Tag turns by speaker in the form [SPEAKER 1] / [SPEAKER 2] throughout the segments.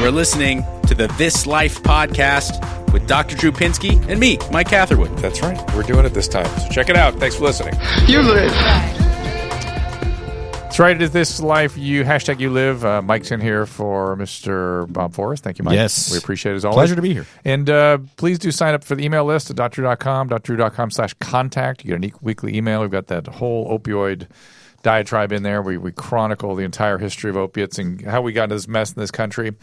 [SPEAKER 1] You're listening to the This Life podcast with Dr. Drew Pinsky and me, Mike Catherwood.
[SPEAKER 2] That's right. We're doing it this time. So check it out. Thanks for listening.
[SPEAKER 3] You live.
[SPEAKER 2] That's right. It is this life you hashtag you live. Uh, Mike's in here for Mr. Bob Forrest. Thank you, Mike.
[SPEAKER 4] Yes.
[SPEAKER 2] We appreciate it as always.
[SPEAKER 4] Pleasure to be here.
[SPEAKER 2] And uh, please do sign up for the email list at drdrew.com, drdrew.com slash contact. You get a neat weekly email. We've got that whole opioid diatribe in there. We, we chronicle the entire history of opiates and how we got into this mess in this country.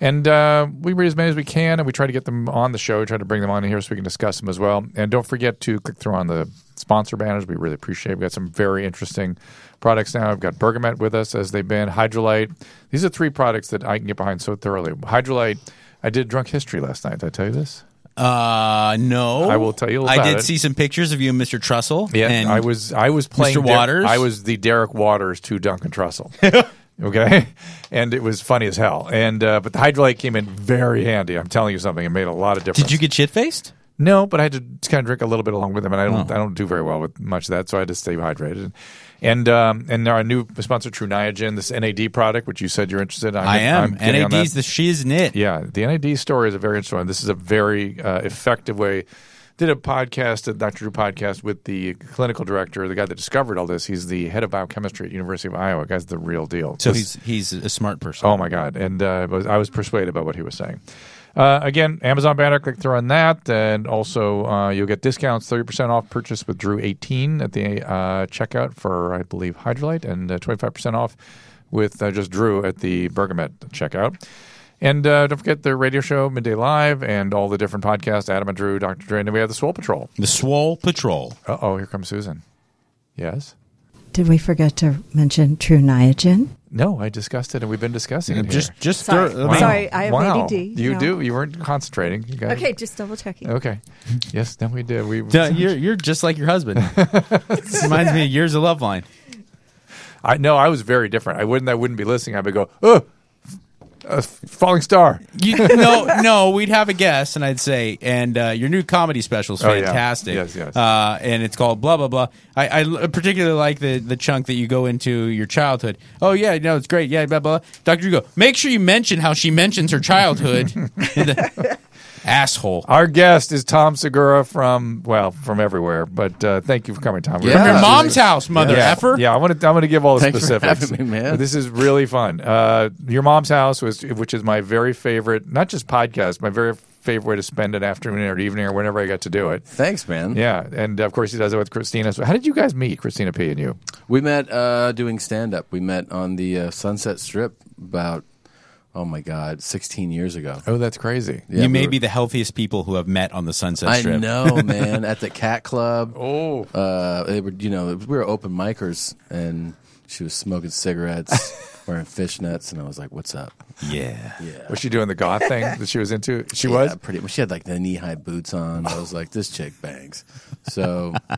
[SPEAKER 2] And uh, we read as many as we can, and we try to get them on the show. We try to bring them on here so we can discuss them as well. And don't forget to click through on the sponsor banners. We really appreciate it. We've got some very interesting products now. I've got Bergamet with us as they've been, Hydrolite. These are three products that I can get behind so thoroughly. Hydrolite, I did drunk history last night. Did I tell you this?
[SPEAKER 4] Uh, no.
[SPEAKER 2] I will tell you
[SPEAKER 4] I
[SPEAKER 2] about
[SPEAKER 4] did
[SPEAKER 2] it.
[SPEAKER 4] see some pictures of you and Mr. Trussell.
[SPEAKER 2] Yeah,
[SPEAKER 4] and
[SPEAKER 2] I was I was playing Der-
[SPEAKER 4] Waters?
[SPEAKER 2] I was the Derek Waters to Duncan Trussell. okay, and it was funny as hell. And uh, but the hydrolite came in very handy. I'm telling you something. It made a lot of difference.
[SPEAKER 4] Did you get shit faced?
[SPEAKER 2] No, but I had to kind of drink a little bit along with them, and I
[SPEAKER 4] Oh.
[SPEAKER 2] don't I don't do very well with much of that, so I had to stay hydrated. And um, and our new sponsor, True Niagen, this NAD product, which you said you're interested in. I'm,
[SPEAKER 4] I
[SPEAKER 2] I'm
[SPEAKER 4] am.
[SPEAKER 2] getting on
[SPEAKER 4] NAD's
[SPEAKER 2] that.
[SPEAKER 4] the shiznit.
[SPEAKER 2] Yeah, the NAD story is a very interesting one. This is a very uh, effective way. Did a podcast, a Dr. Drew podcast, with the clinical director, the guy that discovered all this. He's the head of biochemistry at University of Iowa. Guy's the real deal.
[SPEAKER 4] So
[SPEAKER 2] This-
[SPEAKER 4] he's he's a smart person.
[SPEAKER 2] Oh my God! And uh, I was, I was persuaded by what he was saying. Uh, again, Amazon banner, click through on that, and also uh, you'll get discounts, thirty percent off purchase with Drew eighteen at the uh, checkout for I believe Hydrolite, and twenty five percent off with uh, just Drew at the Bergamet checkout. And uh, don't forget the radio show Midday Live and all the different podcasts. Adam and Drew, Doctor Dre, and then we have the Swole Patrol.
[SPEAKER 4] The Swole Patrol.
[SPEAKER 2] Uh oh, here comes Susan. Yes.
[SPEAKER 5] Did we forget to mention True Niagen?
[SPEAKER 2] No, I discussed it, and we've been discussing it.
[SPEAKER 4] Just
[SPEAKER 2] here.
[SPEAKER 4] just
[SPEAKER 6] Sorry.
[SPEAKER 4] throw- I
[SPEAKER 6] Wow.
[SPEAKER 4] mean,
[SPEAKER 6] Sorry. I have
[SPEAKER 2] wow.
[SPEAKER 6] ADD,
[SPEAKER 2] You
[SPEAKER 6] no.
[SPEAKER 2] do. You weren't concentrating. You got it.
[SPEAKER 6] Okay, just double checking.
[SPEAKER 2] Okay. Yes, then we did. We
[SPEAKER 4] duh, You're you're just like your husband. Reminds me of Years of Love Line.
[SPEAKER 2] I no, I was very different. I wouldn't I wouldn't be listening. I would go, "Oh, a falling star."
[SPEAKER 4] You, no, no, we'd have a guest, and I'd say, and uh, your new comedy special is
[SPEAKER 2] Oh, yeah.
[SPEAKER 4] fantastic.
[SPEAKER 2] Yes, yes.
[SPEAKER 4] Uh, and it's called blah blah blah. I, I l- particularly like the the chunk that you go into your childhood. Oh yeah, no, it's great. Yeah, blah blah. blah. Doctor Drew, go make sure you mention how she mentions her childhood. Asshole.
[SPEAKER 2] Our guest is Tom Segura from well, from everywhere, but uh, thank you for coming, Tom.
[SPEAKER 4] From your
[SPEAKER 3] Yeah.
[SPEAKER 4] mom's house, mother
[SPEAKER 2] yeah,
[SPEAKER 4] effer.
[SPEAKER 2] Yeah, I want to. I want to give all the
[SPEAKER 3] Thanks for
[SPEAKER 2] specifics.
[SPEAKER 3] having me, man.
[SPEAKER 2] This is really fun. Uh, your mom's house was, which is my very favorite, not just podcast, my very favorite way to spend an afternoon or evening or whenever I got to do it.
[SPEAKER 3] Thanks, man.
[SPEAKER 2] Yeah, and of course he does it with Christina. So how did you guys meet, Christina P. and you?
[SPEAKER 3] We met uh, doing stand up. We met on the uh, Sunset Strip about, oh my God, 16 years ago.
[SPEAKER 2] Oh, that's crazy.
[SPEAKER 3] Yeah,
[SPEAKER 4] you
[SPEAKER 3] we
[SPEAKER 4] may
[SPEAKER 3] were-
[SPEAKER 4] be the healthiest people who have met on the Sunset
[SPEAKER 3] I
[SPEAKER 4] Strip.
[SPEAKER 3] know, man. At the Cat Club.
[SPEAKER 2] Oh,
[SPEAKER 3] Uh, they were, you know, we were open micers and she was smoking cigarettes, wearing fishnets, and I was like, what's up?
[SPEAKER 4] Yeah.
[SPEAKER 2] Was she doing the goth thing that she was into? She
[SPEAKER 3] Yeah,
[SPEAKER 2] was.
[SPEAKER 3] pretty. She had like the knee high boots on. I was like, this chick bangs. So I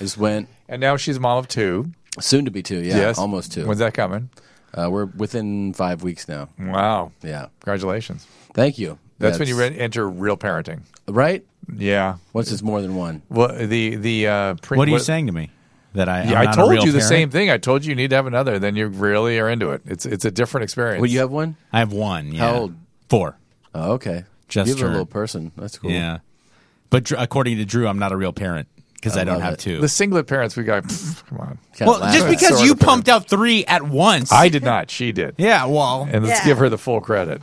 [SPEAKER 3] just went,
[SPEAKER 2] And now she's mom of two.
[SPEAKER 3] soon to be two, yeah,
[SPEAKER 2] yes.
[SPEAKER 3] almost two.
[SPEAKER 2] When's that coming?
[SPEAKER 3] Uh, we're within five weeks now.
[SPEAKER 2] Wow.
[SPEAKER 3] Yeah.
[SPEAKER 2] Congratulations.
[SPEAKER 3] Thank you.
[SPEAKER 2] That's, when you re- enter real parenting.
[SPEAKER 3] right?
[SPEAKER 2] Yeah.
[SPEAKER 3] Once it's more than one.
[SPEAKER 2] Well, the the uh, pre-
[SPEAKER 4] What are you saying to me? That I
[SPEAKER 2] Yeah,
[SPEAKER 4] I'm
[SPEAKER 2] I
[SPEAKER 4] not a
[SPEAKER 2] told
[SPEAKER 4] real
[SPEAKER 2] you the
[SPEAKER 4] parent?
[SPEAKER 2] same thing. I told you you need to have another. Then you really are into it. It's it's a different experience.
[SPEAKER 3] Well, you have one?
[SPEAKER 4] I have one. Yeah.
[SPEAKER 3] How old?
[SPEAKER 4] Four.
[SPEAKER 3] Oh, okay.
[SPEAKER 4] Just
[SPEAKER 3] You're a
[SPEAKER 4] turned.
[SPEAKER 3] little person. That's cool.
[SPEAKER 4] Yeah. But Dr- according to Drew, I'm not a real parent because I, don't
[SPEAKER 3] love
[SPEAKER 4] have
[SPEAKER 3] it.
[SPEAKER 4] two.
[SPEAKER 2] the singlet parents. We got. pff, come on.
[SPEAKER 3] Kinda
[SPEAKER 4] Well,
[SPEAKER 3] laugh
[SPEAKER 4] just
[SPEAKER 3] at it.
[SPEAKER 4] because
[SPEAKER 2] Sort
[SPEAKER 4] you
[SPEAKER 2] of parent.
[SPEAKER 4] pumped out three at once.
[SPEAKER 2] I did not. She did.
[SPEAKER 4] yeah, well,
[SPEAKER 2] And let's
[SPEAKER 6] Yeah.
[SPEAKER 2] give her the full credit.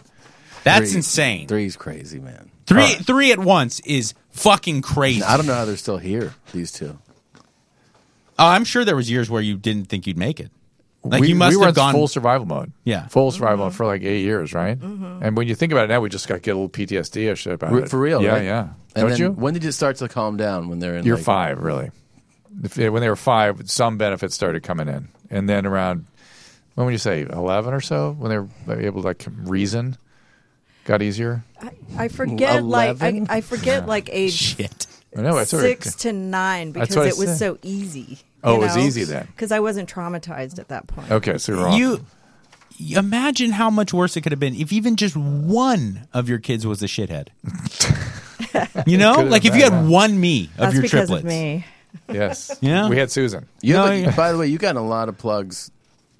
[SPEAKER 4] that's
[SPEAKER 3] Three's-
[SPEAKER 4] insane. Three,
[SPEAKER 3] Three's crazy, man.
[SPEAKER 4] three at once is fucking crazy.
[SPEAKER 3] I don't know how they're still here, these two.
[SPEAKER 4] Oh, I'm sure there was years where you didn't think you'd make it. Like
[SPEAKER 2] we,
[SPEAKER 4] you must
[SPEAKER 2] we were
[SPEAKER 4] have
[SPEAKER 2] in
[SPEAKER 4] gone.
[SPEAKER 2] full survival mode.
[SPEAKER 4] Yeah.
[SPEAKER 2] full survival mode for like eight years, right? And when you think about it now, we just got get a little PTSD ish about
[SPEAKER 3] Re-
[SPEAKER 2] it.
[SPEAKER 3] For real,
[SPEAKER 2] Yeah,
[SPEAKER 3] right?
[SPEAKER 2] yeah.
[SPEAKER 3] And
[SPEAKER 2] don't
[SPEAKER 3] then
[SPEAKER 2] you?
[SPEAKER 3] When did it start to calm down? When they're in
[SPEAKER 2] You're
[SPEAKER 3] like,
[SPEAKER 2] five, really. If- When they were five, some benefits started coming in, and then around When would you say eleven or so? When they were able to like reason, got easier.
[SPEAKER 5] I, I forget like I,
[SPEAKER 3] 11?
[SPEAKER 5] I forget like age
[SPEAKER 4] Shit.
[SPEAKER 2] I know. I sort of-
[SPEAKER 5] six to nine
[SPEAKER 2] That's
[SPEAKER 5] because
[SPEAKER 2] what I
[SPEAKER 5] it was
[SPEAKER 2] said.
[SPEAKER 5] so easy.
[SPEAKER 2] Oh, it was easy then.
[SPEAKER 5] Because I wasn't traumatized at that point.
[SPEAKER 2] Okay, so you're wrong.
[SPEAKER 4] You you imagine how much worse it could have been if even just one of your kids was a shithead. you know,
[SPEAKER 2] Could've
[SPEAKER 4] like if
[SPEAKER 2] been
[SPEAKER 4] you
[SPEAKER 2] bad,
[SPEAKER 4] had
[SPEAKER 2] yeah.
[SPEAKER 4] one me of
[SPEAKER 5] That's
[SPEAKER 4] your
[SPEAKER 5] because
[SPEAKER 4] triplets.
[SPEAKER 5] of me.
[SPEAKER 2] yes.
[SPEAKER 4] Yeah.
[SPEAKER 2] We had Susan.
[SPEAKER 3] You
[SPEAKER 4] No,
[SPEAKER 3] have a-
[SPEAKER 4] yeah.
[SPEAKER 3] by the way, you got a lot of plugs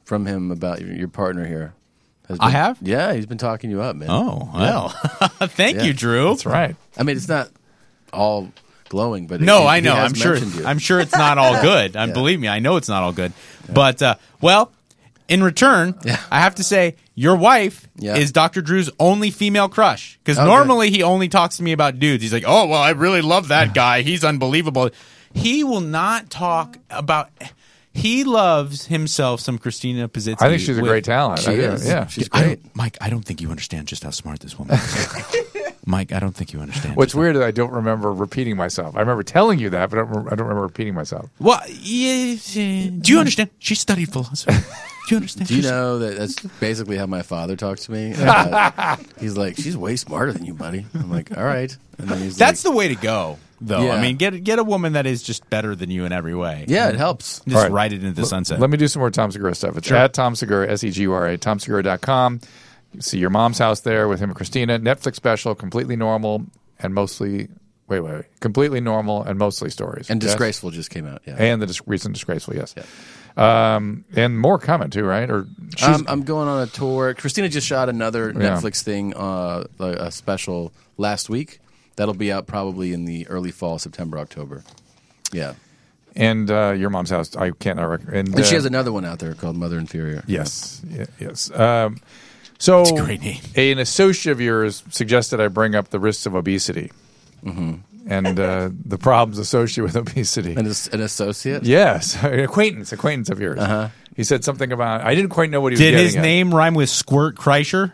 [SPEAKER 3] from him about your, your partner here. Has
[SPEAKER 4] I
[SPEAKER 3] been-
[SPEAKER 4] have?
[SPEAKER 3] Yeah, he's been talking you up, man.
[SPEAKER 4] Oh well, thank
[SPEAKER 3] Yeah.
[SPEAKER 4] you, Drew.
[SPEAKER 2] That's right.
[SPEAKER 3] I mean, it's not all glowing, but
[SPEAKER 4] No,
[SPEAKER 3] he-
[SPEAKER 4] I
[SPEAKER 3] he
[SPEAKER 4] know.
[SPEAKER 3] has
[SPEAKER 4] I'm sure.
[SPEAKER 3] mentioned You.
[SPEAKER 4] I'm sure it's not all good. I believe me. I know it's not all good. But uh, well, in return, I have to say your wife
[SPEAKER 3] Yeah.
[SPEAKER 4] is Dr. Drew's only female crush because
[SPEAKER 3] Oh, good.
[SPEAKER 4] normally he only talks to me about dudes. He's like, "Oh well, I really love that guy. He's unbelievable." He will not talk about. He loves himself some Christina Pazitsky.
[SPEAKER 2] I think she's a
[SPEAKER 4] with-
[SPEAKER 2] great talent.
[SPEAKER 3] She
[SPEAKER 2] I do,
[SPEAKER 3] is.
[SPEAKER 2] Yeah.
[SPEAKER 3] She's
[SPEAKER 4] I
[SPEAKER 3] great.
[SPEAKER 4] don't- Mike, I don't think you understand just how smart this woman is. Mike, I don't think you understand.
[SPEAKER 2] What's
[SPEAKER 4] just-
[SPEAKER 2] weird is I don't remember repeating myself. I remember telling you that, but I don't, rem- I don't remember repeating myself.
[SPEAKER 4] Well, yeah, do you understand? She studied philosophy. Do you understand?
[SPEAKER 3] Do you
[SPEAKER 4] She's-
[SPEAKER 3] know that that's basically how my father talks to me? Uh, he's like, she's way smarter than you, buddy. I'm like, all right. And then he's
[SPEAKER 4] That's
[SPEAKER 3] like,
[SPEAKER 4] the way to go, though. I
[SPEAKER 3] Yeah.
[SPEAKER 4] mean, get get a woman that is just better than you in every way.
[SPEAKER 3] yeah, it helps.
[SPEAKER 4] Just
[SPEAKER 2] right.
[SPEAKER 4] ride it into the sunset.
[SPEAKER 2] Let me do some more Tom Segura stuff. It's at Tom Segura, S E G U R A, tomsegura.com. You see your mom's house there with him and Christina. Netflix special, completely normal and mostly, wait, wait, wait, completely normal and mostly stories.
[SPEAKER 3] And
[SPEAKER 2] Yes?
[SPEAKER 3] disgraceful just came out. Yeah,
[SPEAKER 2] And the dis- recent disgraceful, yes. Um, and more coming too, right? Or
[SPEAKER 3] um, I'm going on a tour. Christina just shot another
[SPEAKER 2] Yeah.
[SPEAKER 3] Netflix thing, uh, like a special last week. That'll be out probably in the early fall, September, October. Yeah,
[SPEAKER 2] and uh, your mom's house. I can't. I reckon. And,
[SPEAKER 3] and she
[SPEAKER 2] uh,
[SPEAKER 3] has another one out there called Mother Inferior.
[SPEAKER 2] Yes, ye- yes. Um, so,
[SPEAKER 4] a great name.
[SPEAKER 2] an associate of yours suggested I bring up the risks of obesity and uh, the problems associated with obesity.
[SPEAKER 3] an, as- an associate.
[SPEAKER 2] yes, an acquaintance, acquaintance of yours. He said something about I didn't quite know what he was
[SPEAKER 4] Did
[SPEAKER 2] getting
[SPEAKER 4] his
[SPEAKER 2] at.
[SPEAKER 4] name rhyme with Squirt Kreischer?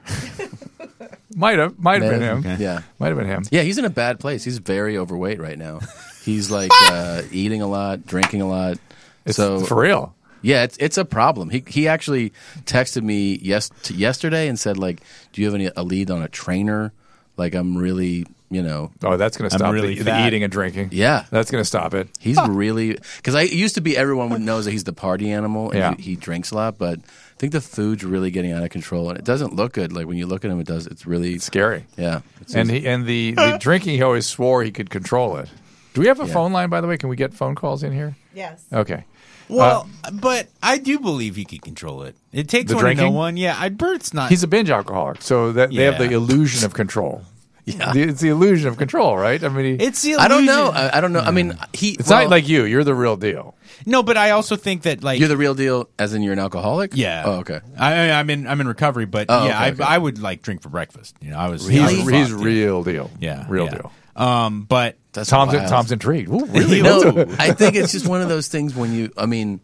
[SPEAKER 3] Uh,
[SPEAKER 2] Might have, might have been him.
[SPEAKER 3] Man, Yeah,
[SPEAKER 2] Might have been him.
[SPEAKER 3] yeah. He's in a bad place. He's very overweight right now. He's like uh, eating a lot, drinking a lot.
[SPEAKER 2] It's
[SPEAKER 3] so
[SPEAKER 2] for real.
[SPEAKER 3] Yeah, it's it's a problem. He he actually texted me yes t- yesterday and said like, "Do you have any a lead on a trainer? Like, I'm really, you know,
[SPEAKER 2] Oh, that's going to stop
[SPEAKER 4] really
[SPEAKER 2] the, the
[SPEAKER 4] fat.
[SPEAKER 2] eating and drinking.
[SPEAKER 3] Yeah.
[SPEAKER 2] that's going to stop it.
[SPEAKER 3] he's really because I it used to be everyone would knows that he's the party animal and
[SPEAKER 2] Yeah.
[SPEAKER 3] he, he drinks a lot, but I think the food's really getting out of control and it doesn't look good. Like when you look at him, it does. It's really
[SPEAKER 2] Scary.
[SPEAKER 3] Yeah, it's,
[SPEAKER 2] And he and the, the drinking, he always swore he could control it. Do we have a phone line, by the way? Can we get phone calls in here?
[SPEAKER 5] Yes.
[SPEAKER 2] Okay.
[SPEAKER 4] Well, but I do believe he can control it. It takes
[SPEAKER 2] The
[SPEAKER 4] one to know
[SPEAKER 2] drinking?
[SPEAKER 4] one. Yeah, I, Bert's not.
[SPEAKER 2] He's a binge alcoholic, so that they have
[SPEAKER 4] Yeah.
[SPEAKER 2] the illusion of control.
[SPEAKER 3] Yeah.
[SPEAKER 2] The- it's the illusion of control, right? I mean, he-
[SPEAKER 4] it's the
[SPEAKER 3] I don't know. uh,
[SPEAKER 4] illusion.
[SPEAKER 3] I, I don't know. I mean, he
[SPEAKER 2] it's
[SPEAKER 3] well,
[SPEAKER 2] not like you. You're the real deal.
[SPEAKER 4] No, but I also think that like
[SPEAKER 3] you're the real deal, as in you're an alcoholic.
[SPEAKER 4] yeah.
[SPEAKER 3] Oh, okay.
[SPEAKER 4] I, I- I'm in I'm in recovery, but
[SPEAKER 3] Oh,
[SPEAKER 4] yeah,
[SPEAKER 3] okay,
[SPEAKER 4] I,
[SPEAKER 3] okay.
[SPEAKER 4] I would like drink for breakfast. You know, I was I
[SPEAKER 2] He's,
[SPEAKER 3] Really?
[SPEAKER 4] was
[SPEAKER 2] he's
[SPEAKER 4] fucked, dude.
[SPEAKER 2] real deal.
[SPEAKER 4] Yeah,
[SPEAKER 2] real
[SPEAKER 4] yeah.
[SPEAKER 2] deal.
[SPEAKER 4] Um, but
[SPEAKER 3] That's
[SPEAKER 2] Tom's
[SPEAKER 3] wild.
[SPEAKER 2] Tom's intrigued. Ooh, really?
[SPEAKER 3] No, I think it's just one of those things when you. I mean,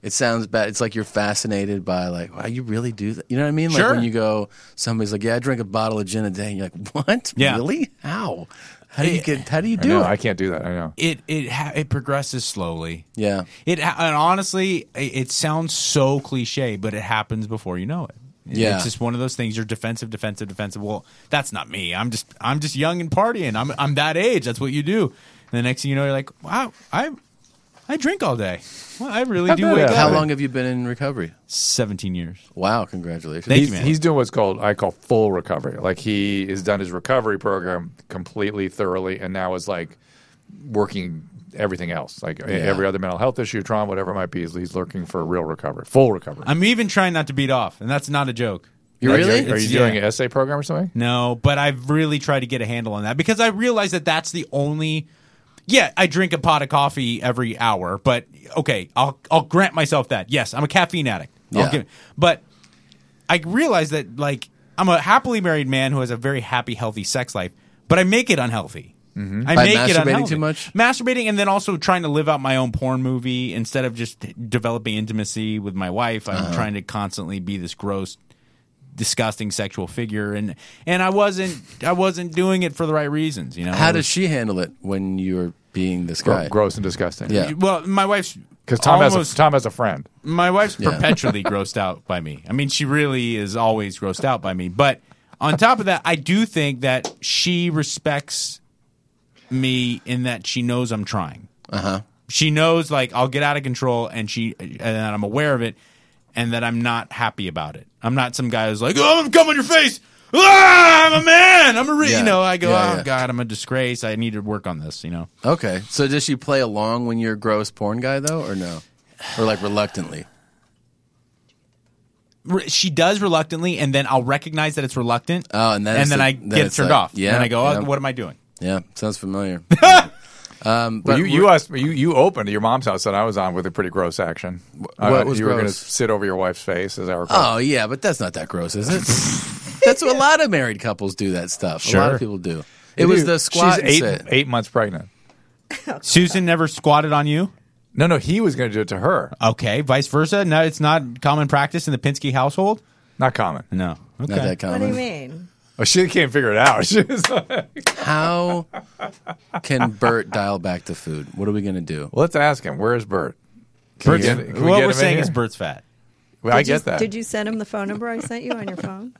[SPEAKER 3] it sounds bad. It's like you're fascinated by like, wow, you really do that. You know what I mean? Like
[SPEAKER 4] Sure.
[SPEAKER 3] when you go, somebody's like, yeah, I drink a bottle of gin a day, and you're like, what?
[SPEAKER 4] Yeah.
[SPEAKER 3] Really? How? How do you get? How do you
[SPEAKER 2] I,
[SPEAKER 3] do
[SPEAKER 2] know,
[SPEAKER 3] it?
[SPEAKER 2] I can't do that. I know.
[SPEAKER 4] it it ha- it progresses slowly.
[SPEAKER 3] Yeah.
[SPEAKER 4] It ha- and honestly, it, it sounds so cliche, but it happens before you know it.
[SPEAKER 3] Yeah.
[SPEAKER 4] it's just one of those things. You're defensive, defensive, defensive. Well, that's not me. I'm just I'm just young and partying. I'm I'm that age. That's what you do. And the next thing you know, you're like, wow, I I drink all day. Well, I really
[SPEAKER 2] How'd
[SPEAKER 4] do
[SPEAKER 2] that
[SPEAKER 4] wake
[SPEAKER 2] happen?
[SPEAKER 4] up.
[SPEAKER 3] How long have you been in recovery?
[SPEAKER 4] 17 years.
[SPEAKER 3] Wow, congratulations.
[SPEAKER 4] Thank you,
[SPEAKER 2] He's,
[SPEAKER 4] man.
[SPEAKER 2] he's doing what's called I call full recovery. Like he has done his recovery program completely thoroughly, and now is like working everything else, like e, every other mental health issue, trauma, whatever it might be. He's, he's looking for real recovery, full recovery.
[SPEAKER 4] I'm even trying not to beat off, and that's not a joke.
[SPEAKER 3] you
[SPEAKER 2] Are
[SPEAKER 3] really?
[SPEAKER 2] Are you
[SPEAKER 4] It's-
[SPEAKER 2] doing
[SPEAKER 4] yeah.
[SPEAKER 2] an essay program or something?
[SPEAKER 4] No, but I've really tried to get a handle on that because I realize that that's the only. Yeah, I drink a pot of coffee every hour, but okay, I'll I'll grant myself that. Yes, I'm a caffeine addict. I'll
[SPEAKER 3] Yeah.
[SPEAKER 4] give- but I realize that like I'm a happily married man who has a very happy, healthy sex life, but I make it unhealthy. I
[SPEAKER 3] Mm-hmm. By
[SPEAKER 4] make it
[SPEAKER 3] masturbating
[SPEAKER 4] unhealthy.
[SPEAKER 3] too much?
[SPEAKER 4] masturbating, and then also trying to live out my own porn movie instead of just developing intimacy with my wife. I'm
[SPEAKER 3] Uh-huh.
[SPEAKER 4] trying to constantly be this gross disgusting sexual figure and and I wasn't I wasn't doing it for the right reasons, you know.
[SPEAKER 3] How does she handle it when you're being this
[SPEAKER 2] Gro-
[SPEAKER 3] guy?
[SPEAKER 2] Gross and disgusting.
[SPEAKER 3] Yeah.
[SPEAKER 4] Well, my wife's
[SPEAKER 2] because Tom has a,
[SPEAKER 4] Almost-
[SPEAKER 2] Tom has a friend.
[SPEAKER 4] My wife's
[SPEAKER 3] Yeah.
[SPEAKER 4] perpetually grossed out by me. I mean, she really is always grossed out by me. But on top of that, I do think that she respects me in that she knows I'm trying. Uh
[SPEAKER 3] Uh-huh.
[SPEAKER 4] huh. She knows like I'll get out of control, and she and that I'm aware of it, and that I'm not happy about it. I'm not some guy who's like, "Oh, I'm coming your face." Ah, I'm a man. I'm a re-.
[SPEAKER 3] Yeah.
[SPEAKER 4] you know. I go,
[SPEAKER 3] Yeah,
[SPEAKER 4] oh
[SPEAKER 3] yeah.
[SPEAKER 4] god, I'm a disgrace. I need to work on this. You know.
[SPEAKER 3] Okay. So does she play along when you're a gross porn guy though, or no, or like reluctantly?
[SPEAKER 4] re- she does reluctantly, and then I'll recognize that it's reluctant.
[SPEAKER 3] Oh, and then it's
[SPEAKER 4] and then
[SPEAKER 3] the-
[SPEAKER 4] I
[SPEAKER 3] then
[SPEAKER 4] get it
[SPEAKER 3] it's
[SPEAKER 4] turned
[SPEAKER 3] like-
[SPEAKER 4] off.
[SPEAKER 3] yeah,
[SPEAKER 4] Yeah, and I go, oh,
[SPEAKER 3] yeah.
[SPEAKER 4] what am I doing?
[SPEAKER 3] Yeah, sounds familiar. um,
[SPEAKER 2] Well,
[SPEAKER 3] but
[SPEAKER 2] you you asked you you opened at your mom's house that I was on with a pretty gross action. Uh,
[SPEAKER 3] what was
[SPEAKER 2] you were going to
[SPEAKER 3] gross?
[SPEAKER 2] sit over your wife's face, as I recall.
[SPEAKER 3] oh yeah, but that's not that gross, is it? that's what a lot of married couples do. That stuff. A lot
[SPEAKER 2] Sure.
[SPEAKER 3] of people do. It was the squat.
[SPEAKER 2] She's eight
[SPEAKER 3] sit.
[SPEAKER 2] eight months pregnant.
[SPEAKER 4] Susan never squatted on you.
[SPEAKER 2] No, no, he was going to do it to her.
[SPEAKER 4] Okay, vice versa. No, it's not common practice in the Pinsky household.
[SPEAKER 2] Not common.
[SPEAKER 4] No. Okay.
[SPEAKER 3] Not that
[SPEAKER 5] What
[SPEAKER 3] common.
[SPEAKER 5] do you mean?
[SPEAKER 2] Oh, she can't figure it out. She was like,
[SPEAKER 3] How can Bert dial back the food? What are we going to do?
[SPEAKER 2] Let's ask him. Where's Bert? Can we
[SPEAKER 4] Bert's,
[SPEAKER 2] get- can we
[SPEAKER 4] what
[SPEAKER 2] get
[SPEAKER 4] we're
[SPEAKER 2] him in
[SPEAKER 4] saying is
[SPEAKER 2] here?
[SPEAKER 4] Bert's fat.
[SPEAKER 2] Well, I
[SPEAKER 5] Did you-
[SPEAKER 2] get that.
[SPEAKER 5] Did you send him the phone number I sent you on your phone?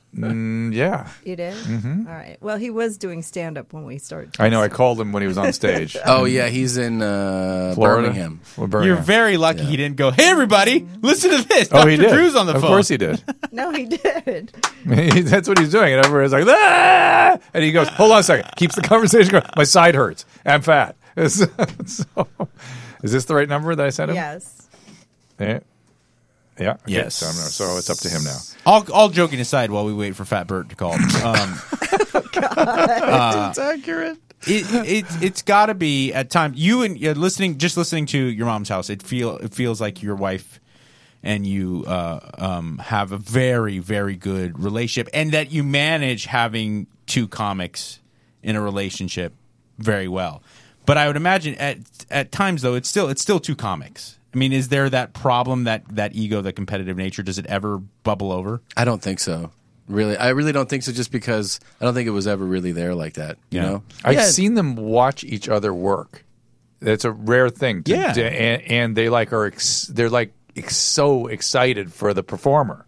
[SPEAKER 2] Yeah.
[SPEAKER 5] You did.
[SPEAKER 2] Mm-hmm.
[SPEAKER 5] All right. Well, he was doing stand up when we started.
[SPEAKER 2] I know. I called him when he was on stage.
[SPEAKER 3] Oh yeah, he's in uh,
[SPEAKER 2] Florida.
[SPEAKER 3] Birmingham.
[SPEAKER 4] You're
[SPEAKER 2] Well, Birmingham.
[SPEAKER 4] very lucky he didn't go, hey, everybody, listen to this.
[SPEAKER 2] Oh,
[SPEAKER 4] Dr.
[SPEAKER 2] he did.
[SPEAKER 4] Drew's on the
[SPEAKER 2] of
[SPEAKER 4] phone.
[SPEAKER 2] course he did.
[SPEAKER 5] No, he did.
[SPEAKER 2] That's what he's doing. And everybody's like, ah! and he goes, hold on a second. Keeps the conversation going. My side hurts. I'm fat. So, is this the right number that I sent him?
[SPEAKER 5] Yes.
[SPEAKER 2] Yeah. Yeah. Okay.
[SPEAKER 4] Yes.
[SPEAKER 2] So, I'm- so it's up to him now.
[SPEAKER 4] All, all joking aside, while we wait for Fat Bert to call, um,
[SPEAKER 3] That's accurate.
[SPEAKER 4] it, it it's got to be at times you and uh, listening just listening to your mom's house it feel it feels like your wife and you uh, um, have a very very good relationship and that you manage having two comics in a relationship very well but i would imagine at at times though it's still it's still two comics i mean is there that problem that that ego that competitive nature does it ever bubble over
[SPEAKER 3] I don't think so. Really, I really don't think so. Just because I don't think it was ever really there like that. You
[SPEAKER 4] Yeah.
[SPEAKER 3] know,
[SPEAKER 2] I've seen them watch each other work. That's a rare thing. to-
[SPEAKER 4] Yeah.
[SPEAKER 2] to- and, and they like are ex, they're like ex, so excited for the performer.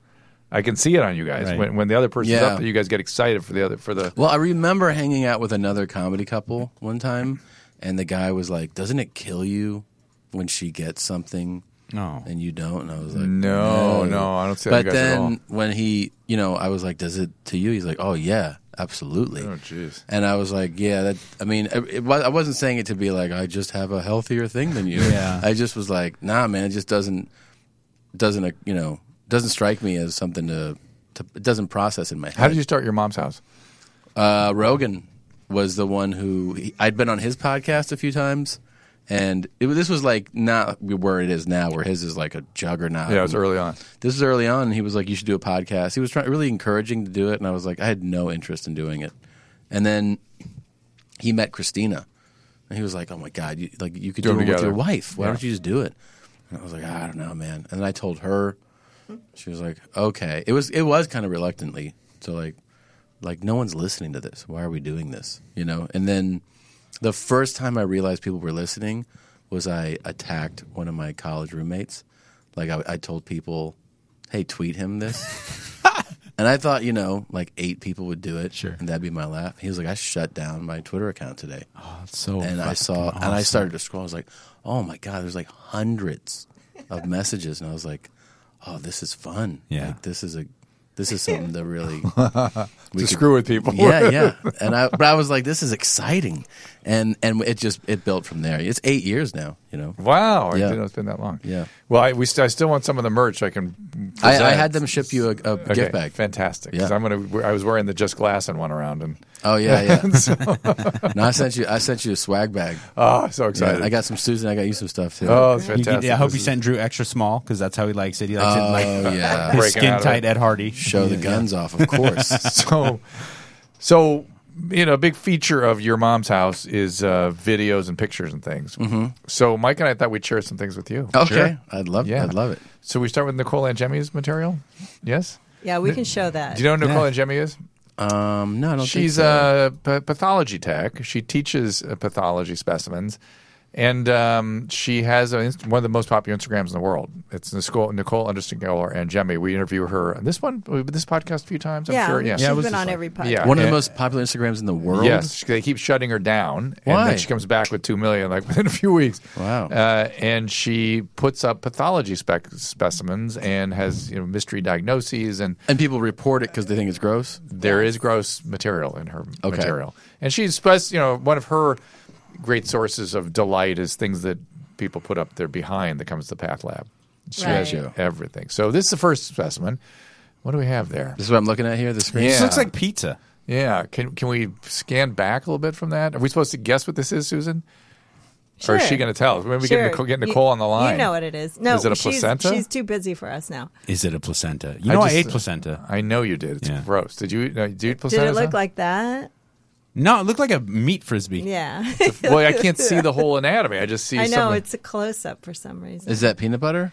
[SPEAKER 2] I can see it on you guys
[SPEAKER 4] Right.
[SPEAKER 2] when, when the other person's
[SPEAKER 3] Yeah.
[SPEAKER 2] up there. You guys get excited for the other for the.
[SPEAKER 3] Well, I remember hanging out with another comedy couple one time, and the guy was like, "Doesn't it kill you when she gets something
[SPEAKER 4] No.
[SPEAKER 3] and you don't?" And I was like,
[SPEAKER 2] No, no, I don't see that
[SPEAKER 3] But
[SPEAKER 2] you guys at all.
[SPEAKER 3] then when he, you know, I was like, "Does it to you?" He's like, "Oh yeah, absolutely." Oh
[SPEAKER 2] jeez.
[SPEAKER 3] And I was like, "Yeah, that." I mean, it, it, wa- I wasn't saying it to be like I just have a healthier thing than you.
[SPEAKER 4] Yeah.
[SPEAKER 3] I just was like, "Nah, man, it just doesn't doesn't uh, you know doesn't strike me as something to." to it doesn't process in my head.
[SPEAKER 2] How did you start your mom's house?
[SPEAKER 3] Uh, Rogan was the one who he, I'd been on his podcast a few times, and it, was- this was like not where it is now, where his is like a juggernaut.
[SPEAKER 2] Yeah, it was early on.
[SPEAKER 3] This was early on, and he was like, "You should do a podcast." He was trying, really encouraging to do it, and I was like, I had no interest in doing it. And then he met Christina, and he was like, "Oh my god, you, like you could
[SPEAKER 2] Do
[SPEAKER 3] do,
[SPEAKER 2] them
[SPEAKER 3] it with
[SPEAKER 2] together.
[SPEAKER 3] your wife. Why don't you just do it?" And I was like, "I don't know, man." And then I told her, she was like, "Okay." It was it was kind of reluctantly to like like no one's listening to this. Why are we doing this? You know. And then the first time I realized people were listening was I attacked one of my college roommates. Like I, I told people, "Hey, tweet him this." and I thought, you know, like eight people would do it,
[SPEAKER 4] Sure.
[SPEAKER 3] and that'd be my laugh. He was like, "I shut down my Twitter account today."
[SPEAKER 2] Oh,
[SPEAKER 4] so
[SPEAKER 3] and I saw and I started to scroll. I was like, oh my god, there's like hundreds of messages, and I was like, oh, this is fun.
[SPEAKER 4] Yeah.
[SPEAKER 3] like, this is a this is something that really
[SPEAKER 2] To screw with people.
[SPEAKER 3] yeah yeah. And I but I was like, this is exciting, and and it just it built from there. It's eight years now, you know.
[SPEAKER 2] Wow, I
[SPEAKER 3] Yeah.
[SPEAKER 2] didn't know it's been that long.
[SPEAKER 3] Yeah.
[SPEAKER 2] Well, I, we st- I still want some of the merch. I can.
[SPEAKER 3] I,
[SPEAKER 2] Present.
[SPEAKER 3] I had them ship you a, a
[SPEAKER 2] Okay,
[SPEAKER 3] gift bag.
[SPEAKER 2] Fantastic. 'Cause
[SPEAKER 3] Yeah.
[SPEAKER 2] I'm gonna. I was wearing the just glass and one around, and
[SPEAKER 3] Oh yeah, yeah. no, I sent you. I sent you a swag bag.
[SPEAKER 2] oh, so
[SPEAKER 3] Yeah,
[SPEAKER 2] excited.
[SPEAKER 3] I got some Susan. I got you some stuff too.
[SPEAKER 2] Oh, it's
[SPEAKER 4] You
[SPEAKER 2] fantastic.
[SPEAKER 4] could- I hope
[SPEAKER 2] This
[SPEAKER 4] you
[SPEAKER 2] is- Uh,
[SPEAKER 4] sent Drew extra small because that's how he likes it. He likes it like
[SPEAKER 3] oh yeah.
[SPEAKER 4] his
[SPEAKER 2] breaking
[SPEAKER 4] skin
[SPEAKER 2] out of
[SPEAKER 4] tight
[SPEAKER 2] it.
[SPEAKER 4] Ed Hardy.
[SPEAKER 3] Show the guns off, of course.
[SPEAKER 2] so so you know a big feature of your mom's house is uh, videos and pictures and things so mike and i thought we'd share some things with you
[SPEAKER 3] Mm-hmm. Okay, I'd love. I'd love it.
[SPEAKER 2] so we start with nicole and jemmy's material yes
[SPEAKER 5] Yeah, we can show that.
[SPEAKER 2] do you know who nicole and jemmy is
[SPEAKER 3] Um, no, I don't think
[SPEAKER 2] she's a
[SPEAKER 3] so.
[SPEAKER 2] p- pathology tech she teaches uh, pathology uh, specimens And um, she has a, inst- one of the most popular Instagrams in the world. It's Nicole, Nicole Underscore and Jemmy. We interview her. And this one, uh, this podcast a few times, I'm
[SPEAKER 5] yeah,
[SPEAKER 2] sure.
[SPEAKER 5] she's
[SPEAKER 2] yeah,
[SPEAKER 3] it was
[SPEAKER 5] been
[SPEAKER 3] just
[SPEAKER 5] on
[SPEAKER 3] like-
[SPEAKER 5] every podcast.
[SPEAKER 2] Yeah.
[SPEAKER 3] One of
[SPEAKER 2] and-
[SPEAKER 3] the most popular Instagrams in the world.
[SPEAKER 2] Yes, she- they keep shutting her down, and
[SPEAKER 3] Why?
[SPEAKER 2] then she comes back with two million, like within a few weeks.
[SPEAKER 3] Wow.
[SPEAKER 2] Uh, and she puts up pathology spec- specimens and has you know mystery diagnoses, and
[SPEAKER 3] And people report it because they think it's gross.
[SPEAKER 2] there is gross material in her
[SPEAKER 3] Okay.
[SPEAKER 2] material. And she's plus, you know, one of her great sources of delight is things that people put up there behind that comes to Path Lab. She has
[SPEAKER 5] Right.
[SPEAKER 2] everything. So this is the first specimen. What do we have there?
[SPEAKER 3] This is what I'm looking at here. The screen.
[SPEAKER 2] Yeah.
[SPEAKER 4] This looks like pizza.
[SPEAKER 2] Yeah, can can we scan back a little bit from that? Are we supposed to guess what this is, Susan? Or is she
[SPEAKER 5] Sure.
[SPEAKER 2] going to tell us? Maybe we get
[SPEAKER 5] Sure.
[SPEAKER 2] Nicole, get
[SPEAKER 5] You-
[SPEAKER 2] Nicole on the line.
[SPEAKER 5] You know what it is. No,
[SPEAKER 2] Is it a
[SPEAKER 5] she's-
[SPEAKER 2] placenta?
[SPEAKER 5] She's, too busy for us now.
[SPEAKER 4] Is it a placenta? You know, I, uh,
[SPEAKER 2] just-
[SPEAKER 4] ate placenta.
[SPEAKER 2] I know you did. It's
[SPEAKER 4] Yeah.
[SPEAKER 2] gross. Did you? Uh, do you eat
[SPEAKER 5] Did
[SPEAKER 2] placenta?
[SPEAKER 5] it look like that?
[SPEAKER 4] No, it looked like a meat frisbee.
[SPEAKER 5] Yeah.
[SPEAKER 2] Well, I can't see the whole anatomy. I just see.
[SPEAKER 5] I know
[SPEAKER 2] something.
[SPEAKER 5] it's a close up for some reason.
[SPEAKER 3] Is that peanut butter?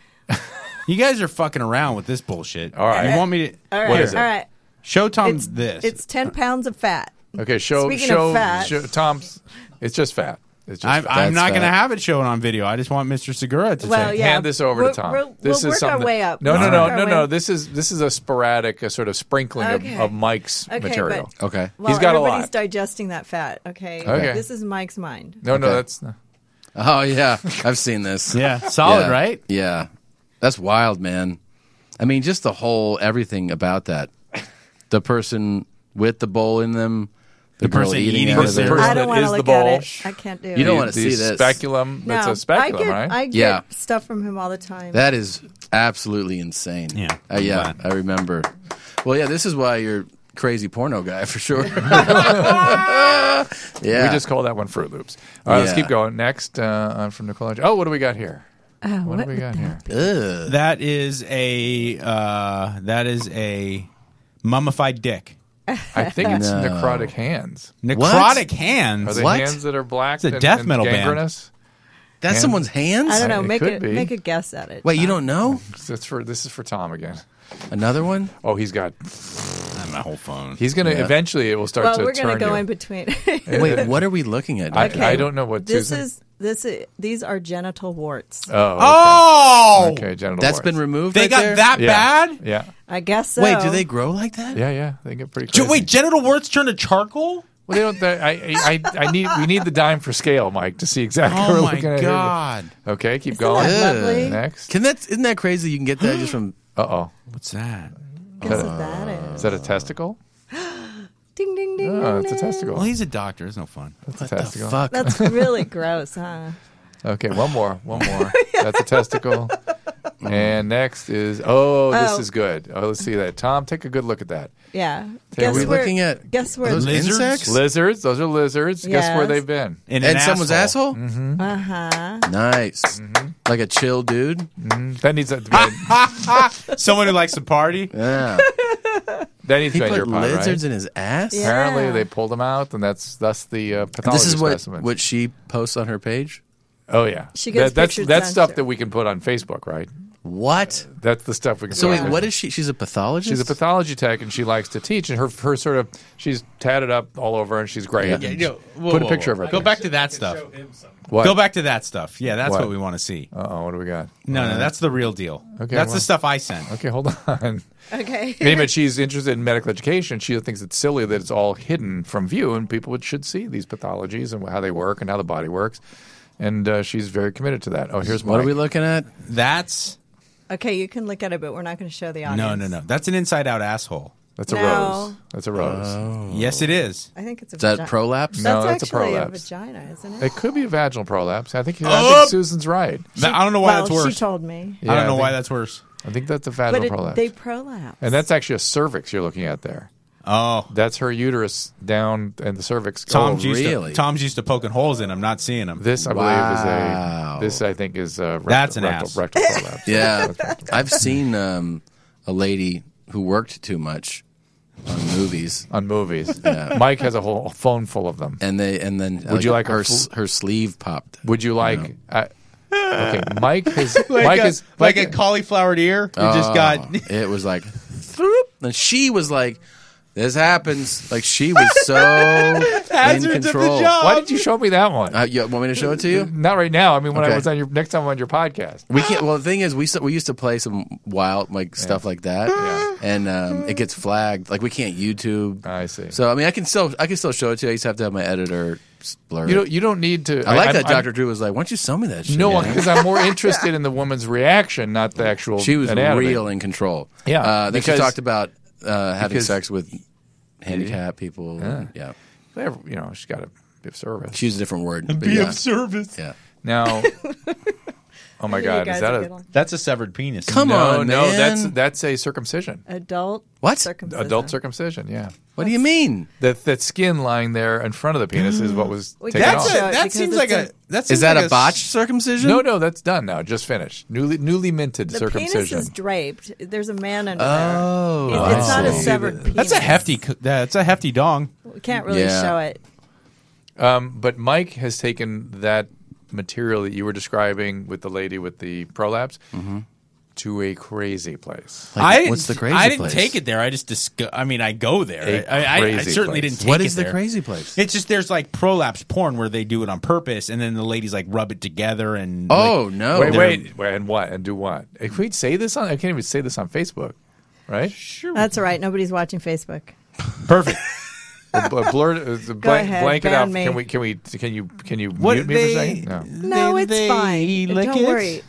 [SPEAKER 4] You guys are fucking around with this bullshit.
[SPEAKER 2] All right.
[SPEAKER 4] You want me to
[SPEAKER 5] all right,
[SPEAKER 2] what is it?
[SPEAKER 5] all right.
[SPEAKER 4] show Tom
[SPEAKER 5] It's
[SPEAKER 4] this?
[SPEAKER 5] It's ten pounds of fat.
[SPEAKER 2] okay. Show
[SPEAKER 5] Speaking
[SPEAKER 2] show,
[SPEAKER 5] of fat-
[SPEAKER 2] show Tom's. It's just fat. It's just.
[SPEAKER 4] I'm,
[SPEAKER 2] fat.
[SPEAKER 4] I'm
[SPEAKER 3] That's
[SPEAKER 4] not going to
[SPEAKER 3] fat.
[SPEAKER 4] have it shown on video. I just want Mr. Segura to
[SPEAKER 5] Well,
[SPEAKER 4] take
[SPEAKER 5] Oh, yeah.
[SPEAKER 2] Hand this over
[SPEAKER 5] We'll-
[SPEAKER 2] to Tom.
[SPEAKER 5] we'll-
[SPEAKER 2] this
[SPEAKER 5] we'll
[SPEAKER 2] is
[SPEAKER 5] work our
[SPEAKER 2] something.
[SPEAKER 5] way up.
[SPEAKER 2] No,
[SPEAKER 5] We'll
[SPEAKER 2] no,
[SPEAKER 5] work
[SPEAKER 2] no,
[SPEAKER 5] our
[SPEAKER 2] no,
[SPEAKER 5] way
[SPEAKER 2] no.
[SPEAKER 5] up.
[SPEAKER 2] This is this is a sporadic, a sort of sprinkling
[SPEAKER 5] Okay.
[SPEAKER 2] of, of Mike's
[SPEAKER 5] Okay,
[SPEAKER 2] material.
[SPEAKER 5] but
[SPEAKER 3] Okay.
[SPEAKER 5] well,
[SPEAKER 2] He's got a
[SPEAKER 5] everybody's
[SPEAKER 2] lot.
[SPEAKER 5] digesting that fat. Okay?
[SPEAKER 2] Okay.
[SPEAKER 5] This is Mike's mind.
[SPEAKER 2] No, no,
[SPEAKER 3] Okay.
[SPEAKER 2] that's
[SPEAKER 3] Oh yeah, I've seen this.
[SPEAKER 4] Yeah, solid,
[SPEAKER 3] Yeah.
[SPEAKER 4] right?
[SPEAKER 3] Yeah, that's wild, man. I mean, just the whole everything about that. The person with the bowl in them, the, girl
[SPEAKER 4] person
[SPEAKER 3] eating,
[SPEAKER 4] eating
[SPEAKER 3] out of
[SPEAKER 4] the
[SPEAKER 3] their-
[SPEAKER 4] person-
[SPEAKER 5] I don't
[SPEAKER 2] that
[SPEAKER 5] want
[SPEAKER 2] is
[SPEAKER 5] to
[SPEAKER 2] the
[SPEAKER 5] look at
[SPEAKER 2] bowl.
[SPEAKER 5] it. I can't do it.
[SPEAKER 3] You don't
[SPEAKER 2] the-
[SPEAKER 3] wanna
[SPEAKER 2] the
[SPEAKER 3] see this.
[SPEAKER 2] speculum. That's
[SPEAKER 5] No,
[SPEAKER 2] a speculum,
[SPEAKER 5] I get,
[SPEAKER 2] right?
[SPEAKER 5] I get
[SPEAKER 3] Yeah.
[SPEAKER 5] stuff from him all the time.
[SPEAKER 3] That is absolutely insane.
[SPEAKER 4] Yeah.
[SPEAKER 3] Uh, yeah,
[SPEAKER 4] Wow.
[SPEAKER 3] I remember. Well, yeah, this is why you're crazy porno guy for sure. yeah,
[SPEAKER 2] We just call that one Fruit Loops. All right, let's
[SPEAKER 3] Yeah.
[SPEAKER 2] keep going. Next uh, on from Nicole. Oh, what do we got here?
[SPEAKER 5] Oh,
[SPEAKER 2] What, do we
[SPEAKER 5] would
[SPEAKER 2] got
[SPEAKER 5] that-
[SPEAKER 2] here?
[SPEAKER 3] Ugh.
[SPEAKER 4] That is a uh, that is a mummified dick.
[SPEAKER 2] I think it's
[SPEAKER 3] No.
[SPEAKER 2] necrotic hands.
[SPEAKER 4] Necrotic hands.
[SPEAKER 2] Are they
[SPEAKER 3] What?
[SPEAKER 2] hands that are black?
[SPEAKER 4] a
[SPEAKER 2] and,
[SPEAKER 4] death
[SPEAKER 2] and
[SPEAKER 4] metal band.
[SPEAKER 2] gangrenous?
[SPEAKER 3] that's
[SPEAKER 2] And-
[SPEAKER 3] someone's hands.
[SPEAKER 5] I don't know.
[SPEAKER 2] It
[SPEAKER 5] make
[SPEAKER 2] could
[SPEAKER 5] a
[SPEAKER 2] be.
[SPEAKER 5] make a guess at it.
[SPEAKER 3] Wait, you don't know
[SPEAKER 2] That's for this is for Tom again.
[SPEAKER 3] another one?
[SPEAKER 2] Oh, he's got.
[SPEAKER 4] my whole phone.
[SPEAKER 2] He's gonna
[SPEAKER 3] Yeah.
[SPEAKER 2] eventually. It will start
[SPEAKER 5] Well,
[SPEAKER 2] to
[SPEAKER 5] we're
[SPEAKER 2] turn
[SPEAKER 5] gonna go
[SPEAKER 2] you.
[SPEAKER 5] in between.
[SPEAKER 3] Wait, what are we looking at?
[SPEAKER 2] I,
[SPEAKER 3] Doctor?
[SPEAKER 2] I don't know what
[SPEAKER 5] this
[SPEAKER 2] Susan-
[SPEAKER 5] is this is, these are genital warts.
[SPEAKER 2] Oh,
[SPEAKER 4] Oh,
[SPEAKER 2] okay. okay genital.
[SPEAKER 3] That's
[SPEAKER 2] warts.
[SPEAKER 3] been removed.
[SPEAKER 4] they
[SPEAKER 3] right
[SPEAKER 4] got
[SPEAKER 3] there?
[SPEAKER 4] that
[SPEAKER 2] yeah.
[SPEAKER 4] bad.
[SPEAKER 2] Yeah,
[SPEAKER 5] I guess so.
[SPEAKER 3] Wait, do they grow like that?
[SPEAKER 2] yeah, yeah. They get pretty.
[SPEAKER 4] Ju-
[SPEAKER 2] Crazy.
[SPEAKER 4] Wait, genital warts turn to charcoal?
[SPEAKER 2] Well, they don't. They, I, I, I- I need. We need the dime for scale, Mike, to see exactly. what
[SPEAKER 4] Oh
[SPEAKER 2] we're
[SPEAKER 4] my
[SPEAKER 2] looking at here.
[SPEAKER 4] god!
[SPEAKER 2] Okay, keep
[SPEAKER 5] Isn't
[SPEAKER 2] going.
[SPEAKER 5] that lovely?
[SPEAKER 2] Next.
[SPEAKER 3] Can that isn't that crazy? You can get that just from
[SPEAKER 2] Uh oh.
[SPEAKER 4] What's that?
[SPEAKER 5] Guess what that is.
[SPEAKER 2] Is that a testicle?
[SPEAKER 5] Ding ding ding.
[SPEAKER 2] Oh,
[SPEAKER 5] ding,
[SPEAKER 2] it's a
[SPEAKER 5] ding.
[SPEAKER 2] testicle.
[SPEAKER 4] Well, he's a doctor. It's no fun.
[SPEAKER 2] That's a
[SPEAKER 3] the
[SPEAKER 2] testicle.
[SPEAKER 3] fuck.
[SPEAKER 5] That's really gross, huh?
[SPEAKER 2] Okay, one more, one more. That's a testicle. And next is oh, this
[SPEAKER 5] Oh.
[SPEAKER 2] is good. Oh, let's see that. Tom, take a good look at that.
[SPEAKER 5] Yeah.
[SPEAKER 2] Are
[SPEAKER 5] Guess
[SPEAKER 3] Are we
[SPEAKER 5] where-
[SPEAKER 3] looking at?
[SPEAKER 5] Guess
[SPEAKER 3] are
[SPEAKER 5] where?
[SPEAKER 3] those
[SPEAKER 4] Lizards?
[SPEAKER 3] insects?
[SPEAKER 2] Lizards, those are lizards. Guess where
[SPEAKER 5] Yes.
[SPEAKER 2] they've been?
[SPEAKER 4] In
[SPEAKER 3] and someone's asshole.
[SPEAKER 5] Uh huh.
[SPEAKER 3] Nice, like a chill dude.
[SPEAKER 2] That needs to be that
[SPEAKER 4] Someone who likes to party.
[SPEAKER 3] Yeah,
[SPEAKER 2] needs
[SPEAKER 3] he
[SPEAKER 2] to be on your
[SPEAKER 3] put
[SPEAKER 2] pod, right?
[SPEAKER 3] lizards in his ass.
[SPEAKER 5] Yeah.
[SPEAKER 2] Apparently, they pulled them out, and that's that's the uh, pathology
[SPEAKER 3] This is what
[SPEAKER 2] specimen.
[SPEAKER 3] what she posts on her page.
[SPEAKER 2] oh yeah,
[SPEAKER 5] She gets
[SPEAKER 2] that, that's
[SPEAKER 5] pictures
[SPEAKER 2] that's
[SPEAKER 5] on
[SPEAKER 2] stuff
[SPEAKER 5] Twitter.
[SPEAKER 2] that we can put on Facebook, right?
[SPEAKER 3] What?
[SPEAKER 2] That's the stuff we can.
[SPEAKER 3] So
[SPEAKER 2] put on
[SPEAKER 3] wait, what
[SPEAKER 2] Facebook.
[SPEAKER 3] is she? She's a pathologist.
[SPEAKER 2] She's a pathology tech, and she likes to teach. And her her sort of she's tatted up all over, and she's great.
[SPEAKER 3] Yeah,
[SPEAKER 2] And
[SPEAKER 4] Yo, whoa,
[SPEAKER 2] Put a
[SPEAKER 4] whoa,
[SPEAKER 2] picture
[SPEAKER 4] whoa.
[SPEAKER 2] of her.
[SPEAKER 4] Go back to that stuff.
[SPEAKER 2] What?
[SPEAKER 4] Go back to that stuff. Yeah, that's
[SPEAKER 2] What?
[SPEAKER 4] what, we want to see.
[SPEAKER 2] Uh oh, what do we got?
[SPEAKER 4] No, no, that's the real deal.
[SPEAKER 2] Okay,
[SPEAKER 4] that's
[SPEAKER 2] well-
[SPEAKER 4] the stuff I sent.
[SPEAKER 2] Okay, hold on.
[SPEAKER 5] Okay.
[SPEAKER 2] Anyway, she's interested in medical education. She thinks it's silly that it's all hidden from view, and people would- should see these pathologies and how they work and how the body works. And uh, she's very committed to that. Oh, here's
[SPEAKER 3] What are
[SPEAKER 2] Mike.
[SPEAKER 3] we looking at?
[SPEAKER 4] That's
[SPEAKER 5] Okay, you can look at it, but we're not going to show the audience.
[SPEAKER 4] no, no, no. That's an inside out asshole.
[SPEAKER 2] That's a
[SPEAKER 5] No.
[SPEAKER 2] rose. That's
[SPEAKER 4] Oh.
[SPEAKER 2] a rose.
[SPEAKER 4] Yes, it is.
[SPEAKER 5] I think it's a
[SPEAKER 3] Is that
[SPEAKER 5] vagina.
[SPEAKER 3] prolapse?
[SPEAKER 2] No.
[SPEAKER 5] That's,
[SPEAKER 2] that's a
[SPEAKER 5] actually a,
[SPEAKER 2] prolapse.
[SPEAKER 5] vagina, isn't it?
[SPEAKER 2] It could be a vaginal prolapse. I think, I think Susan's right.
[SPEAKER 4] That- I don't know why
[SPEAKER 5] well,
[SPEAKER 4] that's worse.
[SPEAKER 5] she told me,
[SPEAKER 2] Yeah,
[SPEAKER 4] I don't know
[SPEAKER 2] I
[SPEAKER 4] why
[SPEAKER 2] think-
[SPEAKER 4] that's worse.
[SPEAKER 2] I think that's a
[SPEAKER 5] but
[SPEAKER 2] vaginal
[SPEAKER 5] it,
[SPEAKER 2] prolapse.
[SPEAKER 5] they prolapse.
[SPEAKER 2] and that's actually a cervix you're looking at there.
[SPEAKER 4] Oh,
[SPEAKER 2] That's her uterus down and the cervix.
[SPEAKER 4] Tom's
[SPEAKER 3] Oh,
[SPEAKER 4] used
[SPEAKER 3] really?
[SPEAKER 4] to Tom's used to poking holes in them, not seeing them.
[SPEAKER 2] This I
[SPEAKER 3] Wow.
[SPEAKER 2] believe is a. This I think is a rectal,
[SPEAKER 4] That's an
[SPEAKER 2] rectal,
[SPEAKER 4] ass.
[SPEAKER 2] rectal prolapse.
[SPEAKER 3] Yeah, I've seen um, a lady who worked too much on movies.
[SPEAKER 2] on movies. Mike has a whole phone full of them.
[SPEAKER 3] and they and then
[SPEAKER 2] Would you like a
[SPEAKER 3] her
[SPEAKER 2] fl-
[SPEAKER 3] s- her sleeve popped?
[SPEAKER 2] Would you like? Uh, okay, Mike has. Mike
[SPEAKER 4] a,
[SPEAKER 2] is
[SPEAKER 4] like a
[SPEAKER 2] Mike-
[SPEAKER 4] cauliflowered ear. You just got
[SPEAKER 3] it was like, throop. and she was like, This happens. Like she was so in
[SPEAKER 4] Hazards of the
[SPEAKER 3] control.
[SPEAKER 4] job.
[SPEAKER 2] Why did you show me that one?
[SPEAKER 3] Uh, you want me to show it to you?
[SPEAKER 2] Not right now. I mean, when I
[SPEAKER 3] Okay.
[SPEAKER 2] was on your next time I'm on your podcast.
[SPEAKER 3] We can't. Well, the thing is, we s- we used to play some wild like stuff like that, and um, it gets flagged. Like we can't YouTube.
[SPEAKER 2] I see.
[SPEAKER 3] So I mean, I can still I can still show it to you. I just have to have my editor s- blur.
[SPEAKER 2] You
[SPEAKER 3] it.
[SPEAKER 2] don't. You don't need to.
[SPEAKER 3] I like
[SPEAKER 2] I'm-
[SPEAKER 3] that.
[SPEAKER 2] I'm-
[SPEAKER 3] Doctor Drew was like, "Why don't you sell me that shit?"
[SPEAKER 2] No,
[SPEAKER 3] man?"
[SPEAKER 2] because I'm more interested in the woman's reaction, not the actual.
[SPEAKER 3] she was
[SPEAKER 2] anatomy.
[SPEAKER 3] real in control.
[SPEAKER 2] Yeah,
[SPEAKER 3] uh, then
[SPEAKER 2] because-
[SPEAKER 3] she talked about uh, having
[SPEAKER 2] because-
[SPEAKER 3] sex with handicapped people. Yeah.
[SPEAKER 2] They're- You know, she's got to be of service.
[SPEAKER 3] she used a different word. but
[SPEAKER 4] Be
[SPEAKER 3] yeah.
[SPEAKER 4] of service.
[SPEAKER 3] Yeah.
[SPEAKER 2] Now, oh my
[SPEAKER 5] You
[SPEAKER 2] God,
[SPEAKER 5] guys
[SPEAKER 2] is that
[SPEAKER 5] are good
[SPEAKER 2] a
[SPEAKER 5] on-
[SPEAKER 4] That's a severed penis.
[SPEAKER 3] Come
[SPEAKER 2] no?
[SPEAKER 3] on,
[SPEAKER 2] no, that's
[SPEAKER 3] Oh, man.
[SPEAKER 2] that's a circumcision,
[SPEAKER 5] Adult
[SPEAKER 3] What?
[SPEAKER 5] circumcision.
[SPEAKER 2] adult circumcision. Yeah,
[SPEAKER 3] What do you mean?
[SPEAKER 2] that that skin lying there in front of the penis is what was
[SPEAKER 5] We
[SPEAKER 2] taken
[SPEAKER 5] can't
[SPEAKER 4] That's
[SPEAKER 2] off.
[SPEAKER 4] a,
[SPEAKER 5] Because
[SPEAKER 4] that
[SPEAKER 5] it's
[SPEAKER 4] seems like a.
[SPEAKER 5] a-
[SPEAKER 4] That seems
[SPEAKER 3] Is that
[SPEAKER 4] like
[SPEAKER 3] a botched circumcision?
[SPEAKER 2] no, no, that's done now. Just finished. Newly newly minted
[SPEAKER 5] The
[SPEAKER 2] circumcision.
[SPEAKER 5] penis is draped. There's a man under
[SPEAKER 3] Oh,
[SPEAKER 5] there. It- it's not a severed penis.
[SPEAKER 4] That's a hefty. co- That's a hefty dong.
[SPEAKER 5] We can't really
[SPEAKER 3] Yeah.
[SPEAKER 5] show it.
[SPEAKER 2] Um, but Mike has taken that material that you were describing with the lady with the prolapse
[SPEAKER 4] Mm-hmm.
[SPEAKER 2] to a crazy place.
[SPEAKER 3] Like,
[SPEAKER 4] I
[SPEAKER 3] what's the
[SPEAKER 4] didn't-
[SPEAKER 3] crazy?
[SPEAKER 4] I didn't
[SPEAKER 3] place?
[SPEAKER 4] take it there. I just discuss. I mean, I go there.
[SPEAKER 2] A
[SPEAKER 4] I, I, I
[SPEAKER 2] crazy
[SPEAKER 4] certainly
[SPEAKER 2] place.
[SPEAKER 4] didn't take
[SPEAKER 3] What
[SPEAKER 4] it
[SPEAKER 3] is the
[SPEAKER 4] there.
[SPEAKER 3] crazy place?
[SPEAKER 4] It's just there's like prolapse porn where they do it on purpose, and then the ladies like rub it together and.
[SPEAKER 3] Oh
[SPEAKER 4] like-
[SPEAKER 3] no!
[SPEAKER 2] wait, wait, wait, and what? And do what? If we say this on, I can't even say this on Facebook, right?
[SPEAKER 5] That's all right. Nobody's watching Facebook.
[SPEAKER 4] perfect.
[SPEAKER 2] Or bl- blur, uh, blank,
[SPEAKER 5] ahead,
[SPEAKER 2] blank it
[SPEAKER 5] ban
[SPEAKER 2] out.
[SPEAKER 5] me.
[SPEAKER 2] Can we? Can we? Can you? Can you
[SPEAKER 4] What
[SPEAKER 2] mute me
[SPEAKER 4] they?
[SPEAKER 2] for a second? No.
[SPEAKER 5] No,
[SPEAKER 4] they-
[SPEAKER 5] it's
[SPEAKER 4] they
[SPEAKER 5] fine.
[SPEAKER 4] Lick
[SPEAKER 5] Don't
[SPEAKER 4] it.
[SPEAKER 5] worry.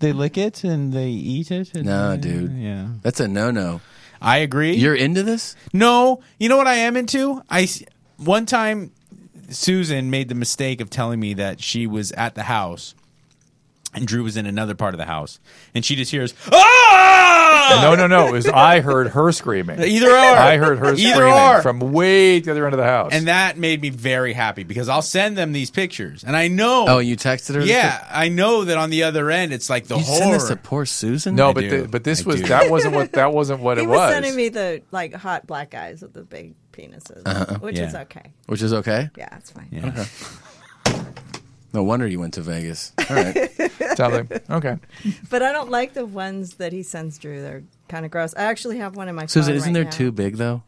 [SPEAKER 4] They lick it and they eat it. And
[SPEAKER 3] No, dude.
[SPEAKER 4] Yeah,
[SPEAKER 3] That's a no-no.
[SPEAKER 4] I agree.
[SPEAKER 3] You're into this?
[SPEAKER 4] No, you know what I am into? I s- one time Susan made the mistake of telling me that she was at the house and Drew was in another part of the house and she just hears ah!
[SPEAKER 2] No, no, no. It was I heard her screaming.
[SPEAKER 4] Either or.
[SPEAKER 2] I heard her
[SPEAKER 4] Either
[SPEAKER 2] screaming
[SPEAKER 4] or.
[SPEAKER 2] from way at the other end of the house.
[SPEAKER 4] and that made me very happy because I'll send them these pictures and I know
[SPEAKER 3] Oh, you texted her? the
[SPEAKER 4] Yeah, I know that on the other end it's like the
[SPEAKER 3] pic- You
[SPEAKER 4] horror.
[SPEAKER 3] sent this to poor Susan?
[SPEAKER 2] no,
[SPEAKER 4] I
[SPEAKER 2] but
[SPEAKER 4] do.
[SPEAKER 2] the, but this
[SPEAKER 4] I
[SPEAKER 2] was
[SPEAKER 4] do.
[SPEAKER 2] that wasn't what that wasn't what
[SPEAKER 5] He
[SPEAKER 2] it
[SPEAKER 5] was,
[SPEAKER 2] was.
[SPEAKER 5] sending me the like hot black guys with the big penises, which
[SPEAKER 4] Yeah.
[SPEAKER 5] is okay.
[SPEAKER 3] Which is okay.
[SPEAKER 5] Yeah, it's fine.
[SPEAKER 4] Yeah.
[SPEAKER 3] No wonder you went to Vegas. All right.
[SPEAKER 2] Something. Okay.
[SPEAKER 5] But I don't like the ones that he sends Drew. They're kind of gross. I actually have one in my
[SPEAKER 3] Susan,
[SPEAKER 5] phone
[SPEAKER 3] isn't
[SPEAKER 5] right
[SPEAKER 3] there
[SPEAKER 5] now.
[SPEAKER 3] too big, though?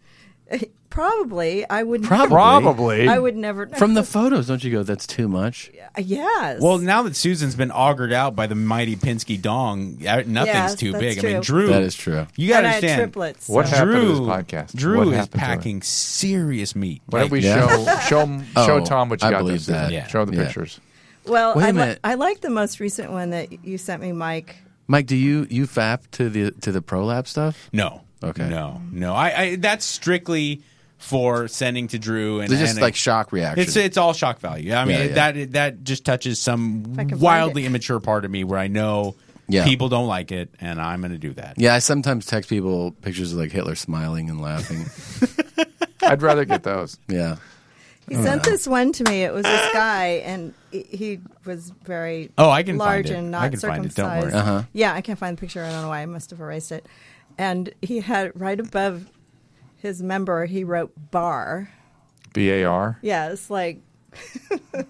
[SPEAKER 5] Probably, I would.
[SPEAKER 2] Probably.
[SPEAKER 5] I would never.
[SPEAKER 3] From the photos, don't you go, that's too much?
[SPEAKER 5] yes.
[SPEAKER 4] Well, now that Susan's been augured out by the mighty Pinsky dong, uh, nothing's
[SPEAKER 5] Yes,
[SPEAKER 4] too
[SPEAKER 5] that's
[SPEAKER 4] big. I mean,
[SPEAKER 5] true.
[SPEAKER 4] Drew,
[SPEAKER 3] That is true.
[SPEAKER 4] You gotta
[SPEAKER 5] And I had
[SPEAKER 4] understand.
[SPEAKER 5] triplets,
[SPEAKER 2] What
[SPEAKER 5] so-
[SPEAKER 2] happened
[SPEAKER 4] Drew,
[SPEAKER 2] to this podcast?
[SPEAKER 4] Drew
[SPEAKER 2] What
[SPEAKER 4] is
[SPEAKER 2] happened to it?
[SPEAKER 4] packing serious meat.
[SPEAKER 2] Why don't we
[SPEAKER 3] Yeah.
[SPEAKER 2] show show show
[SPEAKER 3] Oh,
[SPEAKER 2] Tom what you
[SPEAKER 3] I
[SPEAKER 2] got?
[SPEAKER 3] believe
[SPEAKER 2] there, Susan.
[SPEAKER 3] that.
[SPEAKER 4] Yeah.
[SPEAKER 2] Show the
[SPEAKER 3] Yeah.
[SPEAKER 2] pictures.
[SPEAKER 5] Well,
[SPEAKER 3] Wait a
[SPEAKER 5] I, li-
[SPEAKER 3] minute.
[SPEAKER 5] I like the most recent one that you sent me, Mike.
[SPEAKER 3] Mike, do you, you fap to the to the prolapse stuff?
[SPEAKER 4] No.
[SPEAKER 3] Okay.
[SPEAKER 4] No. No. I, I that's strictly for sending to Drew and
[SPEAKER 3] They're just
[SPEAKER 4] and-
[SPEAKER 3] like shock reaction.
[SPEAKER 4] It's it's all shock value. I mean
[SPEAKER 3] Yeah, yeah.
[SPEAKER 4] that that just touches some
[SPEAKER 5] I can find
[SPEAKER 4] wildly
[SPEAKER 5] it.
[SPEAKER 4] immature part of me where I know
[SPEAKER 3] Yeah.
[SPEAKER 4] people don't like it and I'm going to do that.
[SPEAKER 3] yeah, I sometimes text people pictures of like Hitler smiling and laughing.
[SPEAKER 2] I'd rather get those.
[SPEAKER 3] yeah.
[SPEAKER 5] He sent this one to me. It was this guy, and he- he was very
[SPEAKER 4] Oh, I can
[SPEAKER 5] large
[SPEAKER 4] find it.
[SPEAKER 5] and
[SPEAKER 4] I
[SPEAKER 5] not
[SPEAKER 4] can find it.
[SPEAKER 5] circumcised.
[SPEAKER 4] Don't worry.
[SPEAKER 3] Uh-huh.
[SPEAKER 5] Yeah, I can't find the picture. I don't know why. I must have erased it. And he had right above his member, he wrote bar.
[SPEAKER 2] B A R.
[SPEAKER 5] Yeah, it's like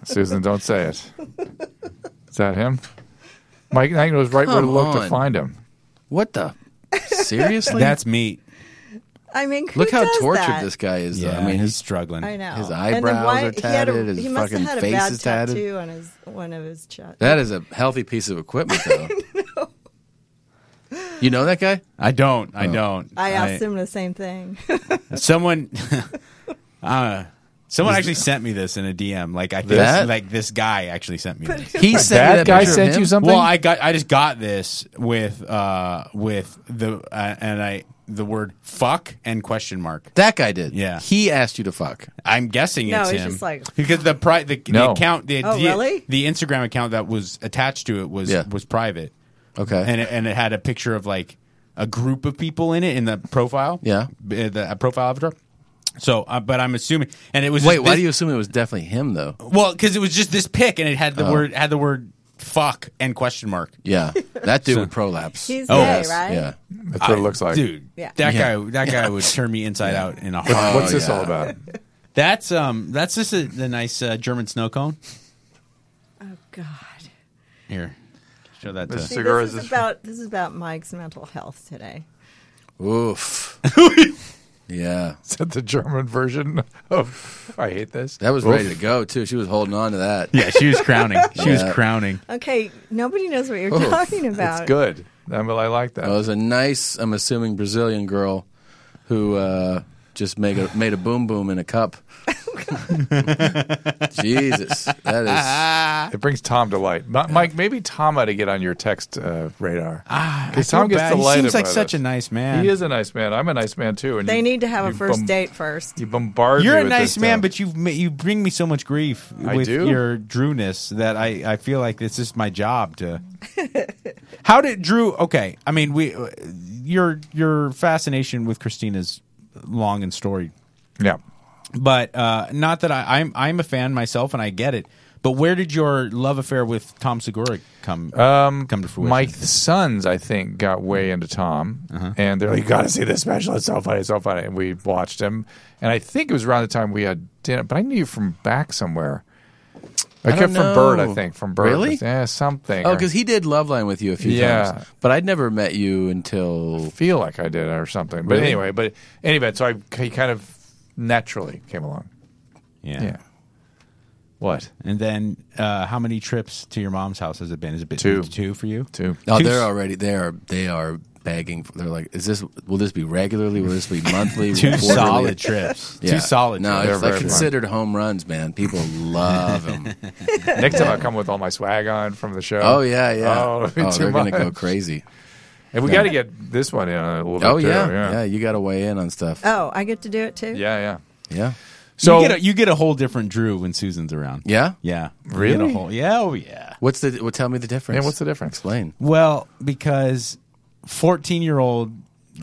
[SPEAKER 2] Susan, don't say it. Is that him? Mike Knight knows right where to
[SPEAKER 3] Come
[SPEAKER 2] look to
[SPEAKER 3] on.
[SPEAKER 2] find him.
[SPEAKER 3] What the? Seriously?
[SPEAKER 4] That's meat.
[SPEAKER 5] I mean, who
[SPEAKER 3] Look how
[SPEAKER 5] does
[SPEAKER 3] tortured
[SPEAKER 5] that?
[SPEAKER 3] this guy is,
[SPEAKER 4] Yeah,
[SPEAKER 3] though. I mean,
[SPEAKER 4] he's
[SPEAKER 3] his
[SPEAKER 4] struggling.
[SPEAKER 5] I know.
[SPEAKER 3] His
[SPEAKER 5] And then
[SPEAKER 3] eyebrows
[SPEAKER 5] why-
[SPEAKER 3] are
[SPEAKER 5] he had a-
[SPEAKER 3] tatted, his
[SPEAKER 5] he must
[SPEAKER 3] fucking
[SPEAKER 5] have had a
[SPEAKER 3] face
[SPEAKER 5] bad
[SPEAKER 3] is tatted.
[SPEAKER 5] tattoo on his one of his chest.
[SPEAKER 3] That is a healthy piece of equipment, though. You know that guy?
[SPEAKER 4] I don't.
[SPEAKER 3] Oh.
[SPEAKER 4] I don't.
[SPEAKER 5] I asked him the same thing.
[SPEAKER 4] Someone, uh, someone actually sent me this in a DM. Like I think,
[SPEAKER 3] That?
[SPEAKER 4] like this guy actually sent me this.
[SPEAKER 3] He sent me
[SPEAKER 2] That guy
[SPEAKER 3] picture of
[SPEAKER 2] sent you
[SPEAKER 3] him?
[SPEAKER 2] something.
[SPEAKER 4] Well, I got, I just got this with, uh, with the, uh, and I the word fuck and question mark.
[SPEAKER 3] That guy did.
[SPEAKER 4] Yeah.
[SPEAKER 3] He asked you to fuck.
[SPEAKER 4] I'm guessing
[SPEAKER 5] No,
[SPEAKER 4] it's
[SPEAKER 5] it's
[SPEAKER 4] him
[SPEAKER 5] just like-
[SPEAKER 4] because the pri- the, the
[SPEAKER 2] No.
[SPEAKER 4] account the,
[SPEAKER 5] Oh,
[SPEAKER 4] the,
[SPEAKER 5] really?
[SPEAKER 4] the Instagram account that was attached to it was
[SPEAKER 3] Yeah.
[SPEAKER 4] was private.
[SPEAKER 3] Okay.
[SPEAKER 4] and it, and it had a picture of like a group of people in it in the profile.
[SPEAKER 3] Yeah.
[SPEAKER 4] B- uh, the uh, profile avatar. So, uh, but I'm assuming, and it was
[SPEAKER 3] Wait,
[SPEAKER 4] just Oh.
[SPEAKER 3] why
[SPEAKER 4] this-
[SPEAKER 3] do you assume it was definitely him though?
[SPEAKER 4] Well, because it was just this pic, and it had
[SPEAKER 2] Uh-huh.
[SPEAKER 4] the word had the word fuck and question mark.
[SPEAKER 3] Yeah. That dude would prolapse.
[SPEAKER 5] He's
[SPEAKER 4] Oh,
[SPEAKER 5] gay,
[SPEAKER 4] yes,
[SPEAKER 5] right?
[SPEAKER 3] yeah.
[SPEAKER 2] That's what it looks like.
[SPEAKER 4] Dude,
[SPEAKER 5] Yeah.
[SPEAKER 4] that
[SPEAKER 3] Yeah.
[SPEAKER 4] guy that guy would turn me inside out in a heart.
[SPEAKER 2] What's
[SPEAKER 3] Oh,
[SPEAKER 2] this
[SPEAKER 3] yeah.
[SPEAKER 2] all about?
[SPEAKER 4] That's um that's just a, the nice uh, German snow cone.
[SPEAKER 5] Oh God.
[SPEAKER 4] Here, show that
[SPEAKER 2] This-
[SPEAKER 4] to.
[SPEAKER 5] See,
[SPEAKER 2] Cigar
[SPEAKER 5] this
[SPEAKER 2] is
[SPEAKER 5] is
[SPEAKER 2] a-
[SPEAKER 5] about this is about Mike's mental health today.
[SPEAKER 3] Oof. Yeah.
[SPEAKER 2] Is that the German version of I hate this?
[SPEAKER 3] That was ready to go too. She was holding on to that.
[SPEAKER 4] Yeah, she was crowning. She
[SPEAKER 3] Yeah.
[SPEAKER 4] was crowning.
[SPEAKER 5] Okay, nobody knows what you're
[SPEAKER 3] Oh,
[SPEAKER 5] talking about.
[SPEAKER 2] It's good. I, mean, I like that.
[SPEAKER 3] Well, it was a nice, I'm assuming, Brazilian girl who uh, just made a made a boom boom in a cup. Jesus, that
[SPEAKER 2] It brings Tom to light. Mi- Mike, maybe Tom ought to get on your text uh, radar.
[SPEAKER 4] Ah,
[SPEAKER 2] 'Cause Tom gets
[SPEAKER 4] he
[SPEAKER 2] delighted
[SPEAKER 4] seems like
[SPEAKER 2] by
[SPEAKER 4] such
[SPEAKER 2] this.
[SPEAKER 4] a nice man.
[SPEAKER 2] He is a nice man. I'm a nice man too. And
[SPEAKER 5] They
[SPEAKER 2] you-
[SPEAKER 5] need to have a
[SPEAKER 2] you
[SPEAKER 5] first
[SPEAKER 2] bom-
[SPEAKER 5] date first.
[SPEAKER 2] You bombard.
[SPEAKER 4] You're
[SPEAKER 2] me
[SPEAKER 4] a
[SPEAKER 2] with
[SPEAKER 4] nice
[SPEAKER 2] this
[SPEAKER 4] man,
[SPEAKER 2] stuff.
[SPEAKER 4] but you've ma- you bring me so much grief
[SPEAKER 2] I
[SPEAKER 4] with
[SPEAKER 2] do?
[SPEAKER 4] your Drewness that I, I feel like this is my job to. How did Drew? Okay, I mean we uh, your your fascination with Christina's long and storied,
[SPEAKER 2] yeah.
[SPEAKER 4] but uh, not that I, I'm I'm a fan myself and I get it. But where did your love affair with Tom Segura come um, come to fruition?
[SPEAKER 2] Mike's sons, I think, got way into Tom,
[SPEAKER 4] Uh-huh.
[SPEAKER 2] and they're like, "You got to see this special. It's so funny. It's so funny." And we watched him, and I think it was around the time we had dinner. But I knew you from back somewhere. I,
[SPEAKER 3] don't
[SPEAKER 2] kept from Bird, I
[SPEAKER 3] know.
[SPEAKER 2] think, from Bird.
[SPEAKER 3] Really?
[SPEAKER 2] Yeah, something.
[SPEAKER 3] is. Oh,
[SPEAKER 2] Or-
[SPEAKER 3] because he did Love Line with you a few
[SPEAKER 2] Yeah.
[SPEAKER 3] times, but I'd never met you until
[SPEAKER 2] feel like I did or something. But
[SPEAKER 3] Really?
[SPEAKER 2] anyway, but anyway, so I he kind of naturally came along.
[SPEAKER 4] yeah.
[SPEAKER 2] Yeah. What?
[SPEAKER 4] And then, uh, how many trips to your mom's house has it been? Is it been
[SPEAKER 2] Two.
[SPEAKER 4] two for you?
[SPEAKER 2] Two.
[SPEAKER 3] Oh,
[SPEAKER 4] Two-
[SPEAKER 3] they're already they are they are begging. For, they're like, is this will this be regularly? Will this be monthly?
[SPEAKER 4] Two
[SPEAKER 3] Quarterly?
[SPEAKER 4] solid trips.
[SPEAKER 3] Yeah.
[SPEAKER 4] Two solid.
[SPEAKER 3] No,
[SPEAKER 4] trips.
[SPEAKER 2] They're
[SPEAKER 3] it's like
[SPEAKER 2] very fun.
[SPEAKER 3] considered home runs, man. People love them.
[SPEAKER 2] Next time I come with all my swag on from the show.
[SPEAKER 3] oh yeah, yeah.
[SPEAKER 2] Oh, it'd be too
[SPEAKER 3] they're gonna
[SPEAKER 2] much.
[SPEAKER 3] go crazy.
[SPEAKER 2] And we got to get this one in a little bit.
[SPEAKER 3] Oh
[SPEAKER 2] too,
[SPEAKER 3] yeah, yeah.
[SPEAKER 2] yeah,
[SPEAKER 3] you got to weigh in on stuff.
[SPEAKER 5] Oh, I get to do it too.
[SPEAKER 2] yeah. yeah.
[SPEAKER 3] yeah,
[SPEAKER 2] So
[SPEAKER 4] you, get a, you get a whole different Drew when Susan's around.
[SPEAKER 3] yeah.
[SPEAKER 4] Yeah. You get
[SPEAKER 2] Really?
[SPEAKER 4] a whole- yeah. Oh, yeah.
[SPEAKER 3] What's the? Well, tell me the difference.
[SPEAKER 2] Yeah, what's the difference?
[SPEAKER 3] Explain.
[SPEAKER 4] Well, because 14 year old.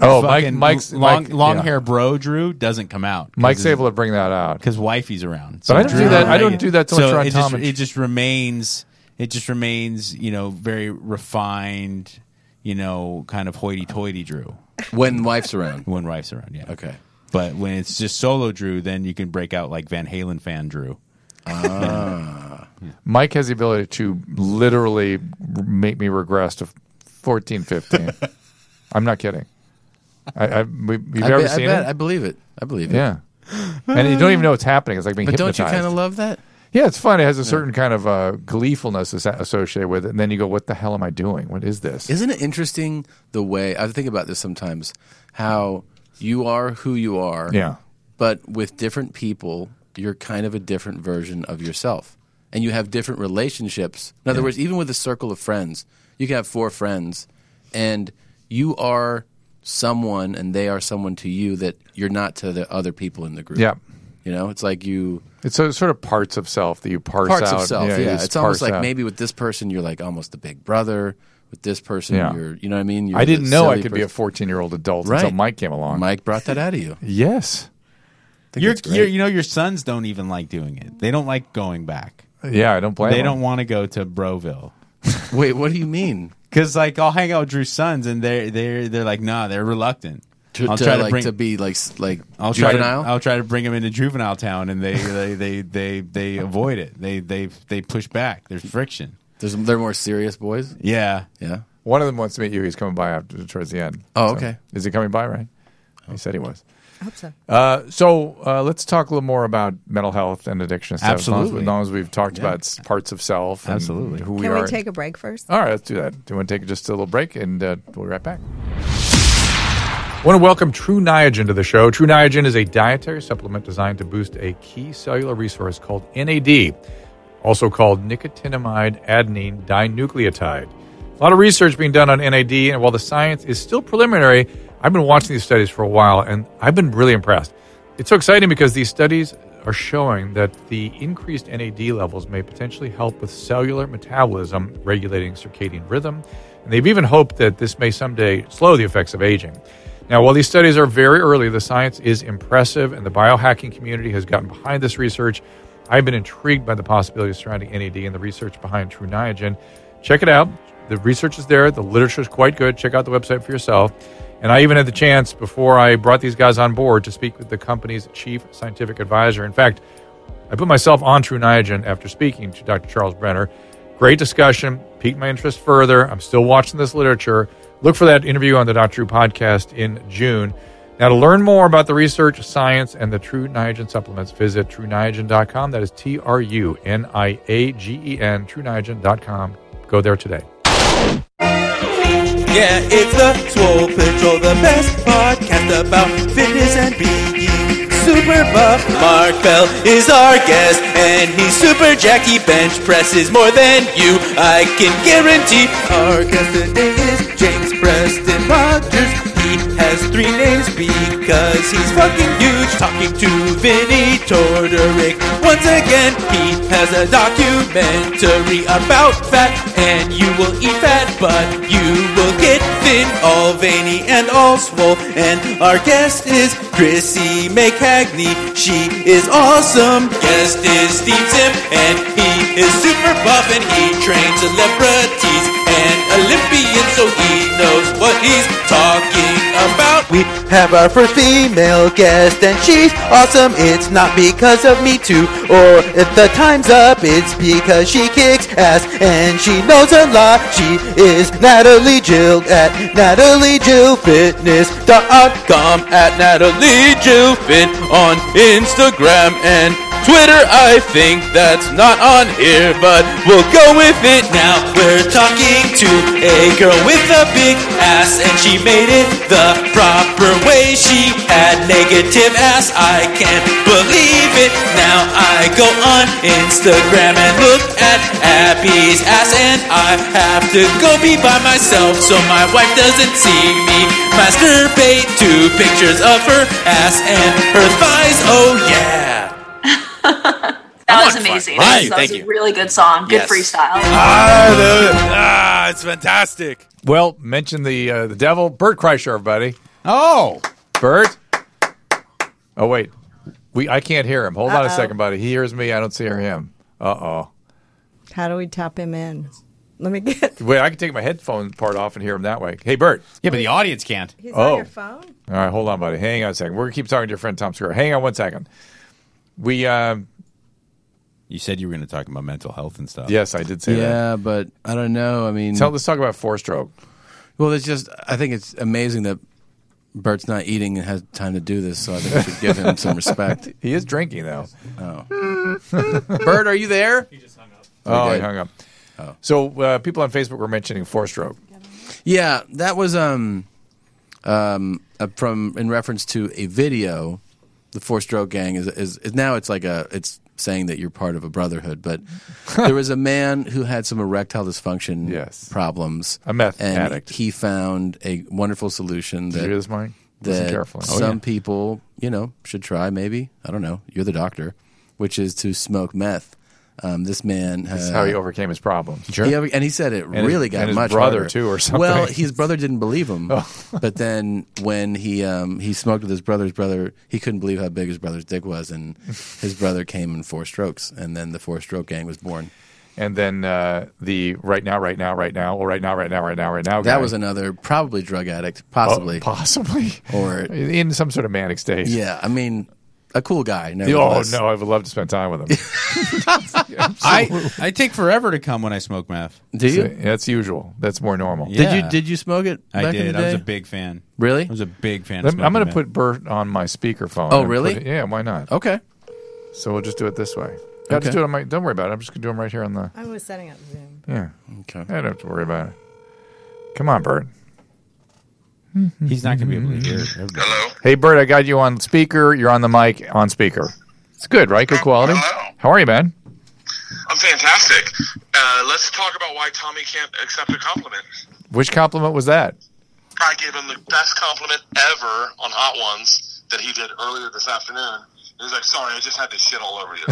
[SPEAKER 2] Oh, Mike- Mike's-
[SPEAKER 4] long
[SPEAKER 2] Mike-
[SPEAKER 4] long
[SPEAKER 2] yeah.
[SPEAKER 4] hair bro Drew doesn't come out.
[SPEAKER 2] Mike's able to bring that out.
[SPEAKER 4] because wifey's around.
[SPEAKER 2] I don't do
[SPEAKER 4] Drew-
[SPEAKER 2] that- I don't do that so much around
[SPEAKER 4] it
[SPEAKER 2] Tom
[SPEAKER 4] just,
[SPEAKER 2] and-
[SPEAKER 4] it just remains. It just remains. You know, very refined. You know, kind of hoity-toity Drew
[SPEAKER 3] When wife's around.
[SPEAKER 4] when wife's around. Yeah.
[SPEAKER 3] Okay.
[SPEAKER 4] But when it's just solo Drew, then you can break out like Van Halen fan Drew.
[SPEAKER 2] Mike has the ability to literally make me regress to 14, 15. I'm not kidding. I, I, we, you've
[SPEAKER 3] I,
[SPEAKER 2] ever
[SPEAKER 3] bet- I
[SPEAKER 2] seen
[SPEAKER 3] bet.
[SPEAKER 2] it?
[SPEAKER 3] I believe it. I believe it.
[SPEAKER 2] yeah. And you don't even know what's happening. It's like being
[SPEAKER 3] But don't
[SPEAKER 2] hypnotized.
[SPEAKER 3] you kind of love that?
[SPEAKER 2] Yeah, it's fun. It has a certain kind of uh, gleefulness as- associated with it. And then you go, what the hell am I doing? What is this?
[SPEAKER 3] Isn't it interesting the way I think about this sometimes? How you are who you are.
[SPEAKER 2] yeah.
[SPEAKER 3] But with different people, you're kind of a different version of yourself, and you have different relationships. In other words, even with a circle of friends, you can have four friends, and you are someone, and they are someone to you that you're not to the other people in the group.
[SPEAKER 2] Yeah.
[SPEAKER 3] You know, it's like you.
[SPEAKER 2] It's so- sort of parts of self that you parse
[SPEAKER 3] parts
[SPEAKER 2] out.
[SPEAKER 3] of self. Yeah,
[SPEAKER 2] you just
[SPEAKER 3] it's almost
[SPEAKER 2] parse
[SPEAKER 3] like
[SPEAKER 2] out.
[SPEAKER 3] maybe with this person you're like almost the big brother. With this person,
[SPEAKER 2] Yeah.
[SPEAKER 3] you're you know what I mean. You're
[SPEAKER 2] I didn't
[SPEAKER 3] the
[SPEAKER 2] know I
[SPEAKER 3] silly
[SPEAKER 2] could be a
[SPEAKER 3] person.
[SPEAKER 2] 14 year old adult
[SPEAKER 3] Right.
[SPEAKER 2] until Mike came along.
[SPEAKER 3] Mike brought that out of you.
[SPEAKER 2] Yes.
[SPEAKER 4] Your,
[SPEAKER 3] that's great.
[SPEAKER 4] your, you know, your sons don't even like doing it. They don't like going back.
[SPEAKER 2] Yeah, I don't blame
[SPEAKER 4] they
[SPEAKER 2] him.
[SPEAKER 4] don't want to go to Broville.
[SPEAKER 3] Wait, what do you mean?
[SPEAKER 4] Because like I'll hang out with Drew's sons, and they're they're they're like, nah, they're reluctant.
[SPEAKER 3] To,
[SPEAKER 4] I'll
[SPEAKER 3] to,
[SPEAKER 4] try to
[SPEAKER 3] like
[SPEAKER 4] bring-
[SPEAKER 3] to be like s- like
[SPEAKER 4] I'll
[SPEAKER 3] juvenile.
[SPEAKER 4] try to I'll try to bring them into juvenile town, and they they they they, they avoid it. They they they push back. There's friction.
[SPEAKER 3] There's they're more serious boys.
[SPEAKER 4] Yeah.
[SPEAKER 3] Yeah.
[SPEAKER 2] One of them wants to meet you. He's coming by after towards the end.
[SPEAKER 3] Oh, okay.
[SPEAKER 2] Is he coming by, right? He said he was.
[SPEAKER 5] I hope so.
[SPEAKER 2] Uh, so uh, let's talk a little more about mental health and addiction. and Stuff. As long as-
[SPEAKER 4] Absolutely.
[SPEAKER 2] As long as, we've talked about s- parts of self and
[SPEAKER 4] Absolutely.
[SPEAKER 2] who we
[SPEAKER 5] Can
[SPEAKER 2] are.
[SPEAKER 5] we take a break first?
[SPEAKER 2] All right, let's do that. Do you want to take just a little break and uh, we'll be right back? want to welcome True Niagen to the show. True Niagen is a dietary supplement designed to boost a key cellular resource called NAD, also called nicotinamide adenine dinucleotide. A lot of research being done on NAD, and while the science is still preliminary, I've been watching these studies for a while and I've been really impressed. It's so exciting because these studies are showing that the increased NAD levels may potentially help with cellular metabolism, regulating circadian rhythm, and they've even hoped that this may someday slow the effects of aging. Now, while these studies are very early, the science is impressive and the biohacking community has gotten behind this research. I've been intrigued by the possibilities surrounding NAD and the research behind True Niagen. Check it out. The research is there, the literature is quite good. Check out the website for yourself. And I even had the chance before I brought these guys on board to speak with the company's chief scientific advisor. In fact, I put myself on True Niagen after speaking to Dr. Charles Brenner. Great discussion, piqued my interest further. I'm still watching this literature. Look for that interview on the Dr. Drew podcast in June. Now, to learn more about the research, science, and the True Niagen supplements, visit TrueNiagen.com. That is T R U N I A G E N, TrueNiagen.com. Go there today.
[SPEAKER 6] Yeah, it's the Swole Patrol, the best podcast about fitness and being super buff. Mark Bell is our guest, and he's super Jackie bench presses more than you. I can guarantee. Our guest today is James Preston Rogers. He has three names because he's fucking huge. Talking to Vinny Tortoric once again. He has a documentary about fat, and you will eat fat, but you will get thin, all veiny and all swole. And our guest is Chrissy McHagney. She is awesome. Guest is Steve Zim, and he is super buff, and he trains celebrities and Olympians, so he knows what he's talking about. We have our first female guest, and she's awesome. It's not because of me too, or if the time's up, it's because she kicks ass and she knows a lot. She is Natalie Jill at NatalieJillFitness.com at NatalieJillFit on Instagram and Twitter. I think that's not on here, but we'll go with it now. We're talking to a girl with a big ass, and she made it the proper way. She had negative ass. I can't believe it now. I go on Instagram and look at Abby's ass, and I have to go be by myself so my wife doesn't see me masturbate to pictures of her ass and her thighs. Oh yeah.
[SPEAKER 7] That was amazing. That was,
[SPEAKER 6] Right,
[SPEAKER 7] that
[SPEAKER 6] thank
[SPEAKER 7] was
[SPEAKER 6] you.
[SPEAKER 7] a really good song. Good
[SPEAKER 6] Yes.
[SPEAKER 7] freestyle.
[SPEAKER 6] Ah, the- ah, it's fantastic.
[SPEAKER 2] Well, mention the uh, the devil, Bert Kreischer, everybody.
[SPEAKER 4] Oh,
[SPEAKER 2] Bert. Oh wait, we I can't hear him. Hold on a second, buddy. He hears me. I don't see or him. Uh oh.
[SPEAKER 5] How do we tap him in? Let me get.
[SPEAKER 2] Wait, I can take my headphone part off and hear him that way. Hey, Bert.
[SPEAKER 4] yeah, but the audience can't.
[SPEAKER 5] He's
[SPEAKER 2] Oh.
[SPEAKER 5] on your phone.
[SPEAKER 2] All right, hold on, buddy. Hang on a second. We're gonna keep talking to your friend Tom Skerritt. Hang on one second. We uh,
[SPEAKER 4] You said you were going to talk about mental health and stuff.
[SPEAKER 2] yes, I did say that.
[SPEAKER 3] Yeah, but I don't know. I mean,
[SPEAKER 2] Tell, let's talk about four stroke.
[SPEAKER 3] well, it's just I think it's amazing that Bert's not eating and has time to do this. So I think we should give him some respect.
[SPEAKER 2] He is drinking though.
[SPEAKER 3] Bert, are you there?
[SPEAKER 2] Oh, he
[SPEAKER 3] did.
[SPEAKER 2] hung up. So uh, people on Facebook were mentioning four stroke.
[SPEAKER 3] Yeah, that was um, um, uh, from in reference to a video. The Four Stroke Gang is, is is now it's like a it's saying that you're part of a brotherhood, but there was a man who had some erectile dysfunction
[SPEAKER 2] Yes.
[SPEAKER 3] problems,
[SPEAKER 2] A meth
[SPEAKER 3] and
[SPEAKER 2] addict.
[SPEAKER 3] He found a wonderful solution
[SPEAKER 2] Did you hear
[SPEAKER 3] that
[SPEAKER 2] this, Mike? Listen
[SPEAKER 3] that
[SPEAKER 2] carefully. Oh,
[SPEAKER 3] some people you know should try. Maybe I don't know. You're the doctor, which is to smoke meth. Um, this man
[SPEAKER 2] That's
[SPEAKER 3] uh,
[SPEAKER 2] how he overcame his problems.
[SPEAKER 3] he ever- and he said it
[SPEAKER 2] his-
[SPEAKER 3] really got
[SPEAKER 2] and his
[SPEAKER 3] much
[SPEAKER 2] brother,
[SPEAKER 3] harder.
[SPEAKER 2] too, or something. Oh.
[SPEAKER 3] Well, his brother didn't believe him. but then when he um, he smoked with his brother's brother, he couldn't believe how big his brother's dick was, and his brother came in four strokes, and then the four stroke gang was born.
[SPEAKER 2] And then uh, the right now, right now, right now, well, right now, right now, right now, right now.
[SPEAKER 3] That
[SPEAKER 2] guy.
[SPEAKER 3] was another probably drug addict,
[SPEAKER 2] Oh,
[SPEAKER 3] possibly.
[SPEAKER 2] possibly,
[SPEAKER 3] Or-
[SPEAKER 2] in some sort of manic state.
[SPEAKER 3] yeah, I mean, a cool guy.
[SPEAKER 2] Oh
[SPEAKER 3] nevertheless.
[SPEAKER 2] no, I would love to spend time with him.
[SPEAKER 4] I, I take forever to come when I smoke meth.
[SPEAKER 3] Do you?
[SPEAKER 2] So, That's usual. That's more normal.
[SPEAKER 3] Did
[SPEAKER 4] Yeah.
[SPEAKER 3] you did you smoke it?
[SPEAKER 4] I
[SPEAKER 3] back in
[SPEAKER 4] did.
[SPEAKER 3] the
[SPEAKER 4] I was a
[SPEAKER 3] day?
[SPEAKER 4] big fan.
[SPEAKER 3] Really?
[SPEAKER 4] I was a big fan.
[SPEAKER 2] Let
[SPEAKER 4] Of
[SPEAKER 2] me- I'm going to
[SPEAKER 4] smoking
[SPEAKER 2] put Bert on my speakerphone.
[SPEAKER 3] Oh,
[SPEAKER 2] and
[SPEAKER 3] really?
[SPEAKER 2] put it- yeah. Why not?
[SPEAKER 3] Okay.
[SPEAKER 2] So we'll just do it this way. Yeah, I'll just
[SPEAKER 3] Okay.
[SPEAKER 2] do it on my. Don't worry about it. I'm just going to do them right here on the.
[SPEAKER 5] I was setting up Zoom.
[SPEAKER 2] Yeah.
[SPEAKER 3] Okay.
[SPEAKER 2] I don't have to worry about it. Come on, Bert.
[SPEAKER 4] meth. He's not going to be able to hear.
[SPEAKER 3] Mm-hmm.
[SPEAKER 4] it.
[SPEAKER 8] Hello.
[SPEAKER 2] Hey, Bert. I got you on speaker. You're on the mic on speaker. It's good, right? Good quality.
[SPEAKER 8] Hello.
[SPEAKER 2] How are you, man?
[SPEAKER 8] I'm fantastic. Uh, let's talk about why Tommy can't accept a compliment.
[SPEAKER 2] Which compliment was that?
[SPEAKER 8] I gave him the best compliment ever on Hot Ones that he did earlier this afternoon. He was like, "Sorry, I just had to shit all over you."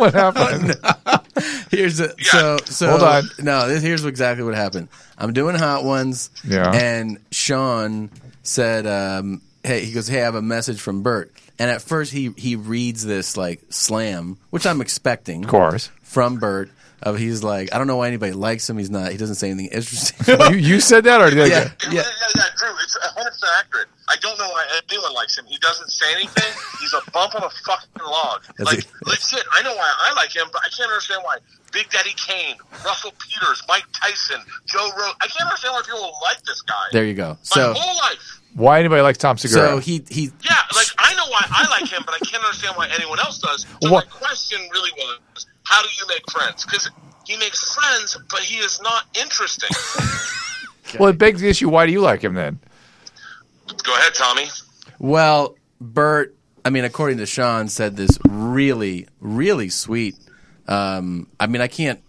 [SPEAKER 2] What
[SPEAKER 3] Oh,
[SPEAKER 2] happened?
[SPEAKER 3] Here's a,
[SPEAKER 8] Yeah.
[SPEAKER 3] so so.
[SPEAKER 2] Hold on.
[SPEAKER 3] No, this, here's exactly what happened. I'm doing hot ones.
[SPEAKER 2] Yeah.
[SPEAKER 3] And Sean said, um, "Hey," he goes, "Hey, I have a message from Bert." And at first, he he reads this like slam, which I'm expecting,
[SPEAKER 2] of course.
[SPEAKER 3] from Bert. Of he's like, I don't know why anybody likes him. He's not. He doesn't say anything interesting.
[SPEAKER 2] you, you said that, or did I-
[SPEAKER 3] yeah.
[SPEAKER 8] yeah,
[SPEAKER 3] Yeah.
[SPEAKER 8] yeah, yeah, Drew, it's 100 percent accurate. I don't know why anyone likes him. He doesn't say anything. He's a bump on a fucking log.
[SPEAKER 3] That's
[SPEAKER 8] like,
[SPEAKER 3] it.
[SPEAKER 8] legit. I know why I like him, but I can't understand why Big Daddy Kane, Russell Peters, Mike Tyson, Joe Rogan. I can't understand why people like this guy.
[SPEAKER 3] There you go.
[SPEAKER 8] My
[SPEAKER 3] So
[SPEAKER 8] whole life.
[SPEAKER 2] Why anybody likes Tom Segura?
[SPEAKER 3] So he he
[SPEAKER 8] Yeah, like I know why I like him, but I can't understand why anyone else does. So
[SPEAKER 2] What-
[SPEAKER 8] my question really was, how do you make friends? Because he makes friends, but he is not interesting.
[SPEAKER 2] well, it begs the issue. Why do you like him then?
[SPEAKER 8] Go ahead, Tommy.
[SPEAKER 3] Well, Bert, I mean, according to Sean, said this really, really sweet. Um, I mean, I can't,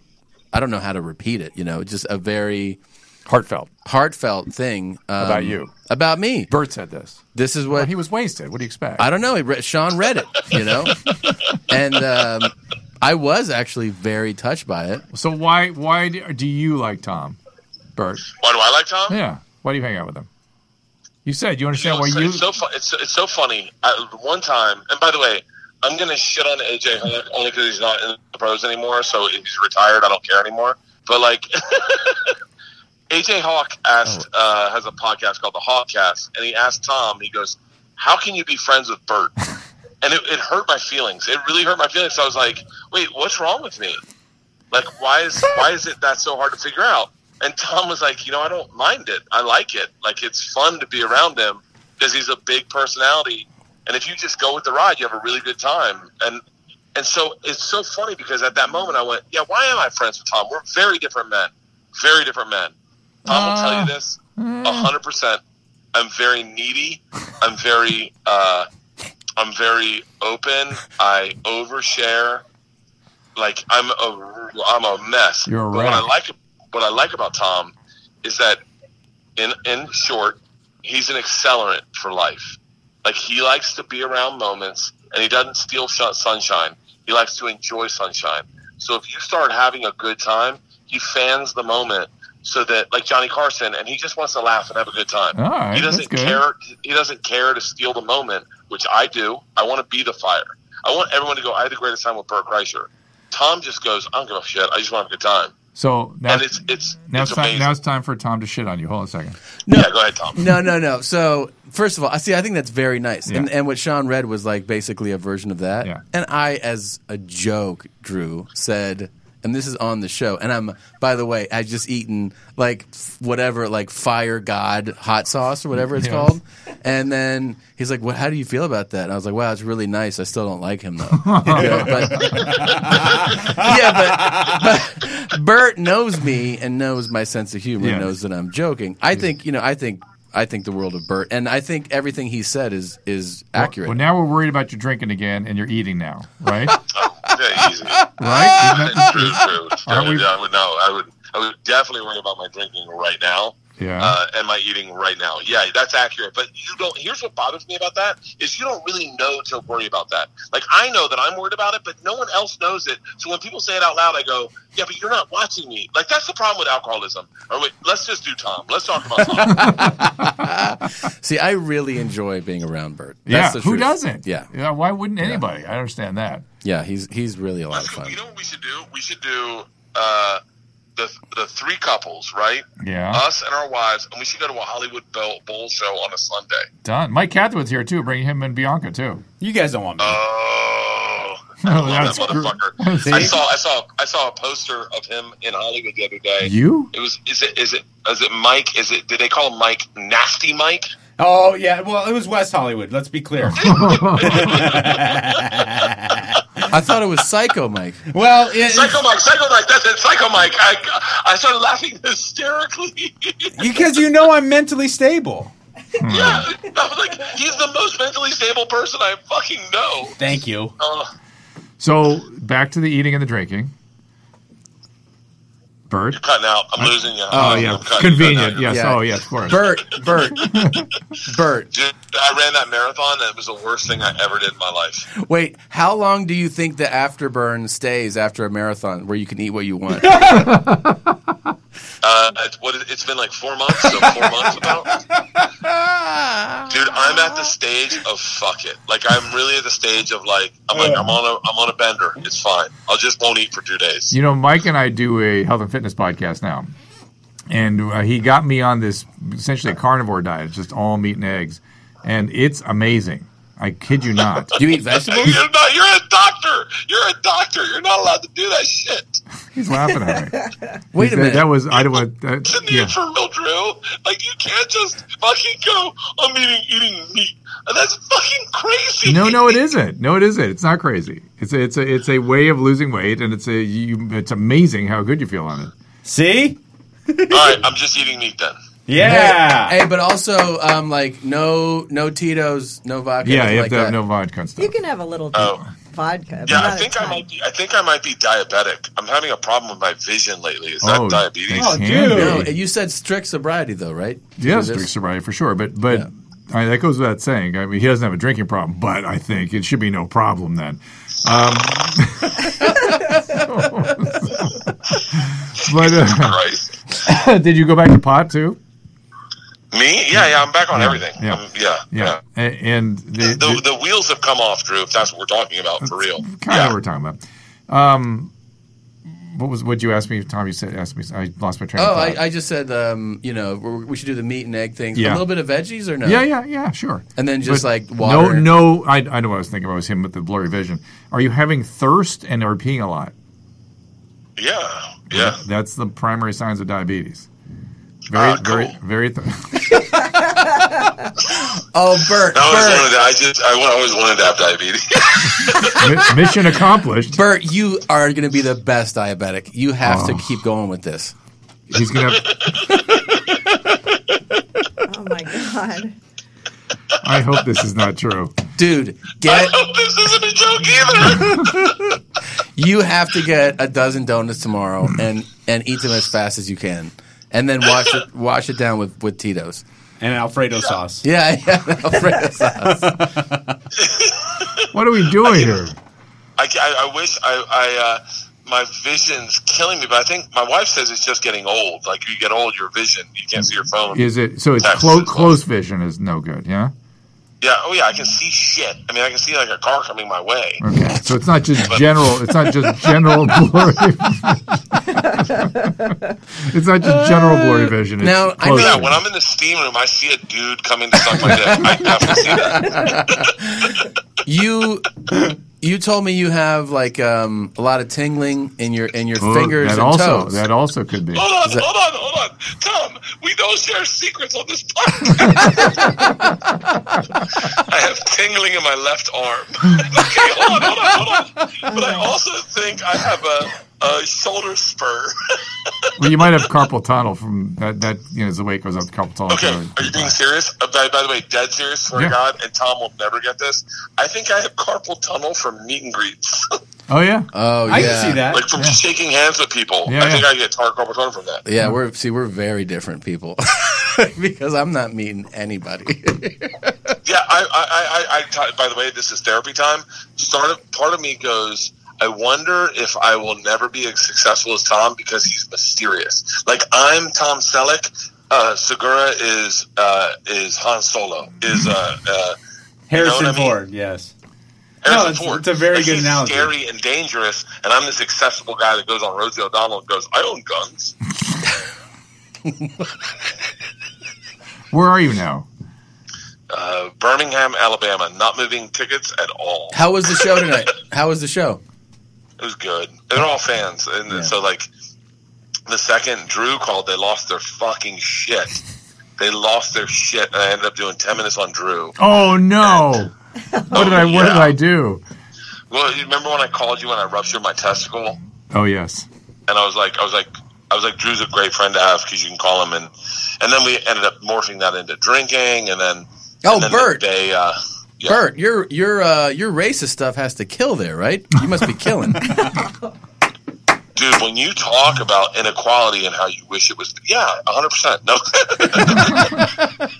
[SPEAKER 3] I don't know how to repeat it. You know, just a very
[SPEAKER 2] Heartfelt.
[SPEAKER 3] heartfelt thing um,
[SPEAKER 2] About you.
[SPEAKER 3] about me.
[SPEAKER 2] Bert said this.
[SPEAKER 3] This is what
[SPEAKER 2] He was wasted. What do you expect?
[SPEAKER 3] I don't know. He re- Sean read it, you know, and um, I was actually very touched by it.
[SPEAKER 2] so why why do, do you like Tom, Bert?
[SPEAKER 8] Why do I like Tom?
[SPEAKER 2] Yeah. Why do you hang out with him? You said you
[SPEAKER 8] You
[SPEAKER 2] understand
[SPEAKER 8] know,
[SPEAKER 2] why
[SPEAKER 8] it's,
[SPEAKER 2] you.
[SPEAKER 8] it's so fu- it's, it's so funny. I, one time, and by the way, I'm gonna shit on AJ Hawk only because he's not in the pros anymore. So if he's retired, I don't care anymore. But like, AJ Hawk asked uh, has a podcast called the Hawkcast, and he asked Tom. He goes, "How can you be friends with Bert?" and it, it hurt my feelings. It really hurt my feelings. So I was like, "Wait, what's wrong with me? Like, why is why is it that so hard to figure out?" And Tom was like, "You know, I don't mind it. I like it. Like, it's fun to be around him because he's a big personality. And if you just go with the ride, you have a really good time." And and so it's so funny because at that moment I went, "Yeah, why am I friends with Tom? We're very different men. Very different men." Tom will tell you this a hundred percent. I'm very needy. I'm very uh, I'm very open. I overshare. Like I'm a I'm a mess.
[SPEAKER 2] You're a
[SPEAKER 8] but what I
[SPEAKER 2] wreck.
[SPEAKER 8] like what I like about Tom is that in in short, he's an accelerant for life. Like he likes to be around moments, and he doesn't steal sh- sunshine. He likes to enjoy sunshine. So if you start having a good time, he fans the moment so that like Johnny Carson, and he just wants to laugh and have a good time.
[SPEAKER 2] Oh, All right,
[SPEAKER 8] he
[SPEAKER 2] that's
[SPEAKER 8] doesn't
[SPEAKER 2] good.
[SPEAKER 8] care. He doesn't care to steal the moment, which I do. I want to be the fire. I want everyone to go. I had the greatest time with Burt Kreischer. Tom just goes. I don't give a shit. I just want to have a good time.
[SPEAKER 2] so now
[SPEAKER 8] and it's it's
[SPEAKER 2] now
[SPEAKER 8] it's
[SPEAKER 2] it's time
[SPEAKER 8] amazing.
[SPEAKER 2] now it's time for Tom to shit on you. Hold on a second.
[SPEAKER 8] yeah, go ahead, Tom.
[SPEAKER 3] No, no, no. So first of all, I see. I think that's very nice, and,
[SPEAKER 2] Yeah.
[SPEAKER 3] and what Sean read was like basically a version of that.
[SPEAKER 2] Yeah.
[SPEAKER 3] And I, as a joke, Drew said, and this is on the show. And I'm, by the way, I've just eaten like f- whatever, like fire god hot sauce or whatever it's
[SPEAKER 2] Yes.
[SPEAKER 3] called. And then he's like, "What? How do you feel about that?" And I was like, "Wow, it's really nice. I still don't like him though." You know, but- yeah, but, but Bert knows me and knows my sense of humor
[SPEAKER 2] Yeah.
[SPEAKER 3] and knows that I'm joking. I think you know. I think I think the world of Bert, and I think everything he said is is accurate.
[SPEAKER 2] Well, now we're worried about you drinking again and you're eating now, right?
[SPEAKER 8] Yeah, easy.
[SPEAKER 2] right? Isn't that-
[SPEAKER 8] True, true.
[SPEAKER 2] Are we-
[SPEAKER 8] I would know. I would. I would definitely worry about my drinking right now.
[SPEAKER 2] yeah.
[SPEAKER 8] uh, and my eating right now. Yeah, that's accurate. But you don't. Here's what bothers me about that is you don't really know to worry about that. Like I know that I'm worried about it, but no one else knows it. So when people say it out loud, I go, "Yeah, but you're not watching me." Like that's the problem with alcoholism. Or wait, let's just do Tom. Let's talk about Tom.
[SPEAKER 3] See, I really enjoy being around Bert.
[SPEAKER 2] yeah.
[SPEAKER 3] That's the
[SPEAKER 2] Who
[SPEAKER 3] truth.
[SPEAKER 2] doesn't?
[SPEAKER 3] Yeah,
[SPEAKER 2] Yeah. Why wouldn't anybody? I understand that.
[SPEAKER 3] yeah. He's he's really a lot of
[SPEAKER 8] Let's go-
[SPEAKER 3] fun.
[SPEAKER 8] you know what we should do? We should do uh, the the three couples, right?
[SPEAKER 2] Yeah.
[SPEAKER 8] Us and our wives, and we should go to a Hollywood Bowl, bowl show on a Sunday.
[SPEAKER 2] Done. Mike Cathwood's here too. Bring him and Bianca too.
[SPEAKER 4] You guys don't want me.
[SPEAKER 8] Oh,
[SPEAKER 2] Oh,
[SPEAKER 8] I love
[SPEAKER 2] that's
[SPEAKER 8] that
[SPEAKER 2] great.
[SPEAKER 8] motherfucker!
[SPEAKER 2] See?
[SPEAKER 8] I saw, I saw, I saw a poster of him in Hollywood the other day.
[SPEAKER 2] You?
[SPEAKER 8] It was. Is it? Is it? Is it Mike? Is it? Did they call him Mike Nasty Mike?
[SPEAKER 4] oh yeah, well it was West Hollywood. Let's be clear.
[SPEAKER 3] I thought it was Psycho Mike.
[SPEAKER 4] well, it,
[SPEAKER 8] Psycho Mike. Psycho Mike. That's it. Psycho Mike. I, I started laughing hysterically.
[SPEAKER 4] because you know I'm mentally stable.
[SPEAKER 2] Hmm.
[SPEAKER 8] yeah, I was like, he's the most mentally stable person I fucking know.
[SPEAKER 4] Thank you.
[SPEAKER 8] Uh,
[SPEAKER 2] So back to the eating and the drinking. Bert.
[SPEAKER 8] cutting out. I'm losing you.
[SPEAKER 2] Oh
[SPEAKER 8] I'm
[SPEAKER 2] yeah.
[SPEAKER 8] cutting-
[SPEAKER 2] Convenient.
[SPEAKER 8] cutting out.
[SPEAKER 2] Yes.
[SPEAKER 3] Yeah.
[SPEAKER 2] Oh yeah. Of course.
[SPEAKER 3] Bert, Bert, Bert.
[SPEAKER 8] Dude, I ran that marathon, and it was the worst thing I ever did in my life.
[SPEAKER 3] Wait, how long do you think the afterburn stays after a marathon where you can eat what you want?
[SPEAKER 8] Uh, it's, what is, it's been like four months, so four months about. Dude, I'm at the stage of fuck it. Like I'm really at the stage of like I'm like I'm on a I'm on a bender. It's fine. I'll just won't eat for two days.
[SPEAKER 2] You know, Mike and I do a health and fitness podcast now, and uh, he got me on this essentially a carnivore diet, it's just all meat and eggs, and it's amazing. I kid you not.
[SPEAKER 3] Do you eat
[SPEAKER 8] You're
[SPEAKER 3] vegetables?
[SPEAKER 8] not. You're a doctor. You're a doctor. You're not allowed to do that shit.
[SPEAKER 2] He's laughing at me.
[SPEAKER 3] Wait
[SPEAKER 2] That-
[SPEAKER 3] a minute.
[SPEAKER 2] That was I don't want. That,
[SPEAKER 8] It's a need
[SPEAKER 2] yeah.
[SPEAKER 8] for real drill. Like you can't just fucking go. I'm eating eating meat. That's fucking crazy.
[SPEAKER 2] No, no, it isn't. No, it isn't. It's not crazy. It's a, it's a it's a way of losing weight, and it's a you, it's amazing how good you feel on it.
[SPEAKER 4] See?
[SPEAKER 8] All right, I'm just eating meat then.
[SPEAKER 4] Yeah.
[SPEAKER 3] Hey, but also, um, like no, no Tito's, no vodka.
[SPEAKER 2] Yeah,
[SPEAKER 3] nothing
[SPEAKER 2] you have
[SPEAKER 3] like
[SPEAKER 2] to have
[SPEAKER 3] that.
[SPEAKER 2] no vodka and stuff.
[SPEAKER 5] You can have a little
[SPEAKER 8] Oh.
[SPEAKER 5] vodka. but
[SPEAKER 8] Yeah, I
[SPEAKER 5] not a
[SPEAKER 8] think I
[SPEAKER 5] ton.
[SPEAKER 8] might be. I think I might be diabetic. I'm having a problem with my vision lately. Is that
[SPEAKER 2] oh,
[SPEAKER 8] diabetes?
[SPEAKER 2] they can
[SPEAKER 4] dude.
[SPEAKER 2] be.
[SPEAKER 3] No, you said strict sobriety though, right?
[SPEAKER 2] Yes,
[SPEAKER 3] Do
[SPEAKER 2] drink
[SPEAKER 3] this?
[SPEAKER 2] sobriety for sure. But but
[SPEAKER 3] Yeah.
[SPEAKER 2] I, that goes without saying. I mean, he doesn't have a drinking problem, but I think it should be no problem then. Um, but uh,
[SPEAKER 8] Christ.
[SPEAKER 2] did you go back to pot too?
[SPEAKER 8] Me? Yeah, yeah. I'm back on everything.
[SPEAKER 2] yeah.
[SPEAKER 8] Um, yeah,
[SPEAKER 2] Yeah, A- and the,
[SPEAKER 8] The, the, wheels have come off, Drew. If that's what we're talking about, for real.
[SPEAKER 2] kind of
[SPEAKER 8] Yeah.
[SPEAKER 2] what we're talking about. Um, what was what you asked me, Tom? You said asked me. I lost my train.
[SPEAKER 3] Oh,
[SPEAKER 2] of thought.
[SPEAKER 3] I, I just said, um, you know, we we should do the meat and egg things.
[SPEAKER 2] Yeah.
[SPEAKER 3] A little bit of veggies or no?
[SPEAKER 2] Yeah, yeah, yeah, sure.
[SPEAKER 3] uh, And then just, like, water.
[SPEAKER 2] No, no. I, I know what I was thinking about was him with the blurry vision. Are you having thirst and are peeing a lot?
[SPEAKER 8] Yeah, yeah.
[SPEAKER 2] That's the primary signs of diabetes. Very,
[SPEAKER 8] Ah, cool.
[SPEAKER 2] very, very. Th-
[SPEAKER 3] Oh, Bert,
[SPEAKER 8] No, I was
[SPEAKER 3] Bert,
[SPEAKER 8] wanted to, I just, I wa- I always wanted to have diabetes.
[SPEAKER 2] Mi- mission accomplished.
[SPEAKER 3] Bert, you are going to be the best diabetic. You have
[SPEAKER 2] Oh.
[SPEAKER 3] to keep going with this.
[SPEAKER 2] He's gonna. Have,
[SPEAKER 5] Oh my god.
[SPEAKER 2] I hope this is not true.
[SPEAKER 3] Dude,
[SPEAKER 8] I
[SPEAKER 3] get
[SPEAKER 8] hope this isn't a joke either.
[SPEAKER 3] you have to get a dozen donuts tomorrow and and eat them as fast as you can, and then wash it wash it down with with Tito's.
[SPEAKER 4] and Alfredo sauce.
[SPEAKER 3] Yeah, yeah, Alfredo sauce.
[SPEAKER 2] What are we doing here?
[SPEAKER 8] I, ca- I, I wish I, I uh, my vision's killing me, but I think my wife says it's just getting old. Like you get old, your vision, you can't see your phone.
[SPEAKER 2] Is it so? It's
[SPEAKER 8] That's
[SPEAKER 2] close.
[SPEAKER 8] just awesome.
[SPEAKER 2] Close vision is no good. Yeah.
[SPEAKER 8] Yeah, oh yeah, I can see shit. I mean, I can see like a car coming my way.
[SPEAKER 2] Okay. So it's not just general. It's not just general blurry. it's not just general blurry vision. It's
[SPEAKER 3] Uh, Now, I
[SPEAKER 2] close
[SPEAKER 8] Yeah,
[SPEAKER 2] vision.
[SPEAKER 8] when I'm in the steam room, I see a dude coming to suck my dick. I definitely see that.
[SPEAKER 3] You you told me you have like um, a lot of tingling in your in your
[SPEAKER 2] Oh,
[SPEAKER 3] fingers
[SPEAKER 2] that
[SPEAKER 3] and
[SPEAKER 2] also
[SPEAKER 3] toes.
[SPEAKER 2] that also could be.
[SPEAKER 8] Hold on, hold on, hold on. Tom, we don't share secrets on this podcast. I have tingling in my left arm. okay, hold on, hold on, hold on. But I also think I have a, a shoulder spur.
[SPEAKER 2] Well, you might have carpal tunnel from that. That you know, as the weight goes up, carpal tunnel.
[SPEAKER 8] Okay, are you being serious? Uh, by, by the way, dead serious, swear
[SPEAKER 2] Yeah.
[SPEAKER 8] to God, and Tom will never get this. I think I have carpal tunnel from meet and greets.
[SPEAKER 2] Oh yeah.
[SPEAKER 3] oh yeah,
[SPEAKER 4] I can see that.
[SPEAKER 8] like from shaking hands with people.
[SPEAKER 2] Yeah,
[SPEAKER 8] I think
[SPEAKER 2] yeah.
[SPEAKER 8] I get tar carpal tunnel from that.
[SPEAKER 3] Yeah, we're see we're very different people because I'm not meeting anybody.
[SPEAKER 8] Yeah, I, I, I, I, I t- by the way, this is therapy time. Start of, part of me goes, I wonder if I will never be as successful as Tom because he's mysterious. Like I'm Tom Selleck, uh, Segura is uh, is Han Solo is uh, uh,
[SPEAKER 4] Harrison
[SPEAKER 8] You know what I mean?
[SPEAKER 4] Ford, yes.
[SPEAKER 8] Harrison
[SPEAKER 4] it's-
[SPEAKER 8] Ford.
[SPEAKER 4] it's a very
[SPEAKER 8] Like,
[SPEAKER 4] good
[SPEAKER 8] he's
[SPEAKER 4] analogy.
[SPEAKER 8] Scary and dangerous, and I'm this accessible guy that goes on Rosie O'Donnell and goes, "I own guns."
[SPEAKER 2] Where are you now?
[SPEAKER 8] Uh, Birmingham, Alabama, not moving tickets at all.
[SPEAKER 3] How was the show tonight? How was the show?
[SPEAKER 8] It was good. They're all fans, and so like the second Drew called, they lost their fucking shit. They lost their shit, and I ended up doing ten minutes on Drew.
[SPEAKER 2] Oh no! What did I? What did
[SPEAKER 8] yeah.
[SPEAKER 2] I do?
[SPEAKER 8] Well, you remember when I called you when I ruptured my testicle,
[SPEAKER 2] Oh yes.
[SPEAKER 8] and I was like, I was like, I was like, Drew's a great friend to have because you can call him, and and then we ended up morphing that into drinking, and then
[SPEAKER 3] Oh,
[SPEAKER 8] and then
[SPEAKER 3] Bert.
[SPEAKER 8] they uh, yeah.
[SPEAKER 3] Bert, your your uh, your racist stuff has to kill there, right? You must be killing.
[SPEAKER 8] dude, when you talk about inequality and how you wish it was, yeah, hundred percent. No,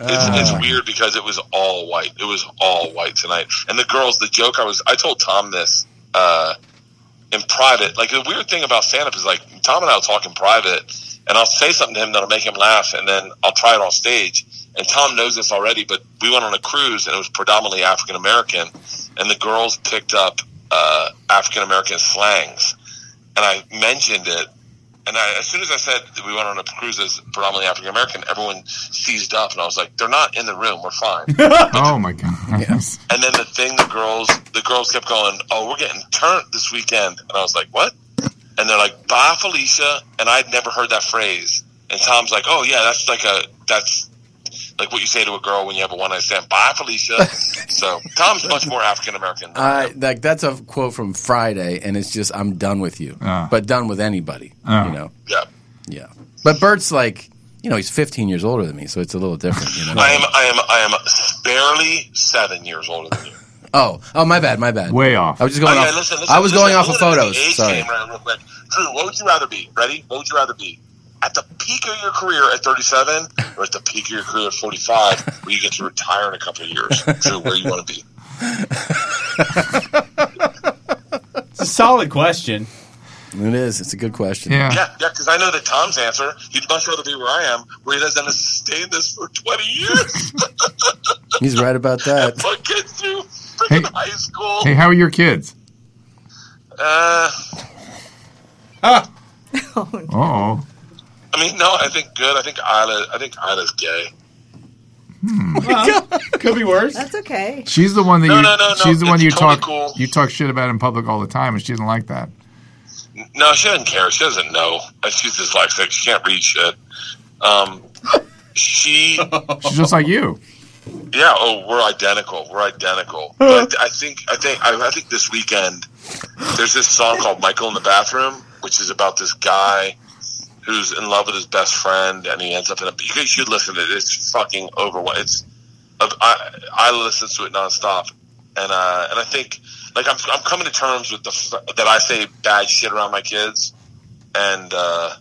[SPEAKER 8] it's, it's weird because it was all white. It was all white tonight, and the girls. The joke I was, I told Tom this uh, in private. Like the weird thing about stand up is like Tom and I will talk in private, and I'll say something to him that'll make him laugh, and then I'll try it on stage. And Tom knows this already, but we went on a cruise and it was predominantly African American, and the girls picked up uh, African American slangs, and I mentioned it, And I, as soon as I said that we went on a cruise that's predominantly African American, everyone seized up, and I was like, "They're not in the room. We're fine."
[SPEAKER 9] oh my god. Yes.
[SPEAKER 8] And then the thing, the girls, the girls kept going, "Oh, we're getting turned this weekend," and I was like, "What?" And they're like, "Bye, Felicia," and I'd never heard that phrase. And Tom's like, "Oh yeah, that's like a that's like what you say to a girl when you have a one night stand." Bye, Felicia. so Tom's much more African American.
[SPEAKER 3] I like that's a quote from Friday, and it's just I'm done with you,
[SPEAKER 9] Ah.
[SPEAKER 3] but done with anybody,
[SPEAKER 9] Ah.
[SPEAKER 3] you know.
[SPEAKER 8] Yeah,
[SPEAKER 3] Yeah, but Bert's like, you know, he's 15 years older than me, so it's a little different. You know?
[SPEAKER 8] I am. I am. I am barely seven years older than you.
[SPEAKER 3] oh, oh, my bad, my bad.
[SPEAKER 9] Way off.
[SPEAKER 3] I was just going
[SPEAKER 8] Oh, yeah,
[SPEAKER 3] off.
[SPEAKER 8] listen, listen,
[SPEAKER 3] I was
[SPEAKER 8] listen,
[SPEAKER 3] going off of
[SPEAKER 8] we'll get into the
[SPEAKER 3] photos.
[SPEAKER 8] age
[SPEAKER 3] Sorry.
[SPEAKER 8] game round real quick. Drew, what would you rather be? Ready? What would you rather be? At the peak of your career at 37 or at the peak of your career at 45 where you get to retire in a couple of years? Drew, where you want to be?
[SPEAKER 4] It's a solid question.
[SPEAKER 3] It is. It's a good question.
[SPEAKER 9] Yeah.
[SPEAKER 8] Yeah, yeah, because I know that Tom's answer, he'd much rather be where I am, where he doesn't have to sustain this for 20 years.
[SPEAKER 3] He's right about that.
[SPEAKER 8] Fuck kids through freaking
[SPEAKER 9] Hey.
[SPEAKER 8] high school.
[SPEAKER 9] Hey, how are your kids?
[SPEAKER 8] Uh,
[SPEAKER 9] Oh.
[SPEAKER 8] I mean, no, I think good. I think Isla, I think Isla's gay.
[SPEAKER 4] Could be worse.
[SPEAKER 5] That's okay.
[SPEAKER 9] She's the one that
[SPEAKER 8] No,
[SPEAKER 9] you
[SPEAKER 8] no, no, no.
[SPEAKER 9] she's the one
[SPEAKER 8] It's
[SPEAKER 9] you
[SPEAKER 8] totally
[SPEAKER 9] talk
[SPEAKER 8] cool.
[SPEAKER 9] you talk shit about in public all the time and she doesn't like that.
[SPEAKER 8] No, she doesn't care. She doesn't know. She's dyslexic. She can't read shit. Um, she,
[SPEAKER 9] She's just like you.
[SPEAKER 8] yeah. Oh, we're identical. We're identical. But I think, I think, I, I think this weekend there's this song called "Michael in the Bathroom," which is about this guy who's in love with his best friend, and he ends up in a. You guys should listen to it. It's fucking overwhelming. It's, I, I listen to it nonstop, and uh, and I think like I'm, I'm coming to terms with the f- that I say bad shit around my kids, and uh,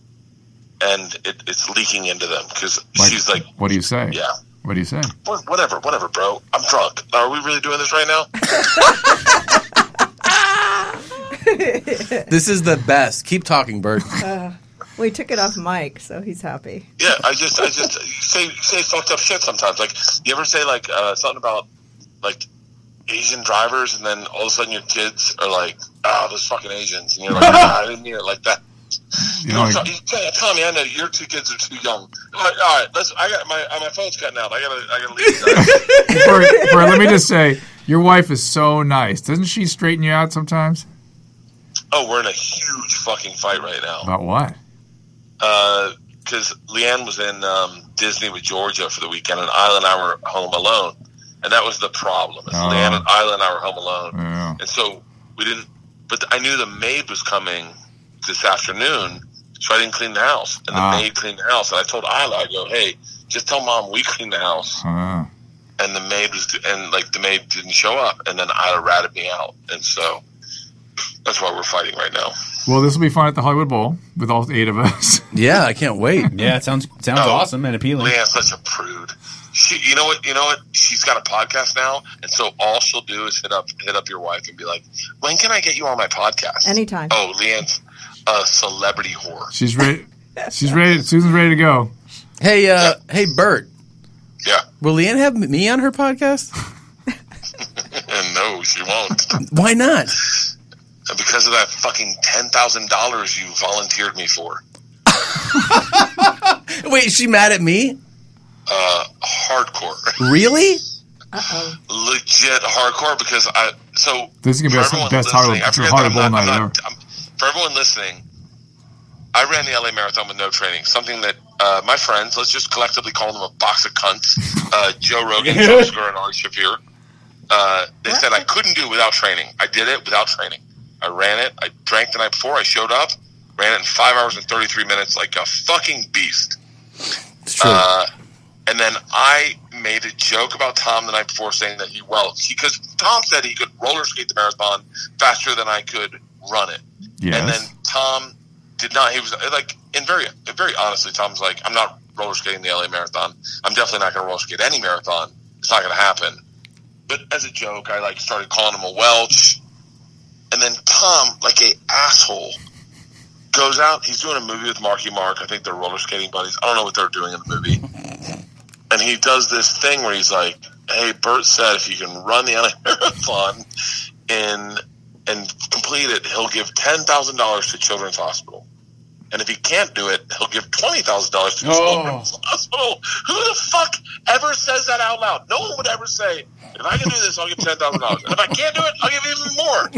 [SPEAKER 8] and it, it's leaking into them because
[SPEAKER 9] Like,
[SPEAKER 8] she's like,
[SPEAKER 9] what do you say?
[SPEAKER 8] yeah.
[SPEAKER 9] What do you say?
[SPEAKER 8] Wh- Whatever, whatever, bro. I'm drunk. Are we really doing this right now?
[SPEAKER 3] This is the best. Keep talking, Bert.
[SPEAKER 5] We took it off Mike, so he's happy.
[SPEAKER 8] Yeah, I just, I just you say you say fucked up shit sometimes. Like you ever say like uh, something about like Asian drivers, and then all of a sudden your kids are like, "Ah, those fucking Asians," and you're like, "Ah, "I didn't mean it like that."
[SPEAKER 9] You
[SPEAKER 8] No,
[SPEAKER 9] know,
[SPEAKER 8] I'm
[SPEAKER 9] like,
[SPEAKER 8] sorry, Hey, Tommy, I know your two kids are too young. All right, all right let's. I got my uh, my phone's cutting out. I gotta I gotta leave.
[SPEAKER 9] Bert- Bert, let me just say, your wife is so nice. Doesn't she straighten you out sometimes?
[SPEAKER 8] oh, we're in a huge fucking fight right now.
[SPEAKER 9] About what?
[SPEAKER 8] because Uh, Leanne was in um, Disney with Georgia for the weekend, and Isla and I were home alone, and that was the problem. Is
[SPEAKER 9] Oh.
[SPEAKER 8] Leanne and Isla and I were home alone,
[SPEAKER 9] Yeah.
[SPEAKER 8] and so we didn't. But I knew the maid was coming this afternoon, so I didn't clean the house, and the
[SPEAKER 9] Ah.
[SPEAKER 8] maid cleaned the house, and I told Isla, I go, hey, just tell mom we cleaned the house,
[SPEAKER 9] Uh,
[SPEAKER 8] and the maid was, and like the maid didn't show up, and then Isla ratted me out, and so. That's why we're fighting right now.
[SPEAKER 9] well, this will be fun at the Hollywood Bowl with all eight of us.
[SPEAKER 3] Yeah, I can't wait.
[SPEAKER 4] Yeah, it sounds sounds
[SPEAKER 8] Oh.
[SPEAKER 4] awesome and appealing.
[SPEAKER 8] Leanne's such a prude. She, you know what? You know what? She's got a podcast now, and so all she'll do is hit up hit up your wife and be like, "When can I get you on my podcast?"
[SPEAKER 5] Anytime.
[SPEAKER 8] Oh, Leanne's a celebrity whore.
[SPEAKER 9] She's ready. She's ready. Susan's ready to go.
[SPEAKER 3] Hey, uh, hey, Bert.
[SPEAKER 8] Yeah,
[SPEAKER 3] Will Leanne have me on her podcast?
[SPEAKER 8] and no, she won't
[SPEAKER 3] Why not?
[SPEAKER 8] because of that fucking ten thousand dollars you volunteered me for.
[SPEAKER 3] Wait, is she mad at me?
[SPEAKER 8] Hardcore,
[SPEAKER 3] Really?
[SPEAKER 8] legit hardcore. Because I so
[SPEAKER 9] This is gonna be
[SPEAKER 8] for
[SPEAKER 9] our
[SPEAKER 8] everyone
[SPEAKER 9] best
[SPEAKER 8] listening-
[SPEAKER 9] Hollywood-
[SPEAKER 8] I forget
[SPEAKER 9] Hollywood
[SPEAKER 8] that I'm
[SPEAKER 9] Bowl
[SPEAKER 8] not-
[SPEAKER 9] night
[SPEAKER 8] I'm not- I'm- For everyone listening, I ran the LA Marathon with no training. Something that uh, my friends, let's just collectively call them a box of cunts, uh, Joe Rogan, Joe Skur, and Ari Shafir. Uh, they said I couldn't do without training. I did it without training. I ran it. I drank the night before. I showed up, ran it in five hours and thirty three minutes, like a fucking beast. Uh,
[SPEAKER 3] It's true.
[SPEAKER 8] And then I made a joke about Tom the night before saying that he, well, because Tom said he could roller skate the marathon faster than I could run it. And
[SPEAKER 9] Yes.
[SPEAKER 8] then Tom did not, he was like, and very, very honestly, Tom's like, I'm not roller skating the LA marathon. I'm definitely not going to roller skate any marathon. It's not going to happen. But as a joke, I like started calling him a Welch. And then Tom, like a asshole, goes out. He's doing a movie with Marky Mark. I think they're roller skating buddies. I don't know what they're doing in the movie and he does this thing where he's like, "Hey, Bert said if you can run the LA marathon in and complete it, he'll give ten thousand dollars to Children's Hospital." And if he can't do it, he'll give twenty thousand dollars to the
[SPEAKER 1] Oh.
[SPEAKER 8] children's hospital. Who the fuck ever says that out loud? No one would ever say, "If I can do this, I'll give ten thousand dollars," and if I can't do it, I'll give even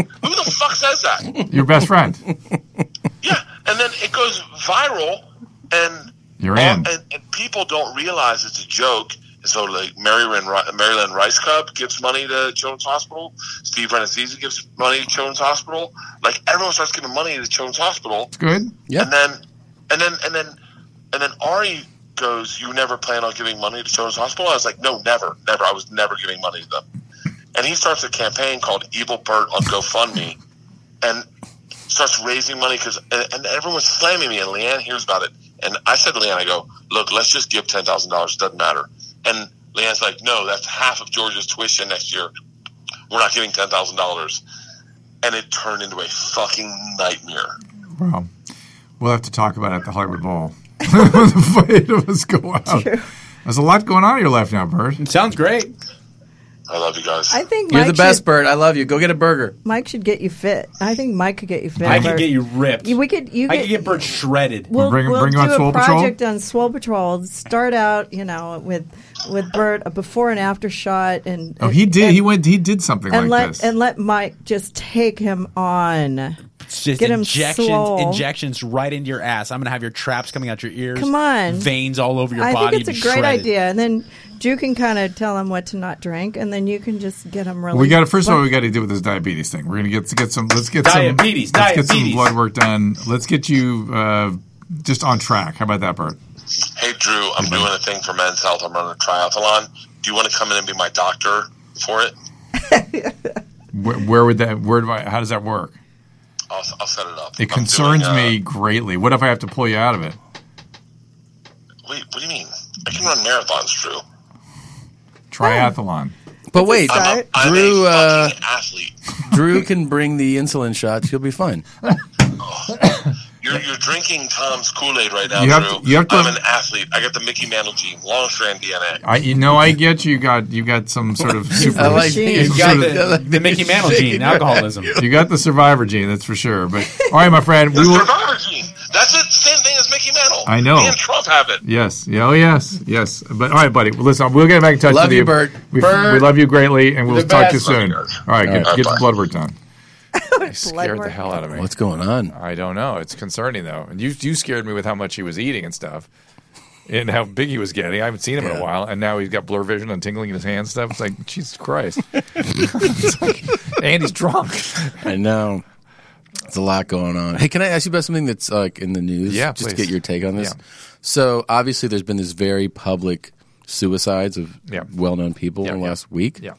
[SPEAKER 8] more. Who the fuck says that?
[SPEAKER 9] Your best friend.
[SPEAKER 8] and then it goes viral, and
[SPEAKER 9] You're in.
[SPEAKER 8] and, uh, and people don't realize it's a joke. So, like Maryland, Maryland Rice Cup gives money to Children's Hospital. Steve Renazzisi gives money to Children's Hospital. Like everyone starts giving money to Children's Hospital,
[SPEAKER 9] It's good.
[SPEAKER 8] and then, and then, and then, and then Ari goes, "You never plan on giving money to Children's Hospital?" I was like, "No, never, never. I was never giving money to them." And he starts a campaign called "Evil Bert" on GoFundMe, and starts raising money because and, and everyone's slamming me and leanne hears about it and i said to leanne i go look let's just give $10000 it doesn't matter and leanne's like no that's half of georgia's tuition next year we're not giving $10000 and it turned into a fucking nightmare
[SPEAKER 9] Wow. We'll have to talk about it at the Hollywood Bowl. the fight of us go out. There's a lot going on in your life now, Bert.
[SPEAKER 1] It sounds great.
[SPEAKER 8] i love you guys
[SPEAKER 5] I think
[SPEAKER 3] You're
[SPEAKER 5] Mike
[SPEAKER 3] the best,
[SPEAKER 5] should,
[SPEAKER 3] Bert. I love you. Go get a burger.
[SPEAKER 5] Mike should get you fit. I think Mike could get you fit.
[SPEAKER 4] I could
[SPEAKER 5] Bert.
[SPEAKER 4] get you ripped.
[SPEAKER 5] You- We could. You
[SPEAKER 4] I
[SPEAKER 5] could
[SPEAKER 4] could get Bert shredded.
[SPEAKER 5] We'll,
[SPEAKER 9] Bring-
[SPEAKER 5] we'll
[SPEAKER 9] bring
[SPEAKER 5] do
[SPEAKER 9] him on Swole
[SPEAKER 5] a
[SPEAKER 9] Patrol?
[SPEAKER 5] project on Swole Patrol. Start out, you know, with with Bert a before and after shot, and
[SPEAKER 9] Oh, he did.
[SPEAKER 5] and-
[SPEAKER 9] he went. He did something
[SPEAKER 5] and
[SPEAKER 9] like
[SPEAKER 5] let
[SPEAKER 9] this.
[SPEAKER 5] and let Mike just take him on.
[SPEAKER 4] It's just
[SPEAKER 5] Get him
[SPEAKER 4] injections,
[SPEAKER 5] swole.
[SPEAKER 4] injections right into your ass. I'm gonna have your traps coming out your ears.
[SPEAKER 5] Come on.
[SPEAKER 4] veins all over your
[SPEAKER 5] I
[SPEAKER 4] body.
[SPEAKER 5] think it's a
[SPEAKER 4] just
[SPEAKER 5] great
[SPEAKER 4] shredded.
[SPEAKER 5] idea, and then Drew can kind of tell him what to not drink, and then you can just get him really.
[SPEAKER 9] we got to first of all,
[SPEAKER 5] But-
[SPEAKER 9] we got to deal with this diabetes thing. We're gonna get get some. Let's get
[SPEAKER 4] Diabetes,
[SPEAKER 9] some. Let's get some
[SPEAKER 4] diabetes.
[SPEAKER 9] blood work done. Let's get you uh, just on track. How about that, Bert?
[SPEAKER 8] hey drew
[SPEAKER 9] Mm-hmm.
[SPEAKER 8] i'm doing a thing for men's health i'm running a triathlon do you want to come in and be my doctor for it
[SPEAKER 9] Where, where would that? Where do I? How does that work?
[SPEAKER 8] i'll, I'll set it up
[SPEAKER 9] It
[SPEAKER 8] I'm
[SPEAKER 9] concerns
[SPEAKER 8] doing, uh,
[SPEAKER 9] me greatly. What if I have to pull you out of it?
[SPEAKER 8] wait what do you mean i can run marathons drew
[SPEAKER 9] Triathlon.
[SPEAKER 3] But wait,
[SPEAKER 8] i'm, a, I'm
[SPEAKER 3] Drew.
[SPEAKER 8] a
[SPEAKER 3] Uh,
[SPEAKER 8] fucking athlete
[SPEAKER 3] Drew can bring the insulin shots. You'll be fine.
[SPEAKER 8] You're, you're drinking Tom's Kool Aid right now,
[SPEAKER 9] You have
[SPEAKER 8] Drew.
[SPEAKER 9] to- you have to-
[SPEAKER 8] I'm an athlete. I got the Mickey Mantle gene, long strand DNA.
[SPEAKER 9] I you know I get you got you got some sort of super.
[SPEAKER 3] I like
[SPEAKER 5] Machine.
[SPEAKER 3] these.
[SPEAKER 4] You got
[SPEAKER 9] Sort
[SPEAKER 4] the, the Mickey Mantle gene, alcoholism.
[SPEAKER 9] you got the survivor gene, that's for sure. But all right, my friend,
[SPEAKER 8] The
[SPEAKER 9] we will.
[SPEAKER 8] survivor gene. That's the same thing as Mickey Mantle.
[SPEAKER 9] I know.
[SPEAKER 8] Me and Trump have it.
[SPEAKER 9] Yes. Yeah. Oh, yes. Yes. But all right, buddy. Well, listen, we'll get back in touch
[SPEAKER 3] Love
[SPEAKER 9] with
[SPEAKER 3] you,
[SPEAKER 9] you,
[SPEAKER 3] Bert.
[SPEAKER 9] We,
[SPEAKER 3] Bert.
[SPEAKER 9] we love you greatly, and we'll
[SPEAKER 3] the
[SPEAKER 9] talk to you
[SPEAKER 3] best.
[SPEAKER 9] soon. All
[SPEAKER 8] Love you guys.
[SPEAKER 9] right. Good.
[SPEAKER 8] right,
[SPEAKER 9] Get the
[SPEAKER 8] bye.
[SPEAKER 9] blood work done.
[SPEAKER 5] Blood
[SPEAKER 2] scared the
[SPEAKER 5] work.
[SPEAKER 2] hell out of me.
[SPEAKER 3] What's going on?
[SPEAKER 2] I don't know. It's concerning though, and you you scared me with how much he was eating and stuff, and how big he was getting. I haven't seen him in
[SPEAKER 3] Yeah.
[SPEAKER 2] a while, and now he's got blur vision and tingling in his hands. and Stuff. It's like Jesus Christ, and he's drunk.
[SPEAKER 3] I know. It's a lot going on. Hey, can I ask you about something that's like in the news?
[SPEAKER 2] Yeah,
[SPEAKER 3] just to
[SPEAKER 2] please.
[SPEAKER 3] get your take on this.
[SPEAKER 2] Yeah.
[SPEAKER 3] So obviously, there's been this very public suicides of
[SPEAKER 2] Yeah.
[SPEAKER 3] well-known people
[SPEAKER 2] Yeah,
[SPEAKER 3] in the
[SPEAKER 2] yeah.
[SPEAKER 3] last week.
[SPEAKER 2] Yeah,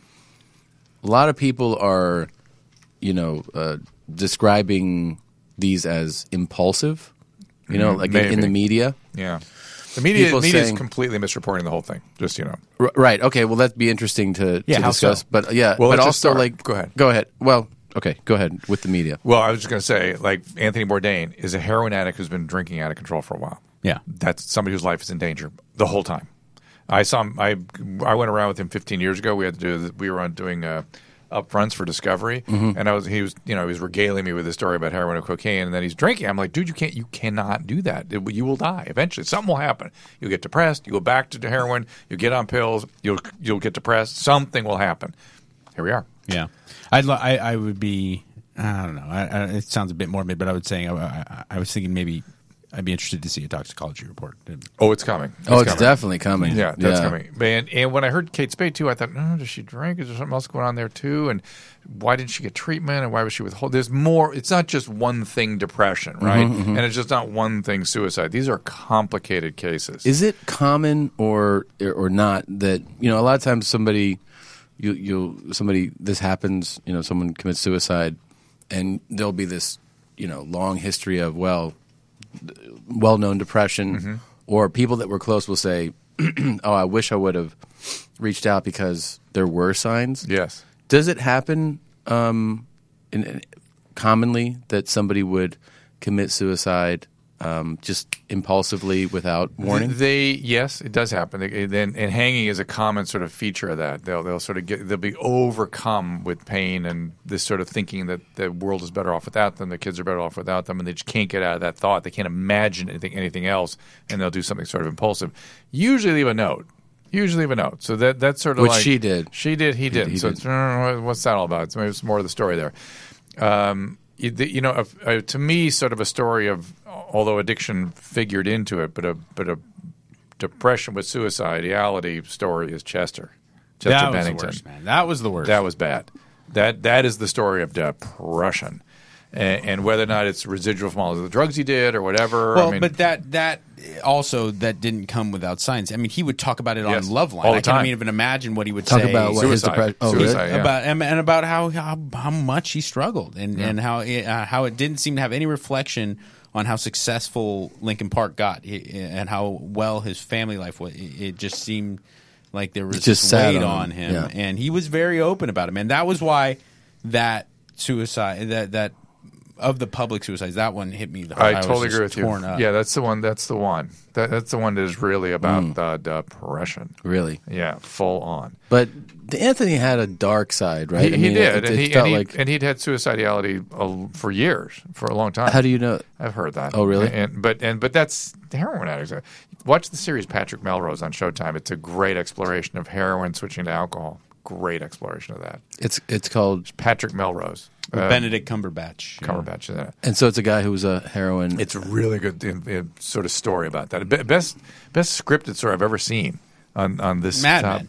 [SPEAKER 3] A lot of people are, you know, uh, describing these as impulsive. You know, like in, in
[SPEAKER 2] Mm-hmm. maybe.
[SPEAKER 3] the media.
[SPEAKER 2] yeah. The media
[SPEAKER 3] People
[SPEAKER 2] media
[SPEAKER 3] saying-
[SPEAKER 2] is completely misreporting the whole thing. Just you know,
[SPEAKER 3] R- right. Okay. Well, that'd be interesting to,
[SPEAKER 4] Yeah,
[SPEAKER 3] to
[SPEAKER 4] how
[SPEAKER 3] discuss.
[SPEAKER 4] so?
[SPEAKER 3] But yeah.
[SPEAKER 2] Well, let's
[SPEAKER 3] but
[SPEAKER 2] just
[SPEAKER 3] also,
[SPEAKER 2] start.
[SPEAKER 3] like,
[SPEAKER 2] Go ahead.
[SPEAKER 3] Go ahead. Well, okay. Go ahead with the media.
[SPEAKER 2] Well, I was just going to say, like Anthony Bourdain is a heroin addict who's been drinking out of control for a while.
[SPEAKER 4] Yeah.
[SPEAKER 2] that's somebody whose life is in danger the whole time. I saw him. I I went around with him 15 years ago. We had to do. We were on doing uh, upfronts for Discovery,
[SPEAKER 3] Mm-hmm.
[SPEAKER 2] and I was he was you know he was regaling me with a story about heroin and cocaine, and then he's drinking. I'm like, dude, you can't, you cannot do that. It- you will die eventually. Something will happen. You'll get depressed. You go back to heroin. You get on pills. You'll you'll get depressed. Something will happen. Here we are.
[SPEAKER 4] Yeah, I'd lo- I I would be I don't know. I, I, it sounds a bit morbid, but I would say I, I, I was thinking maybe I'd be interested to see a toxicology report.
[SPEAKER 2] Oh, it's coming.
[SPEAKER 3] Oh, it's
[SPEAKER 2] coming.
[SPEAKER 3] definitely coming.
[SPEAKER 2] Yeah, that's coming. And, and when I heard Kate Spade too, I thought, oh, does she drink? Is there something else going on there too? And why didn't she get treatment? And why was she withhold? There's more. It's not just one thing depression, right? And it's just not one thing suicide. These are complicated cases.
[SPEAKER 3] Is it common or or not that you know a lot of times somebody you you somebody this happens you know someone commits suicide and there'll be this you know long history of well well known depression or people that were close will say oh I wish I would have reached out because there were signs
[SPEAKER 2] yes.
[SPEAKER 3] does it happen um, in, in- commonly that somebody would commit suicide um, just impulsively without warning?
[SPEAKER 2] They yes, it does happen. They, and, and hanging is a common sort of feature of that. They'll they'll sort of get they'll be overcome with pain and this sort of thinking that the world is better off without them, the kids are better off without them, and they just can't get out of that thought. They can't imagine anything anything else, and they'll do something sort of impulsive. Usually leave a note. Usually leave a note. So that that's sort of
[SPEAKER 3] Which
[SPEAKER 2] like-
[SPEAKER 3] she did.
[SPEAKER 2] She did. He didn't.
[SPEAKER 3] he
[SPEAKER 2] so
[SPEAKER 3] did.
[SPEAKER 2] it's, "Mm, what's that all about? So maybe it's more of the story there um, you, the- you know, a, a, to me, sort of a story of although addiction figured into it, but a but a depression with suicidality story is Chester. Chester
[SPEAKER 4] that was
[SPEAKER 2] Bennington.
[SPEAKER 4] the worst, man. That was the worst.
[SPEAKER 2] That was bad. That that is the story of depression, and, and whether or not it's residual from all of the drugs he did or whatever.
[SPEAKER 4] well,
[SPEAKER 2] I mean,
[SPEAKER 4] but that that also that didn't come without signs. I mean, he would talk about it
[SPEAKER 2] Yes,
[SPEAKER 4] on Love Line.
[SPEAKER 2] all the
[SPEAKER 4] I can't
[SPEAKER 2] time.
[SPEAKER 4] even imagine what he would
[SPEAKER 3] Talk
[SPEAKER 4] say
[SPEAKER 3] about what his
[SPEAKER 2] Suicide.
[SPEAKER 3] depression. Oh,
[SPEAKER 2] Suicide.
[SPEAKER 3] really?
[SPEAKER 2] yeah.
[SPEAKER 4] about and, and about how, how how much he struggled and and how it, uh, how it didn't seem to have any reflection on how successful Lincoln Park got i- i- and how well his family life was. It, it just seemed like there was
[SPEAKER 3] It just
[SPEAKER 4] this
[SPEAKER 3] sat
[SPEAKER 4] weight
[SPEAKER 3] on
[SPEAKER 4] on him,
[SPEAKER 3] him, yeah.
[SPEAKER 4] and he was very open about it. And that was why that suicide that that of the public suicides that one hit me. the
[SPEAKER 2] I,
[SPEAKER 4] was
[SPEAKER 2] totally
[SPEAKER 4] just
[SPEAKER 2] agree with you.
[SPEAKER 4] torn up.
[SPEAKER 2] Yeah, that's the one. That's the one. That, that's the one that is really about
[SPEAKER 4] Mm.
[SPEAKER 2] the depression.
[SPEAKER 3] Really?
[SPEAKER 2] Yeah, full on.
[SPEAKER 3] But Anthony had a dark side, right?
[SPEAKER 2] He,
[SPEAKER 3] I
[SPEAKER 2] he
[SPEAKER 3] mean,
[SPEAKER 2] did,
[SPEAKER 3] It,
[SPEAKER 2] and,
[SPEAKER 3] it
[SPEAKER 2] he, and,
[SPEAKER 3] felt
[SPEAKER 2] he,
[SPEAKER 3] like.
[SPEAKER 2] and he'd had suicidality uh, for years, for a long time.
[SPEAKER 3] How do you know?
[SPEAKER 2] I've heard that.
[SPEAKER 3] Oh, really?
[SPEAKER 2] And but and but that's heroin addicts. Watch the series Patrick Melrose on Showtime. It's a great exploration of heroin switching to alcohol. Great exploration of that.
[SPEAKER 3] It's it's called,
[SPEAKER 2] Patrick Melrose,
[SPEAKER 4] With
[SPEAKER 2] uh,
[SPEAKER 4] Benedict Cumberbatch.
[SPEAKER 2] Cumberbatch. in it.
[SPEAKER 3] and so it's a guy who was a heroin.
[SPEAKER 2] It's a really good in, in sort of story about that. Be- Best best scripted story I've ever seen on on this.
[SPEAKER 4] Mad
[SPEAKER 2] top.
[SPEAKER 4] Men.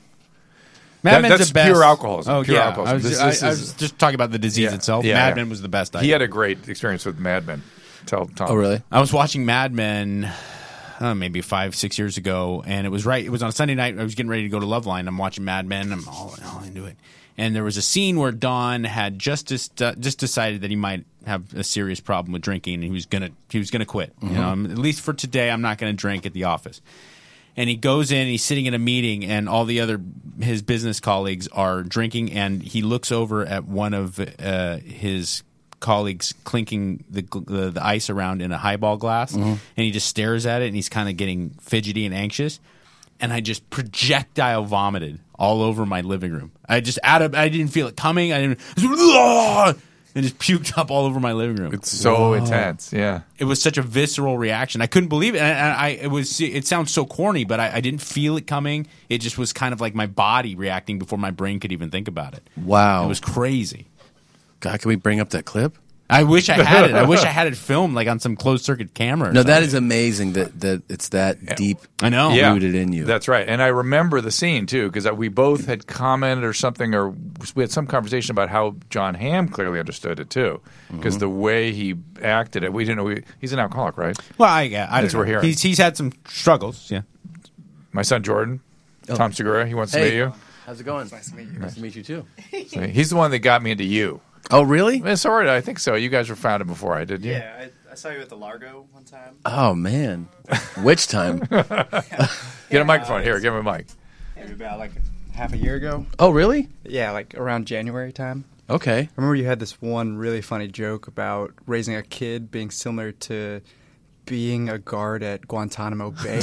[SPEAKER 4] Mad
[SPEAKER 2] That-
[SPEAKER 4] Men's
[SPEAKER 2] that's
[SPEAKER 4] the best.
[SPEAKER 2] pure alcoholism,
[SPEAKER 4] Oh
[SPEAKER 2] pure
[SPEAKER 4] yeah, I
[SPEAKER 2] alcoholism.
[SPEAKER 4] was,
[SPEAKER 2] This-
[SPEAKER 4] I-
[SPEAKER 2] this
[SPEAKER 4] I
[SPEAKER 2] is-
[SPEAKER 4] was just talking about the disease
[SPEAKER 2] Yeah,
[SPEAKER 4] itself.
[SPEAKER 2] yeah,
[SPEAKER 4] Mad
[SPEAKER 2] yeah.
[SPEAKER 4] Men was the best.
[SPEAKER 2] He
[SPEAKER 4] idea.
[SPEAKER 2] had a great experience with Mad Men. Tell Tom.
[SPEAKER 3] oh, really?
[SPEAKER 4] I was watching Mad Men uh, maybe five, six years ago, and it was right. It was on a Sunday night. I was getting ready to go to Loveline. I'm watching Mad Men. I'm all, all into it. And there was a scene where Don had just dis- uh, just decided that he might have a serious problem with drinking, and he was gonna he was gonna quit. You know,
[SPEAKER 2] Mm-hmm.
[SPEAKER 4] I'm- at least for today, I'm not gonna drink at the office. And he goes in, he's sitting in a meeting, and all the other his business colleagues are drinking, and he looks over at one of uh, his colleagues clinking the, gl- the the ice around in a highball glass, and he just stares at it, and he's kind of getting fidgety and anxious. And I just projectile vomited all over my living room. I just out of I didn't feel it coming. I didn't and just puked up all over my living room
[SPEAKER 2] It's so intense. Yeah.
[SPEAKER 4] it was such a visceral reaction. I couldn't believe it. And I, and I it was it sounds so corny, but I, I didn't feel it coming. It just was kind of like my body reacting before my brain could even think about it.
[SPEAKER 3] Wow.
[SPEAKER 4] It was crazy.
[SPEAKER 3] God, can we bring up that clip?
[SPEAKER 4] I wish I had it. I wish I had it filmed like on some closed circuit camera. or
[SPEAKER 3] No, that
[SPEAKER 4] something.
[SPEAKER 3] is amazing that, that it's that deep.
[SPEAKER 4] I know.
[SPEAKER 3] Yeah.
[SPEAKER 4] Yeah.
[SPEAKER 3] rooted in you.
[SPEAKER 2] That's right. And I remember the scene too because we both had commented or something, or we had some conversation about how John Hamm clearly understood it too,
[SPEAKER 3] Mm-hmm.
[SPEAKER 2] because the way he acted it, we didn't know he, he's an alcoholic, right?
[SPEAKER 4] Well, I, yeah, I
[SPEAKER 2] That's
[SPEAKER 4] don't know.
[SPEAKER 2] what we're hearing.
[SPEAKER 4] He's, he's had some struggles. Yeah.
[SPEAKER 2] My son Jordan, Tom Segura, he wants
[SPEAKER 3] Oh. Hey.
[SPEAKER 2] to meet you.
[SPEAKER 3] How's it going? Nice to meet you. Nice to meet you too.
[SPEAKER 2] So he's the one that got me into you.
[SPEAKER 3] Oh, really?
[SPEAKER 2] Eh, Sorry, I think so. You guys were founded before I did. You?
[SPEAKER 6] Yeah, I, I saw you at the Largo one time.
[SPEAKER 3] Oh man, which time?
[SPEAKER 2] Get a microphone here. Give him a mic.
[SPEAKER 6] Maybe about like half a year ago.
[SPEAKER 3] Oh, really?
[SPEAKER 6] Yeah, like around January time.
[SPEAKER 3] Okay.
[SPEAKER 6] I remember you had this one really funny joke about raising a kid being similar to being a guard at Guantanamo Bay.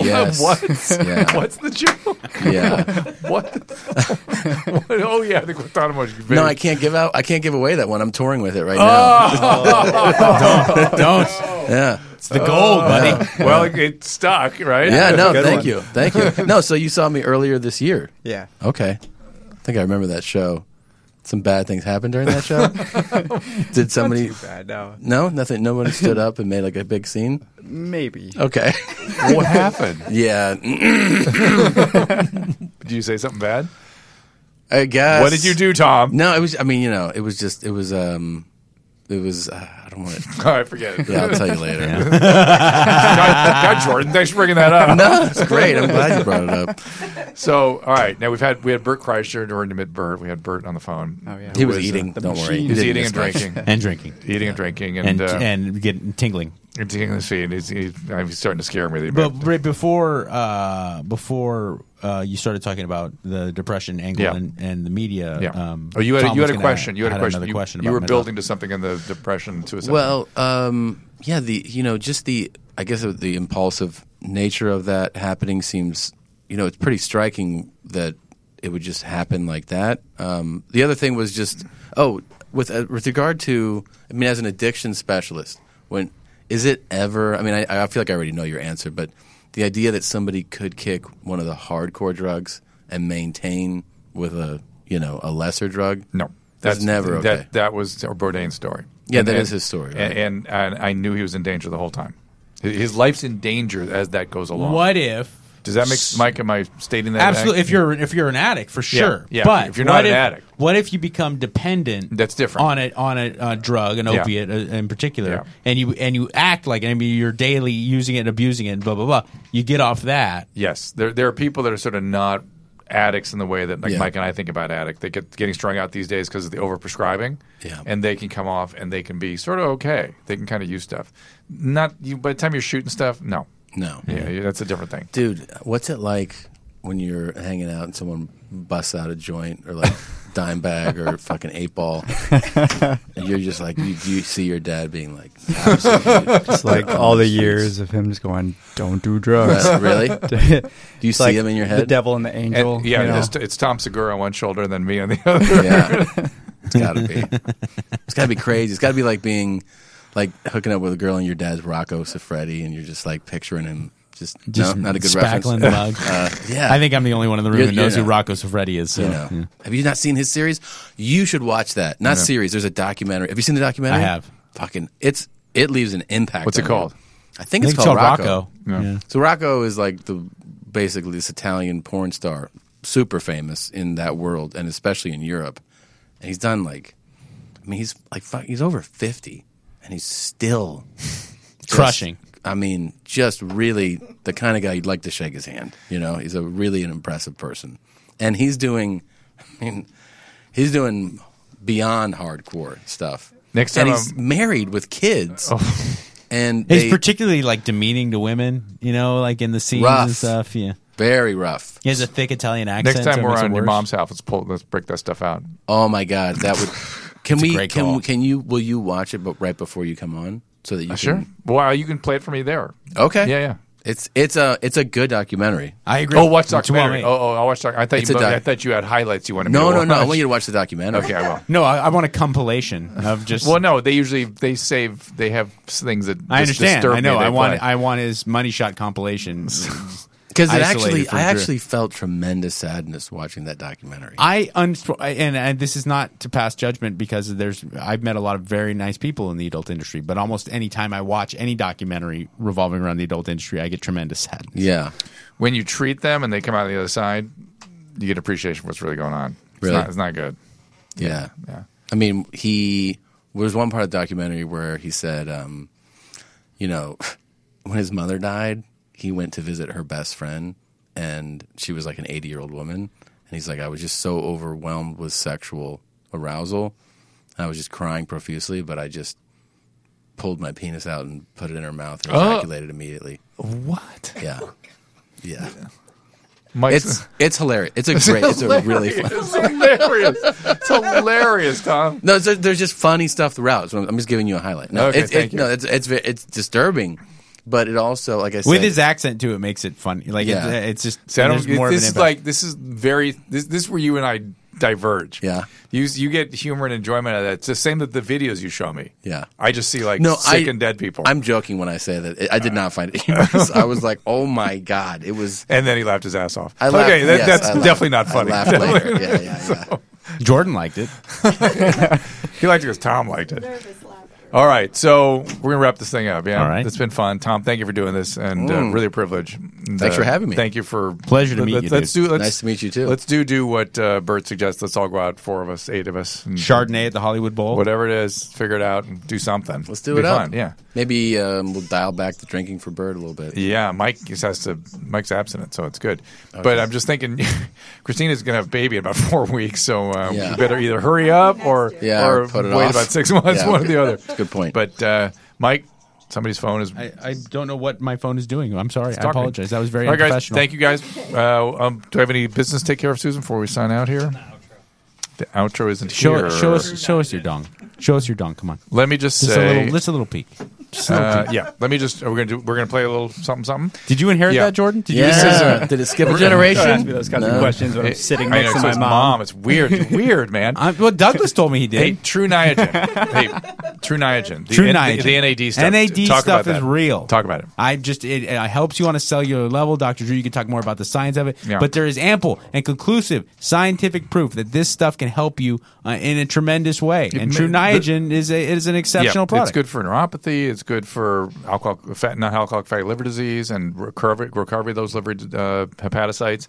[SPEAKER 3] Yes.
[SPEAKER 2] What?
[SPEAKER 3] Yeah.
[SPEAKER 2] What's the joke?
[SPEAKER 3] Yeah.
[SPEAKER 2] What? what? Oh yeah, the Guantanamo.
[SPEAKER 3] No, I can't give out. I can't give away that one. I'm touring with it right
[SPEAKER 2] Oh!
[SPEAKER 4] Don't.
[SPEAKER 3] now. Yeah.
[SPEAKER 4] It's
[SPEAKER 6] Oh,
[SPEAKER 4] the goal, buddy.
[SPEAKER 2] Well, it, it stuck, right?
[SPEAKER 3] Oh, Yeah. No.
[SPEAKER 6] Good
[SPEAKER 3] Thank
[SPEAKER 6] one.
[SPEAKER 3] you. Thank you. No. So you saw me earlier this year.
[SPEAKER 6] yeah.
[SPEAKER 3] Okay. I think I remember that show. Some bad things happened during that show. Did somebody?
[SPEAKER 6] Too bad. No.
[SPEAKER 3] No, nothing. Nobody stood up and made like a big scene.
[SPEAKER 6] Maybe.
[SPEAKER 3] Okay.
[SPEAKER 2] What happened?
[SPEAKER 3] Yeah.
[SPEAKER 2] Did you say something bad?
[SPEAKER 3] I guess.
[SPEAKER 2] What did you do, Tom?
[SPEAKER 3] Uh, No, it was. I mean, you know, it was just. It was. Um. It was. Uh, I don't want to.
[SPEAKER 2] All right, forget it.
[SPEAKER 3] Yeah, I'll tell you later.
[SPEAKER 2] God, God, Jordan, thanks for bringing that up.
[SPEAKER 3] No, it's great. I'm glad you brought it up.
[SPEAKER 2] So, all right, now we've had we had Bert Kreischer during the mid Bert. We had Bert on the phone.
[SPEAKER 6] Oh yeah.
[SPEAKER 3] He was,
[SPEAKER 2] was, uh,
[SPEAKER 3] eating.
[SPEAKER 6] the
[SPEAKER 3] don't worry.
[SPEAKER 6] machine.
[SPEAKER 3] He
[SPEAKER 2] He's
[SPEAKER 3] didn't
[SPEAKER 2] eating
[SPEAKER 3] miss
[SPEAKER 2] and
[SPEAKER 3] much.
[SPEAKER 2] drinking,
[SPEAKER 4] And drinking.
[SPEAKER 2] eating and drinking,
[SPEAKER 4] And
[SPEAKER 2] and, uh,
[SPEAKER 4] and getting tingling.
[SPEAKER 2] and taking his feet. He's, he's, I'm starting to scare him with it.
[SPEAKER 4] But right before uh, before uh, you started talking about the depression angle
[SPEAKER 2] Yeah.
[SPEAKER 4] and, and the media.
[SPEAKER 2] Yeah.
[SPEAKER 4] Um,
[SPEAKER 2] oh, you had a,
[SPEAKER 4] Tom
[SPEAKER 2] you
[SPEAKER 4] was
[SPEAKER 2] had a
[SPEAKER 4] gonna-
[SPEAKER 2] question. You had, a question.
[SPEAKER 4] another
[SPEAKER 2] You,
[SPEAKER 4] question.
[SPEAKER 2] you
[SPEAKER 4] about
[SPEAKER 2] were
[SPEAKER 4] mental-
[SPEAKER 2] building to something in the depression suicide.
[SPEAKER 3] Well, um, yeah, the you know just the I guess uh, the impulsive nature of that happening seems you know it's pretty striking that it would just happen like that. Um, the other thing was just oh with uh, with regard to I mean as an addiction specialist when is it ever I mean I, I feel like I already know your answer but the idea that somebody could kick one of the hardcore drugs and maintain with a you know a lesser drug
[SPEAKER 2] no,
[SPEAKER 3] that's, never okay.
[SPEAKER 2] That that was Bourdain's story.
[SPEAKER 3] Yeah,
[SPEAKER 2] that
[SPEAKER 3] that
[SPEAKER 2] is
[SPEAKER 3] is his story, right?
[SPEAKER 2] And, and and I knew he was in danger the whole time. His- His life's in danger as that goes along.
[SPEAKER 4] What if?
[SPEAKER 2] does that make Mike? Am I stating that
[SPEAKER 4] Absolutely. If
[SPEAKER 2] accurately?
[SPEAKER 4] you're if you're an addict for
[SPEAKER 2] Yeah,
[SPEAKER 4] sure,
[SPEAKER 2] yeah,
[SPEAKER 4] But
[SPEAKER 2] if you're not
[SPEAKER 4] what
[SPEAKER 2] an
[SPEAKER 4] if-
[SPEAKER 2] addict.
[SPEAKER 4] what if you become dependent?
[SPEAKER 2] That's different.
[SPEAKER 4] on it on a uh, drug, an
[SPEAKER 2] Yeah.
[SPEAKER 4] opiate uh, in particular,
[SPEAKER 2] Yeah.
[SPEAKER 4] and you and you act like I mean you're daily using it and abusing it, and blah blah blah. You get off that.
[SPEAKER 2] Yes, there there are people that are sort of not addicts in the way that like
[SPEAKER 3] Yeah.
[SPEAKER 2] Mike and I think about addict. They get getting strung out these days because of the overprescribing.
[SPEAKER 3] Yeah.
[SPEAKER 2] and they can come off and they can be sort of okay. They can kind of use stuff. Not you by the time you're shooting stuff. No,
[SPEAKER 3] no
[SPEAKER 2] yeah, that's a different thing.
[SPEAKER 3] Dude, what's it like when you're hanging out and someone busts out a joint or like dime bag or fucking eight ball, and you're just like, you, you see your dad being like,
[SPEAKER 10] It's
[SPEAKER 3] Oh,
[SPEAKER 10] like all the years of him just going, "Don't do drugs."
[SPEAKER 3] really? Do you see
[SPEAKER 10] It's like
[SPEAKER 3] him in your
[SPEAKER 10] The
[SPEAKER 3] head?
[SPEAKER 10] devil and the angel.
[SPEAKER 2] And, yeah,
[SPEAKER 10] you know?
[SPEAKER 2] it's, it's Tom Segura on one shoulder and then me on the other.
[SPEAKER 3] Yeah, it's gotta be. It's gotta be crazy. It's gotta be like being like hooking up with a girl and your dad's Rocco Siffredi, and you're just like picturing him. Just,
[SPEAKER 4] Just
[SPEAKER 3] no, not a good
[SPEAKER 4] spackling
[SPEAKER 3] reference.
[SPEAKER 4] the mug.
[SPEAKER 3] Uh, yeah,
[SPEAKER 4] I think I'm the only one in the room
[SPEAKER 3] You're-
[SPEAKER 4] who knows
[SPEAKER 3] you're
[SPEAKER 4] who
[SPEAKER 3] not.
[SPEAKER 4] Rocco Siffredi is. So.
[SPEAKER 3] You know. Have you not seen his series? You should watch that. Not series. There's a documentary. Have you seen the documentary?
[SPEAKER 4] I have.
[SPEAKER 3] Fucking, it's it leaves an impact.
[SPEAKER 2] What's it
[SPEAKER 3] on you.
[SPEAKER 2] called?
[SPEAKER 3] I think
[SPEAKER 4] I
[SPEAKER 3] it's
[SPEAKER 4] think it's called
[SPEAKER 3] called, Rocco.
[SPEAKER 4] Rocco.
[SPEAKER 3] So Rocco is like the basically this Italian porn star, super famous in that world and especially in Europe. And he's done like, I mean, he's like fuck, he's over fifty, and he's still just-
[SPEAKER 4] Crushing.
[SPEAKER 3] I mean, just really the kind of guy you'd like to shake his hand. You know, he's a really an impressive person, and he's doing. I mean, he's doing beyond hardcore stuff.
[SPEAKER 2] Next
[SPEAKER 3] and
[SPEAKER 2] time Oh.
[SPEAKER 3] he's married with kids, and
[SPEAKER 4] It's
[SPEAKER 3] they,
[SPEAKER 4] particularly like demeaning to women, you know, like in the scenes
[SPEAKER 3] Rough.
[SPEAKER 4] and stuff. Yeah,
[SPEAKER 3] very rough.
[SPEAKER 4] he has a thick Italian accent.
[SPEAKER 2] Next
[SPEAKER 4] so
[SPEAKER 2] time
[SPEAKER 4] it
[SPEAKER 2] we're
[SPEAKER 4] makes it
[SPEAKER 2] on your
[SPEAKER 4] worse.
[SPEAKER 2] mom's house, let's pull let's break that stuff out.
[SPEAKER 3] Oh my god, that would. Can we?
[SPEAKER 4] great
[SPEAKER 3] Can
[SPEAKER 4] call.
[SPEAKER 3] can you? Will you watch it? But right before you come on, so that you
[SPEAKER 2] Uh, Sure.
[SPEAKER 3] can-
[SPEAKER 2] Wow, you can play it for me there.
[SPEAKER 3] Okay.
[SPEAKER 2] Yeah, yeah.
[SPEAKER 3] It's it's a it's a good documentary.
[SPEAKER 4] I agree.
[SPEAKER 2] Oh, watch
[SPEAKER 4] That's what I
[SPEAKER 2] documentary.
[SPEAKER 4] mean.
[SPEAKER 2] Oh, oh, I watched. Doc- I thought
[SPEAKER 3] It's
[SPEAKER 2] you.
[SPEAKER 3] a doc-
[SPEAKER 2] I thought you had highlights you wanted. me
[SPEAKER 3] No,
[SPEAKER 2] to
[SPEAKER 3] no, no. I
[SPEAKER 2] watch.
[SPEAKER 3] want you to watch the documentary.
[SPEAKER 2] Okay, I will.
[SPEAKER 4] No, I, I want a compilation of just.
[SPEAKER 2] Well, no, they usually they save they have s- things that
[SPEAKER 4] I
[SPEAKER 2] dis-
[SPEAKER 4] understand.
[SPEAKER 2] Disturb
[SPEAKER 4] I know. I
[SPEAKER 2] Me they
[SPEAKER 4] want.
[SPEAKER 2] play.
[SPEAKER 4] I want his money shot compilation.
[SPEAKER 3] Because it
[SPEAKER 4] Isolated
[SPEAKER 3] actually,
[SPEAKER 4] from
[SPEAKER 3] I
[SPEAKER 4] Drew.
[SPEAKER 3] actually felt tremendous sadness watching that documentary.
[SPEAKER 4] I un- and, and this is not to pass judgment because there's I've met a lot of very nice people in the adult industry, but almost any time I watch any documentary revolving around the adult industry, I get tremendous sadness.
[SPEAKER 3] yeah,
[SPEAKER 2] when you treat them and they come out the other side, you get appreciation for what's really going on. It's
[SPEAKER 3] Really?
[SPEAKER 2] not, it's not good.
[SPEAKER 3] yeah,
[SPEAKER 2] Yeah.
[SPEAKER 3] I mean, he there's one part of the documentary where he said, um, you know, when his mother died, he went to visit her best friend, and she was like an 80 year old woman, and he's like, I was just so overwhelmed with sexual arousal, I was just crying profusely, but I just pulled my penis out and put it in her mouth and ejaculated immediately.
[SPEAKER 4] What?
[SPEAKER 3] Yeah, yeah.
[SPEAKER 2] Mike's,
[SPEAKER 3] It's it's hilarious. It's a great. It's a really fun.
[SPEAKER 2] it's hilarious. It's hilarious, Tom.
[SPEAKER 3] No, there's, there's just funny stuff throughout. So I'm just giving you a highlight. No,
[SPEAKER 2] Okay,
[SPEAKER 3] it's,
[SPEAKER 2] thank
[SPEAKER 3] it,
[SPEAKER 2] you.
[SPEAKER 3] no, it's it's ve- it's disturbing, but it also, like I said,
[SPEAKER 4] With his accent too, it makes it funny. Like
[SPEAKER 3] Yeah.
[SPEAKER 4] it's, it's just
[SPEAKER 2] See, I don't,
[SPEAKER 4] there's more
[SPEAKER 2] this
[SPEAKER 4] of an
[SPEAKER 2] is
[SPEAKER 4] impact.
[SPEAKER 2] like this is very this this is where you and I diverge.
[SPEAKER 3] Yeah.
[SPEAKER 2] you you get humor and enjoyment out of that. It's the same that the videos you show me.
[SPEAKER 3] Yeah.
[SPEAKER 2] I just see like
[SPEAKER 3] no,
[SPEAKER 2] sick
[SPEAKER 3] I,
[SPEAKER 2] and dead people.
[SPEAKER 3] I'm joking when I say that. I- I did not find it humorous. I was like, oh my god, it was.
[SPEAKER 2] and then he laughed his ass off.
[SPEAKER 3] I laughed,
[SPEAKER 2] okay, that,
[SPEAKER 3] yes, I
[SPEAKER 2] that's
[SPEAKER 3] laughed.
[SPEAKER 2] definitely not
[SPEAKER 3] I
[SPEAKER 2] funny.
[SPEAKER 3] laughed later. Yeah, yeah, yeah.
[SPEAKER 4] Jordan liked it.
[SPEAKER 2] He liked it because Tom liked it. All right, so we're gonna wrap this thing up. Yeah,
[SPEAKER 4] All right.
[SPEAKER 2] it's been fun, Tom. Thank you for doing this, and uh, really a privilege. And,
[SPEAKER 3] Mm. Thanks
[SPEAKER 2] uh,
[SPEAKER 3] for having me.
[SPEAKER 2] Thank you for
[SPEAKER 4] Pleasure to meet
[SPEAKER 2] let's,
[SPEAKER 4] you,
[SPEAKER 2] Let's do. Let's,
[SPEAKER 3] Nice to meet you, too.
[SPEAKER 2] Let's do do what uh, Bert suggests. Let's all go out, four of us, eight of us, and
[SPEAKER 4] Chardonnay at the Hollywood Bowl.
[SPEAKER 2] whatever it is, figure it out and do something.
[SPEAKER 3] Let's do
[SPEAKER 2] Be
[SPEAKER 3] it
[SPEAKER 2] fun,
[SPEAKER 3] up.
[SPEAKER 2] Yeah,
[SPEAKER 3] maybe um, we'll dial back the drinking for Bird a little bit.
[SPEAKER 2] yeah. Mike just has to. Mike's abstinent, so it's good.
[SPEAKER 3] Oh,
[SPEAKER 2] But I'm just thinking, Christina's gonna have a baby in about four weeks, so uh,
[SPEAKER 3] Yeah.
[SPEAKER 2] we better either hurry up or
[SPEAKER 3] Yeah,
[SPEAKER 2] or
[SPEAKER 3] put it
[SPEAKER 2] wait
[SPEAKER 3] off.
[SPEAKER 2] about six months,
[SPEAKER 3] Yeah.
[SPEAKER 2] one or the other.
[SPEAKER 3] Good point.
[SPEAKER 2] But uh, Mike, Somebody's phone is.
[SPEAKER 4] I, I don't know what my phone is doing. I'm sorry.
[SPEAKER 2] It's
[SPEAKER 4] I
[SPEAKER 2] talking.
[SPEAKER 4] apologize. That was very
[SPEAKER 2] All right, guys.
[SPEAKER 4] unprofessional.
[SPEAKER 2] Thank you, guys. Uh, um, do I have any business to take care of, Susan, before we sign out here? The outro isn't
[SPEAKER 4] Show
[SPEAKER 2] here.
[SPEAKER 4] show us show us your dong. Show us your dong. Come on.
[SPEAKER 2] Let me just
[SPEAKER 4] Just a
[SPEAKER 2] say,
[SPEAKER 4] little- just a little peek. Just a little
[SPEAKER 2] Uh,
[SPEAKER 4] peek.
[SPEAKER 2] yeah, let me just. We're gonna do. We're gonna play a little something, something.
[SPEAKER 4] Did you inherit that, Jordan? Did you-
[SPEAKER 2] This
[SPEAKER 4] Yeah.
[SPEAKER 2] is a-
[SPEAKER 4] Did it skip
[SPEAKER 2] We're
[SPEAKER 4] a
[SPEAKER 2] gonna-
[SPEAKER 4] generation?
[SPEAKER 2] Don't ask me those kinds of
[SPEAKER 4] No.
[SPEAKER 2] questions when I'm
[SPEAKER 4] It-
[SPEAKER 2] sitting
[SPEAKER 4] I
[SPEAKER 2] next
[SPEAKER 4] know,
[SPEAKER 2] to
[SPEAKER 4] so
[SPEAKER 2] my
[SPEAKER 4] it's
[SPEAKER 2] mom. It's weird, weird, man.
[SPEAKER 4] I'm, well, Douglas told me he did.
[SPEAKER 2] Hey, True Niagen. hey, True Niagen. The,
[SPEAKER 4] True
[SPEAKER 2] N-
[SPEAKER 4] Niagen.
[SPEAKER 2] The, the NAD stuff.
[SPEAKER 4] NAD
[SPEAKER 2] Talk
[SPEAKER 4] stuff
[SPEAKER 2] about
[SPEAKER 4] is
[SPEAKER 2] that.
[SPEAKER 4] real.
[SPEAKER 2] Talk about it.
[SPEAKER 4] I just it, it helps you on a cellular level, Doctor Drew. You can talk more about the science of it,
[SPEAKER 2] Yeah.
[SPEAKER 4] but there is ample and conclusive scientific proof that this stuff can help you uh, in a tremendous way. And
[SPEAKER 2] ma-
[SPEAKER 4] True
[SPEAKER 2] the-
[SPEAKER 4] Niagen is a, is an exceptional
[SPEAKER 2] Yeah,
[SPEAKER 4] product.
[SPEAKER 2] It's good for neuropathy. It's good for alcohol, fat, not alcoholic fatty liver disease and recovery, recovery of those liver uh, hepatocytes.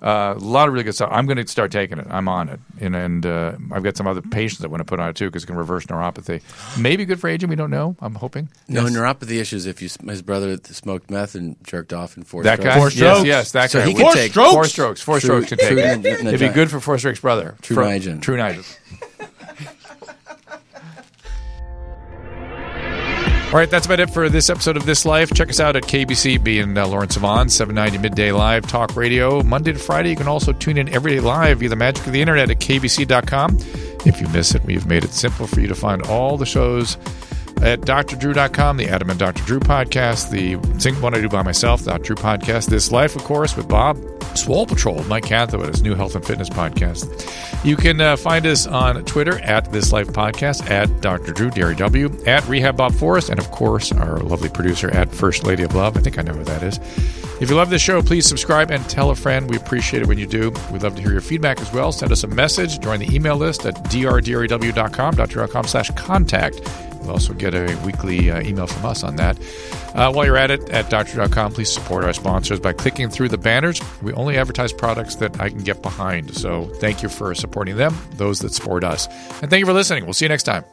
[SPEAKER 2] Uh, a lot of really good stuff. I'm going to start taking it. I'm on it, and, and uh, I've got some other patients that want to put on it too because it can reverse neuropathy. Maybe good for aging. We don't know. I'm hoping.
[SPEAKER 3] No
[SPEAKER 2] Yes.
[SPEAKER 3] neuropathy issues if you s- his brother smoked meth and jerked off in four
[SPEAKER 2] that
[SPEAKER 3] strokes.
[SPEAKER 2] guy. Yes, yes, that
[SPEAKER 3] so
[SPEAKER 2] guy.
[SPEAKER 3] He could take
[SPEAKER 2] Four strokes. Four
[SPEAKER 3] True-
[SPEAKER 2] strokes can take.
[SPEAKER 3] true
[SPEAKER 2] it.
[SPEAKER 3] Niagen-
[SPEAKER 2] It'd be good for four strokes, brother.
[SPEAKER 3] True
[SPEAKER 2] For-
[SPEAKER 3] Niagen.
[SPEAKER 2] True Niagen. All right, that's about it for this episode of This Life. Check us out at KBCB and uh, Lawrence Savon, 790 Midday Live Talk Radio, Monday to Friday. You can also tune in every day live via the magic of the internet at kbc.com. If you miss it, we've made it simple for you to find all the shows at drdrew.com, the Adam and Dr. Drew podcast, the Think One I Do By Myself, Dr. Drew podcast, This Life, of course, with Bob Swole Patrol, Mike Catherwood, his new health and fitness podcast. You can uh, find us on Twitter at This Life Podcast, at Dr. Drew, Derry W, at Rehab Bob Forrest, and of course, our lovely producer at First Lady of Love. I think I know who that is. If you love this show, please subscribe and tell a friend. We appreciate it when you do. We'd love to hear your feedback as well. Send us a message. Join the email list at drdrew.com, dr.com slash contact. You'll also get a weekly uh, email from us on that. Uh, while you're at it, at doctor.com, please support our sponsors by clicking through the banners. We only advertise products that I can get behind. So thank you for supporting them, those that support us. And thank you for listening. We'll see you next time.